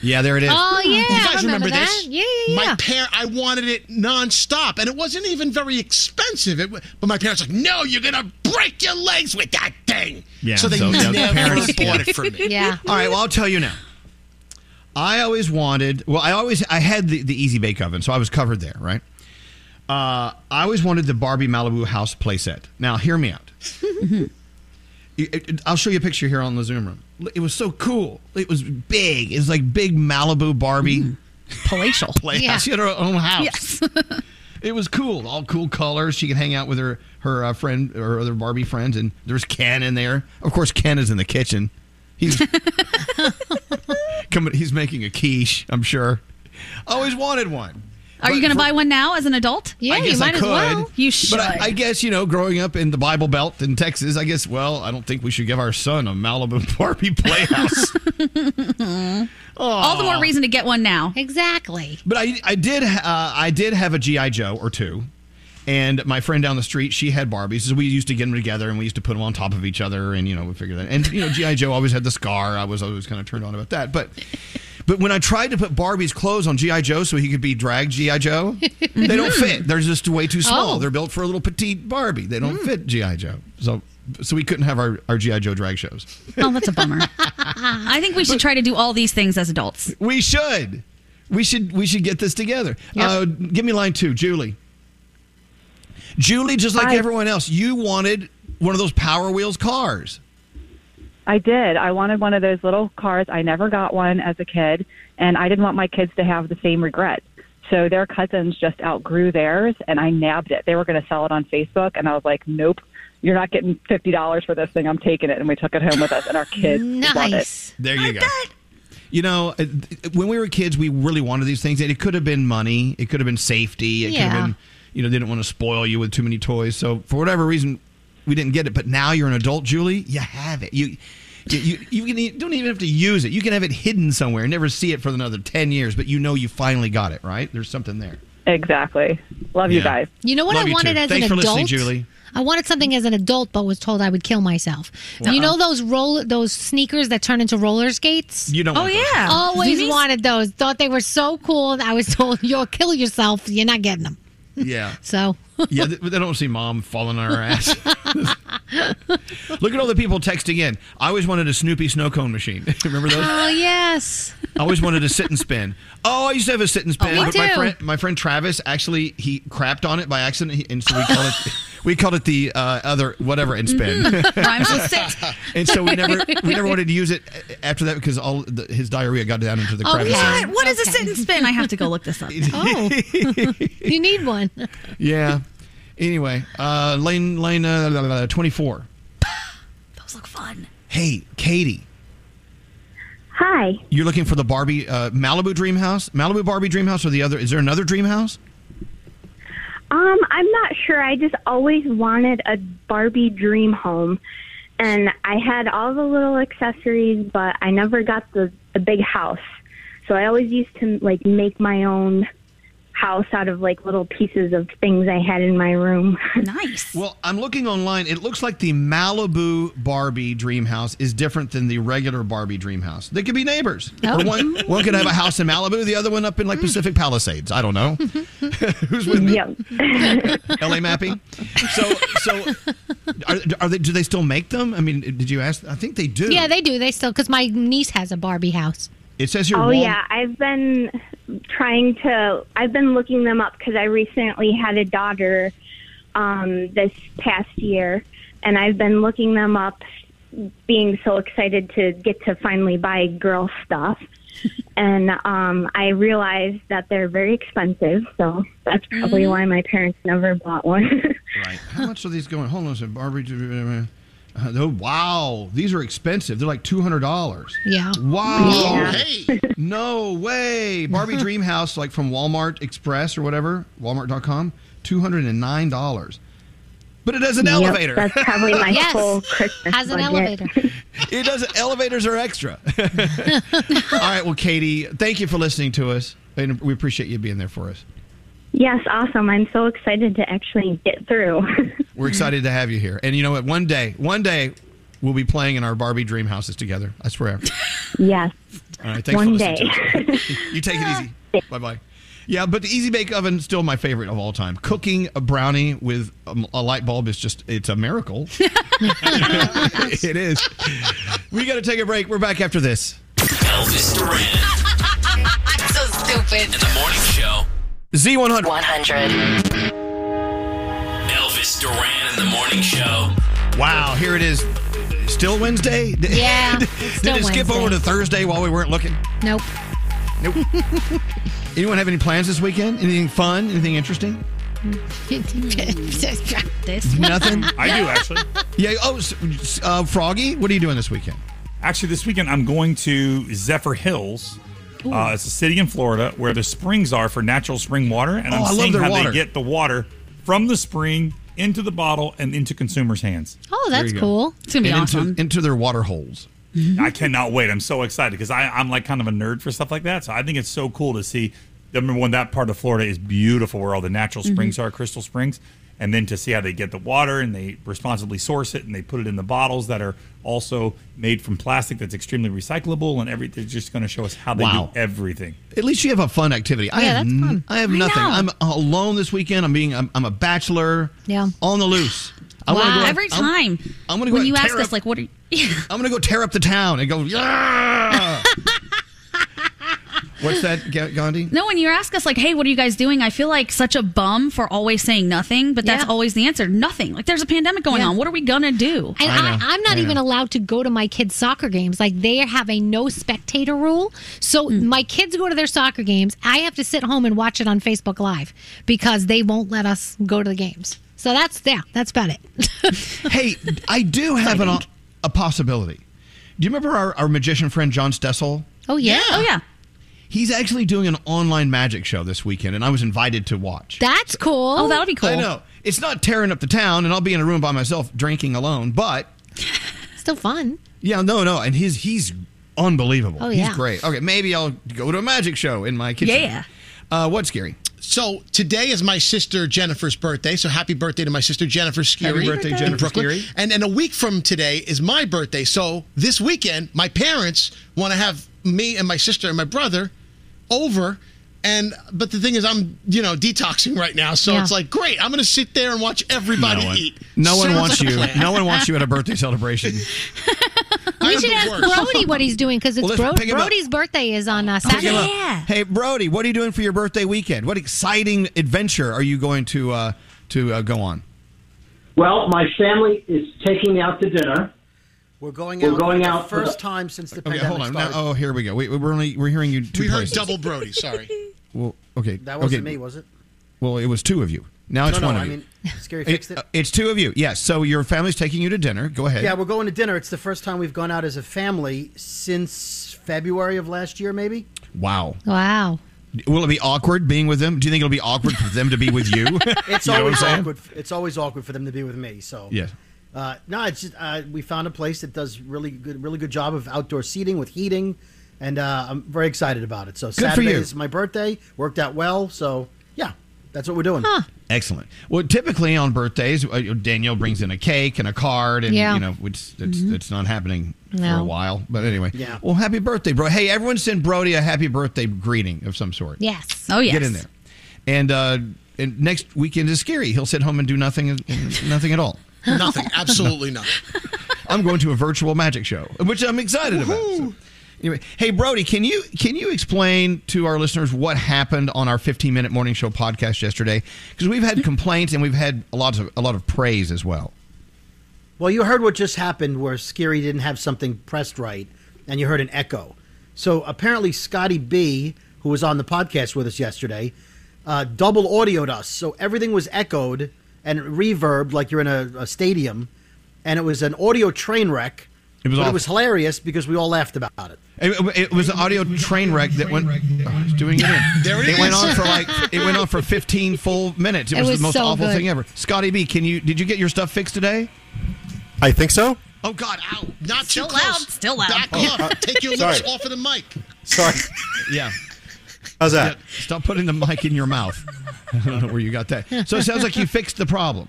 Speaker 4: Yeah, there it is.
Speaker 5: Oh yeah,
Speaker 14: You guys
Speaker 5: I remember,
Speaker 14: remember
Speaker 5: that?
Speaker 14: this?
Speaker 5: Yeah, yeah, yeah.
Speaker 14: My parent, I wanted it nonstop, and it wasn't even very expensive. It, wa- but my parents were like, no, you're gonna break your legs with that thing.
Speaker 4: Yeah,
Speaker 14: So they
Speaker 4: so, yeah,
Speaker 14: never
Speaker 4: the parents-
Speaker 14: bought it for me.
Speaker 5: Yeah.
Speaker 4: All right. Well, I'll tell you now. I always wanted. Well, I always I had the, the Easy Bake Oven, so I was covered there, right? Uh, I always wanted the Barbie Malibu house playset. Now, hear me out. It- it- I'll show you a picture here on the Zoom room. It was so cool. It was big. It was like big Malibu Barbie
Speaker 11: palatial
Speaker 4: playhouse. She had her own house.
Speaker 11: Yes.
Speaker 4: It was cool, all cool colors. She could hang out with her her uh, friend or other Barbie friends, and there was Ken in there. Of course, Ken is in the kitchen. He's coming. He's making a quiche. I'm sure. Always wanted one.
Speaker 11: Are you going to buy one now as an adult?
Speaker 5: Yeah,
Speaker 4: I guess I could.
Speaker 11: You should.
Speaker 4: But I, I guess you know, growing up in the Bible Belt in Texas, I guess. Well, I don't think we should give our son a Malibu Barbie playhouse.
Speaker 11: All the more reason to get one now.
Speaker 5: Exactly.
Speaker 4: But I, I did, uh, I did have a GI Joe or two, and my friend down the street, she had Barbies. So we used to get them together, and we used to put them on top of each other, and you know, we figure that. And you know, GI Joe always had the scar. I was always kind of turned on about that. But, but when I tried to put Barbie's clothes on GI Joe so he could be drag GI Joe, they don't fit. They're just way too small.
Speaker 2: Oh.
Speaker 4: They're built for a little petite Barbie. They don't fit GI Joe. So, so we couldn't have our our GI Joe drag shows.
Speaker 11: Oh, that's a bummer. I think we should try to do all these things as adults.
Speaker 4: We should. We should we should get this together. Uh, give me line two, Julie. Julie, just like everyone else, you wanted one of those Power Wheels cars.
Speaker 31: I did. I wanted one of those little cars. I never got one as a kid, and I didn't want my kids to have the same regret. So their cousins just outgrew theirs, and I nabbed it. They were going to sell it on Facebook, and I was like, nope. You're not getting fifty dollars for this thing. I'm taking it, and we took it home with us, and our kids love it.
Speaker 4: There you go. You know, uh, when we were kids, we really wanted these things, and it could have been money, it could have been safety, it could
Speaker 5: Yeah.
Speaker 4: have been, you know, they didn't want to spoil you with too many toys. So for whatever reason, we didn't get it. But now you're an adult, Julie. You have it. You. You, you, you can, you don't even have to use it. You can have it hidden somewhere and never see it for another 10 years, but you know you finally got it, right? There's something there.
Speaker 31: Exactly. Love
Speaker 4: Yeah.
Speaker 31: you guys.
Speaker 5: You know what
Speaker 4: Love
Speaker 5: I
Speaker 4: you
Speaker 5: wanted
Speaker 4: too.
Speaker 5: as
Speaker 4: Thanks
Speaker 5: an
Speaker 4: for
Speaker 5: adult?
Speaker 4: listening, Julie.
Speaker 5: I wanted something as an adult, but was told I would kill myself. You
Speaker 4: Uh-uh.
Speaker 5: know those roll those sneakers that turn into roller skates?
Speaker 4: You don't Oh, want those. yeah.
Speaker 5: Always
Speaker 4: Zoomies?
Speaker 5: wanted those. Thought they were so cool. and I was told you'll kill yourself. You're not getting them.
Speaker 4: Yeah.
Speaker 5: So
Speaker 4: yeah, th- they don't see mom falling on her ass. Look at all the people texting in. I always wanted a Snoopy snow cone machine. Remember those?
Speaker 5: Oh yes.
Speaker 4: I always wanted a sit and spin. Oh, I used to have a sit and spin,
Speaker 5: Oh, me
Speaker 4: but my
Speaker 5: too.
Speaker 4: friend, my friend Travis actually he crapped on it by accident, he- and so we called it we called it the uh, other whatever and spin.
Speaker 5: Mm-hmm.
Speaker 11: Rhymes with sit.
Speaker 4: and so we never we never wanted to use it after that because all the, his diarrhea got down into the crevice.
Speaker 11: What? What is a sit and spin? I have to go look this up.
Speaker 5: Oh. you need one.
Speaker 4: Yeah. Anyway, uh, lane lane uh, twenty four.
Speaker 11: Those look fun.
Speaker 4: Hey, Katie.
Speaker 15: Hi.
Speaker 4: You're looking for the Barbie uh, Malibu Dream House, Malibu Barbie Dream House, or the other? Is there another Dream House?
Speaker 15: Um, I'm not sure. I just always wanted a Barbie dream home. And I had all the little accessories, but I never got the, the big house. So I always used to like make my own house out of like little pieces of things I had in my room.
Speaker 11: Nice.
Speaker 4: Well, I'm looking online. It looks like the Malibu Barbie Dream House is different than the regular Barbie Dream House. They could be neighbors.
Speaker 14: Oh.
Speaker 4: Or one one could have a house in Malibu, the other one up in like Pacific Palisades. I don't know. Who's with me? LA mapping. So so are, are they? Do they still make them? I mean, did you ask? I think they do.
Speaker 5: Yeah, they do. They still because my niece has a Barbie house.
Speaker 4: It says your
Speaker 15: oh
Speaker 4: wall.
Speaker 15: yeah, I've been trying to. I've been looking them up because I recently had a daughter um, this past year, and I've been looking them up, being so excited to get to finally buy girl stuff. and um, I realized that they're very expensive, so that's probably
Speaker 5: Mm-hmm.
Speaker 4: Mm.
Speaker 15: why my parents never bought one.
Speaker 4: Right. How much are these going? Hold on a second. Barbie. Dream- uh, oh, wow, these are expensive. They're like two hundred dollars.
Speaker 5: Yeah.
Speaker 4: Wow.
Speaker 15: Yeah.
Speaker 4: No way. Barbie Dream House, like from Walmart Express or whatever, Walmart.com, $209. But it has an
Speaker 15: Yep,
Speaker 4: elevator.
Speaker 15: that's probably my
Speaker 5: Yes.
Speaker 15: full Christmas
Speaker 5: Has an
Speaker 15: budget.
Speaker 5: elevator.
Speaker 4: It does elevators are extra. All right, well, Katie, thank you for listening to us. And we appreciate you being there for us.
Speaker 15: Yes, awesome. I'm so excited to actually get through.
Speaker 4: We're excited to have you here. And you know what? One day, one day, we'll be playing in our Barbie Dream Houses together. I swear.
Speaker 15: yes.
Speaker 4: All right, thanks for
Speaker 15: One
Speaker 4: listening
Speaker 15: day.
Speaker 4: to us. You take it easy. Bye bye. Yeah, but the Easy Bake Oven still my favorite of all time. Cooking a brownie with um, a light bulb is just it's a miracle. it is. We got to take a break. We're back after this.
Speaker 12: Elvis Duran.
Speaker 32: so stupid.
Speaker 12: In the morning show.
Speaker 4: Z100.
Speaker 12: 100. Elvis Duran in the morning show.
Speaker 4: Wow, here it is. Still Wednesday? Did-
Speaker 12: Yeah,
Speaker 4: Did,
Speaker 12: it's still
Speaker 4: it skip
Speaker 12: Wednesday.
Speaker 4: over to Thursday while we weren't looking?
Speaker 5: Nope.
Speaker 4: Nope. Anyone have any plans this weekend? Anything fun? Anything interesting?
Speaker 5: this
Speaker 4: Nothing?
Speaker 7: I do actually.
Speaker 4: Yeah. Oh, s- s- uh, Froggy, what are you doing this weekend?
Speaker 7: Actually, this weekend I'm going to Zephyr Hills. Uh, it's a city in Florida where the springs are for natural spring water, and
Speaker 4: Oh,
Speaker 7: I'm
Speaker 4: I love
Speaker 7: seeing
Speaker 4: their
Speaker 7: how
Speaker 4: water.
Speaker 7: they get the water from the spring into the bottle and into consumers' hands.
Speaker 5: Oh, that's cool.
Speaker 4: And Into, into their water holes.
Speaker 7: I cannot wait. I'm so excited because I'm like kind of a nerd for stuff like that. So I think it's so cool to see. Number one, that part of Florida is beautiful where all the natural
Speaker 3: Mhm.
Speaker 7: springs are, crystal springs. And then to see how they get the water and they responsibly source it and they put it in the bottles that are also made from plastic that's extremely recyclable and every they're just going to show us how they
Speaker 4: Wow.
Speaker 7: do everything.
Speaker 4: At least you have a fun activity. I
Speaker 7: Yeah,
Speaker 4: have
Speaker 7: that's
Speaker 4: n-
Speaker 7: fun.
Speaker 4: I have
Speaker 7: I
Speaker 4: nothing.
Speaker 7: know.
Speaker 4: I'm alone this weekend. I'm being. I'm, I'm a bachelor.
Speaker 5: Yeah.
Speaker 4: On the loose. I wanna
Speaker 11: wow.
Speaker 4: go out-
Speaker 11: Every
Speaker 4: I'm-
Speaker 11: time.
Speaker 4: I'm gonna go
Speaker 11: when
Speaker 4: out
Speaker 11: you
Speaker 4: and
Speaker 11: ask
Speaker 4: tear
Speaker 11: us,
Speaker 4: up-
Speaker 11: like, what are you?
Speaker 4: I'm gonna go tear up the town and go. Yeah. What's that, Ga- Gandhi?
Speaker 11: No, when you ask us like, "Hey, what are you guys doing?" I feel like such a bum for always saying nothing, but that's
Speaker 5: Yeah.
Speaker 11: always the answer. Nothing. Like there's a pandemic going
Speaker 5: Yeah.
Speaker 11: on. What are we gonna do?
Speaker 5: And I I, am not
Speaker 11: I
Speaker 5: even
Speaker 11: know.
Speaker 5: allowed to go to my kids' soccer games. Like they have a no spectator rule. So
Speaker 11: Hmm.
Speaker 5: my kids go to their soccer games. I have to sit home and watch it on Facebook Live because they won't let us go to the games. So that's yeah, that's about it.
Speaker 4: hey, I do have an, a possibility. Do you remember our, our magician friend John Stessel?
Speaker 5: Oh yeah. Oh yeah.
Speaker 4: He's actually doing an online magic show this weekend, and I was invited to watch.
Speaker 5: That's cool.
Speaker 11: Oh, that would be cool.
Speaker 4: I know it's not tearing up the town, and I'll be in a room by myself drinking alone, but
Speaker 5: still fun.
Speaker 4: Yeah, no, no, and his he's unbelievable.
Speaker 5: Oh,
Speaker 4: he's
Speaker 5: yeah.
Speaker 4: great. Okay, maybe I'll go to a magic show in my kitchen.
Speaker 14: Yeah.
Speaker 4: Uh, what's scary?
Speaker 14: So today is my sister Jennifer's birthday. So happy birthday to my sister Jennifer Skiri.
Speaker 4: birthday,
Speaker 14: in
Speaker 4: Jennifer
Speaker 14: Brooklyn.
Speaker 4: Skiri.
Speaker 14: And and a week from today is my birthday. So this weekend, my parents want to have me and my sister and my brother over. And but the thing is, I'm you know detoxing right now, so
Speaker 4: Yeah.
Speaker 14: it's like great. I'm gonna sit there and watch everybody
Speaker 4: no one,
Speaker 14: eat.
Speaker 4: no one
Speaker 14: Sounds
Speaker 4: wants
Speaker 14: like a
Speaker 4: you.
Speaker 14: plan.
Speaker 4: No one wants you at a birthday celebration.
Speaker 5: We should ask Brody what he's doing because it's
Speaker 4: Well, let's
Speaker 5: Bro-
Speaker 4: pick him up.
Speaker 5: Brody's birthday is on uh,
Speaker 4: Pick
Speaker 5: Saturday.
Speaker 4: him up. Hey, Brody, what are you doing for your birthday weekend? What exciting adventure are you going to uh, to uh, go on?
Speaker 1: Well, my family is taking me out to dinner.
Speaker 16: We're going
Speaker 1: We're
Speaker 16: out.
Speaker 1: going
Speaker 16: for
Speaker 1: out
Speaker 16: the
Speaker 1: for
Speaker 16: first
Speaker 1: the-
Speaker 16: time since the
Speaker 4: Okay,
Speaker 16: pandemic
Speaker 4: hold on. Now,
Speaker 16: started.
Speaker 4: oh, here we go. We, we're only we're hearing you two
Speaker 14: We heard
Speaker 4: places.
Speaker 14: double Brody. Sorry.
Speaker 4: Well, okay.
Speaker 16: That wasn't
Speaker 4: okay.
Speaker 16: me, was it?
Speaker 4: Well, it was two of you. Now it's
Speaker 16: no, no,
Speaker 4: one of
Speaker 16: I
Speaker 4: you.
Speaker 16: mean, Scary
Speaker 4: It-
Speaker 16: fixed it.
Speaker 4: uh, it's two of you. Yes. So your family's taking you to dinner. Go ahead.
Speaker 16: Yeah, we're going to dinner. It's the first time we've gone out as a family since February of last year, maybe.
Speaker 4: Wow.
Speaker 5: Wow.
Speaker 4: Will it be awkward being with them? Do you think it'll be awkward for them to be with you?
Speaker 16: It's
Speaker 4: You know what I'm
Speaker 16: always
Speaker 4: saying?
Speaker 16: awkward. It's always awkward for them to be with me. So
Speaker 4: Yes.
Speaker 16: Uh, no, it's just, uh, we found a place that does really good, really good job of outdoor seating with heating, and uh, I'm very excited about it. So
Speaker 4: for
Speaker 16: Saturday
Speaker 4: you.
Speaker 16: is my birthday. Worked out well. So yeah, that's what we're doing.
Speaker 4: Excellent. Well, typically on birthdays, uh, Danielle brings in a cake and a card, and
Speaker 16: Yeah.
Speaker 4: you know it's it's,
Speaker 16: Mhm.
Speaker 4: it's not happening for a
Speaker 16: No.
Speaker 4: while. But anyway,
Speaker 16: Yeah.
Speaker 4: Well, happy birthday, bro. Hey, everyone, send Brody a happy birthday greeting of some sort.
Speaker 5: Yes.
Speaker 11: Oh,
Speaker 4: Get in there. And uh, and next weekend is scary. He'll sit home and do nothing, and- nothing at all.
Speaker 14: Nothing. Absolutely nothing.
Speaker 4: I'm going to a virtual magic show, which I'm excited about. So, anyway, hey Brody, can you can you explain to our listeners what happened on our 15 minute morning show podcast yesterday? Because we've had complaints and we've had a lot of a lot of praise as well.
Speaker 16: Well, you heard what just happened where Scary didn't have something pressed right, and you heard an echo. So apparently, Scotty B, who was on the podcast with us yesterday, uh, double audioed us. So everything was echoed and reverbed like you're in a, a stadium, and it was an audio train wreck.
Speaker 4: It was
Speaker 16: but
Speaker 4: awful.
Speaker 16: it was hilarious because we all laughed about it.
Speaker 4: It, it was an audio train wreck that went. oh, it's doing it. In.
Speaker 16: There it
Speaker 4: it went
Speaker 16: is.
Speaker 4: on for like it went on for 15 full minutes. It,
Speaker 16: It
Speaker 4: was,
Speaker 16: was
Speaker 4: the most
Speaker 16: so
Speaker 4: awful
Speaker 16: good.
Speaker 4: thing ever. Scotty B, can you did you get your stuff fixed today?
Speaker 22: I think so.
Speaker 14: Oh God! Ow! Not
Speaker 16: Still
Speaker 14: too close.
Speaker 16: loud, still loud.
Speaker 14: Back
Speaker 22: Oh,
Speaker 14: off.
Speaker 22: uh,
Speaker 14: Take your
Speaker 22: sorry.
Speaker 14: lips off of the mic.
Speaker 22: Sorry.
Speaker 4: Yeah.
Speaker 22: How's that?
Speaker 4: Stop putting the mic in your mouth. I don't know where you got that. So it sounds like you fixed the problem.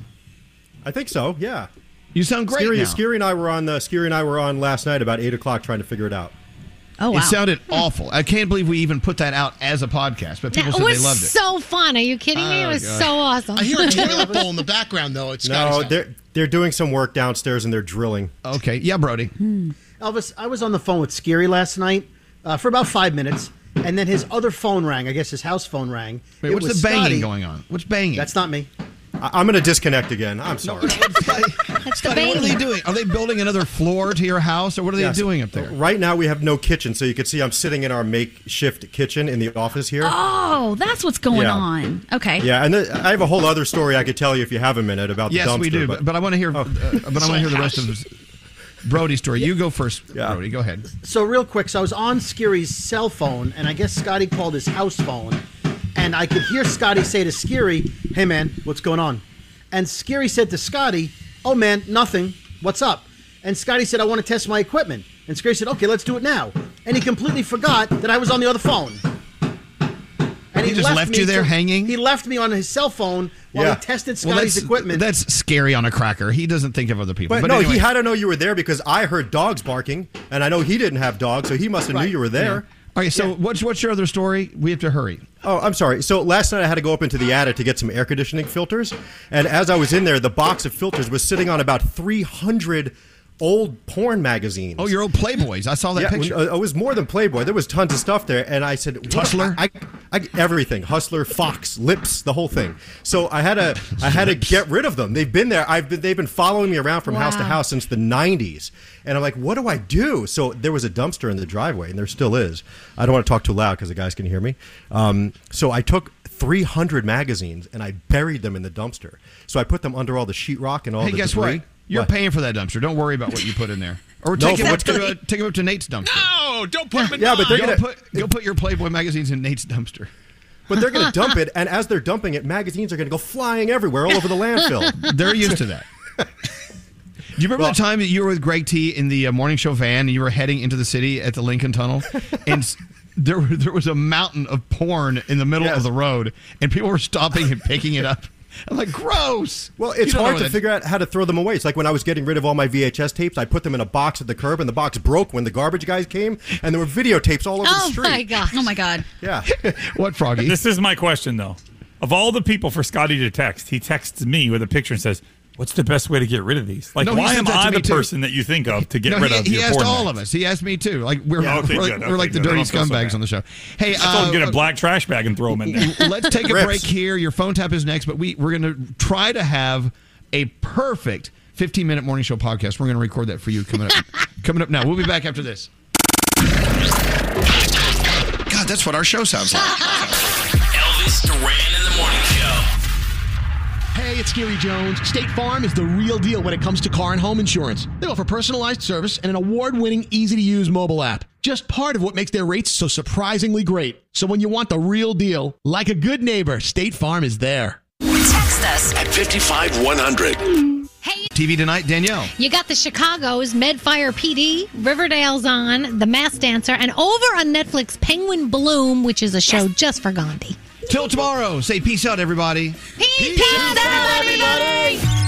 Speaker 22: I think so. Yeah.
Speaker 4: You sound great
Speaker 22: Skiri,
Speaker 4: now.
Speaker 22: Skiri and I were on the Skiri and I were on last night about eight o'clock trying to figure it out.
Speaker 5: Oh,
Speaker 4: It sounded
Speaker 5: Hmm.
Speaker 4: awful. I can't believe we even put that out as a podcast, but people
Speaker 5: That
Speaker 4: said
Speaker 5: was
Speaker 4: they loved it.
Speaker 5: so fun. Are you kidding me?
Speaker 4: Oh,
Speaker 5: it was
Speaker 4: God.
Speaker 5: so awesome.
Speaker 14: I hear a toilet bowl in the background though. It's
Speaker 22: no,
Speaker 14: Scotty's.
Speaker 22: they're they're doing some work downstairs and they're drilling.
Speaker 4: Okay. Yeah, Brody.
Speaker 16: Elvis, I was on the phone with Scary last night uh, for about five minutes, and then his other phone rang. I guess his house phone rang.
Speaker 22: Wait,
Speaker 16: It
Speaker 22: what's
Speaker 16: was
Speaker 22: the banging
Speaker 16: Scotty.
Speaker 22: going on?
Speaker 4: What's banging?
Speaker 16: That's not me.
Speaker 22: I, I'm going to disconnect again. I'm sorry.
Speaker 5: That's
Speaker 4: Scotty, what are they doing? Are they building another floor to your house, or what are
Speaker 22: Yes.
Speaker 4: they doing up there?
Speaker 22: Right now we have no kitchen, so you can see I'm sitting in our makeshift kitchen in the office here.
Speaker 11: Oh, that's what's going
Speaker 22: Yeah.
Speaker 11: on. Okay.
Speaker 22: Yeah, and th- I have a whole other story I could tell you if you have a minute about the
Speaker 4: Yes,
Speaker 22: dumpster. Oh.
Speaker 4: we do. But, but I want to hear. Uh, but I want to hear the rest of Brody's story. You go first, Brody. Go ahead.
Speaker 16: So real quick, so I was on Scary's cell phone, and I guess Scotty called his house phone, and I could hear Scotty say to Scary, "Hey man, what's going on?" And Scary said to Scotty, "Oh man, nothing. What's up?" And Scotty said, "I want to test my equipment." And Scary said, "Okay, let's do it now." And he completely forgot that I was on the other phone. And
Speaker 4: He just left
Speaker 16: me
Speaker 4: you there
Speaker 16: to-
Speaker 4: hanging?
Speaker 16: He left me on his cell phone while he tested
Speaker 4: Well,
Speaker 16: Scotty's
Speaker 4: that's-
Speaker 16: equipment.
Speaker 4: That's scary on a cracker. He doesn't think of other people.
Speaker 22: But,
Speaker 4: But,
Speaker 22: no,
Speaker 4: anyway.
Speaker 22: he had to know you were there because I heard dogs barking, and I know he didn't have dogs, so he must have knew you were there.
Speaker 4: Yeah. Okay, so what's what's your other story? We have to hurry.
Speaker 22: Oh, I'm sorry. So last night I had to go up into the attic to get some air conditioning filters, and as I was in there, the box of filters was sitting on about 300 old porn magazines. uh, Oh,
Speaker 4: your old Playboys. I saw that picture.
Speaker 22: it was more than Playboy. There was tons of stuff there, and I said, what-
Speaker 4: Hustler?
Speaker 22: I, I- everything. Hustler, Fox, Lips, the whole thing. So I had to, I had to get rid of them. They've been there. I've been, they've been following me around from house to
Speaker 10: Wow.
Speaker 22: house since the '90s, and I'm like, what do I do? So there was a dumpster in the driveway, and there still is. I don't want to talk too loud because the guys can hear me. Um, so I took 300 magazines and I buried them in the dumpster. So I put them under all the sheetrock and all
Speaker 4: Hey,
Speaker 22: the
Speaker 4: guess
Speaker 22: debris.
Speaker 4: what? You're paying for that dumpster. Don't worry about what you put in there. Or
Speaker 22: No,
Speaker 4: take, him,
Speaker 22: but
Speaker 4: up to,
Speaker 22: what-
Speaker 4: uh, take him up to Nate's dumpster.
Speaker 3: No, Oh, don't put them in
Speaker 22: Yeah, but they're
Speaker 4: go,
Speaker 22: gonna-
Speaker 4: put, go put your Playboy magazines in Nate's dumpster.
Speaker 22: But they're going to dump it, and as they're dumping it, magazines are going to go flying everywhere, all over the landfill.
Speaker 4: They're used to that. Do you remember the time that you were with Greg T in the uh, morning show van and you were heading into the city at the Lincoln Tunnel, and s- there were- there was a mountain of porn in the middle of the road, and people were stopping and picking it up. I'm like, gross.
Speaker 22: Well, it's
Speaker 4: You don't
Speaker 22: hard
Speaker 4: know
Speaker 22: to
Speaker 4: that-
Speaker 22: figure out how to throw them away. It's like when I was getting rid of all my VHS tapes, I put them in a box at the curb, and the box broke when the garbage guys came, and there were videotapes all over the
Speaker 11: Oh
Speaker 22: street.
Speaker 11: my god! Oh my god!
Speaker 22: Yeah.
Speaker 4: what, Froggy?
Speaker 7: This is my question, though. Of all the people for Scotty to text, he texts me with a picture and says, What's the best way to get rid of these? Like,
Speaker 4: No, he
Speaker 7: why
Speaker 4: sent that
Speaker 7: am
Speaker 4: to
Speaker 7: I
Speaker 4: me,
Speaker 7: the
Speaker 4: too.
Speaker 7: person that you think of to get
Speaker 4: No,
Speaker 7: rid
Speaker 4: he,
Speaker 7: of
Speaker 4: he
Speaker 7: your
Speaker 4: asked
Speaker 7: porn
Speaker 4: all of
Speaker 7: mags?
Speaker 4: us. He asked me too. Like we're,
Speaker 7: Yeah,
Speaker 4: we're,
Speaker 7: okay, good,
Speaker 4: like, we're
Speaker 7: okay,
Speaker 4: like the
Speaker 7: good. I
Speaker 4: dirty
Speaker 7: don't feel so
Speaker 4: scumbags
Speaker 7: bad.
Speaker 4: on the show. Hey,
Speaker 7: I told him to
Speaker 4: uh,
Speaker 7: get a black trash bag and throw them in there.
Speaker 4: let's take a
Speaker 7: Rips.
Speaker 4: break here. Your phone tap is next, but we we're going to try to have a perfect 15 minute morning show podcast. We're going to record that for you coming up. coming up now. We'll be back after this.
Speaker 2: God, that's what our show sounds like.
Speaker 12: Elvis Duran in the morning show.
Speaker 13: Hey, it's Gary Jones. State Farm is the real deal when it comes to car and home insurance. They offer personalized service and an award winning, easy to use mobile app. Just part of what makes their rates so surprisingly great. So when you want the real deal, like a good neighbor, State Farm is there.
Speaker 8: Text us
Speaker 2: At 55100.
Speaker 4: TV tonight, Danielle.
Speaker 5: You got the Chicago's Medfire PD, Riverdale's on, The Mass Dancer, and over on Netflix, Penguin Bloom, which is a show just for Gandhi.
Speaker 4: Till tomorrow. Say peace out, everybody.
Speaker 5: Peace, out, everybody.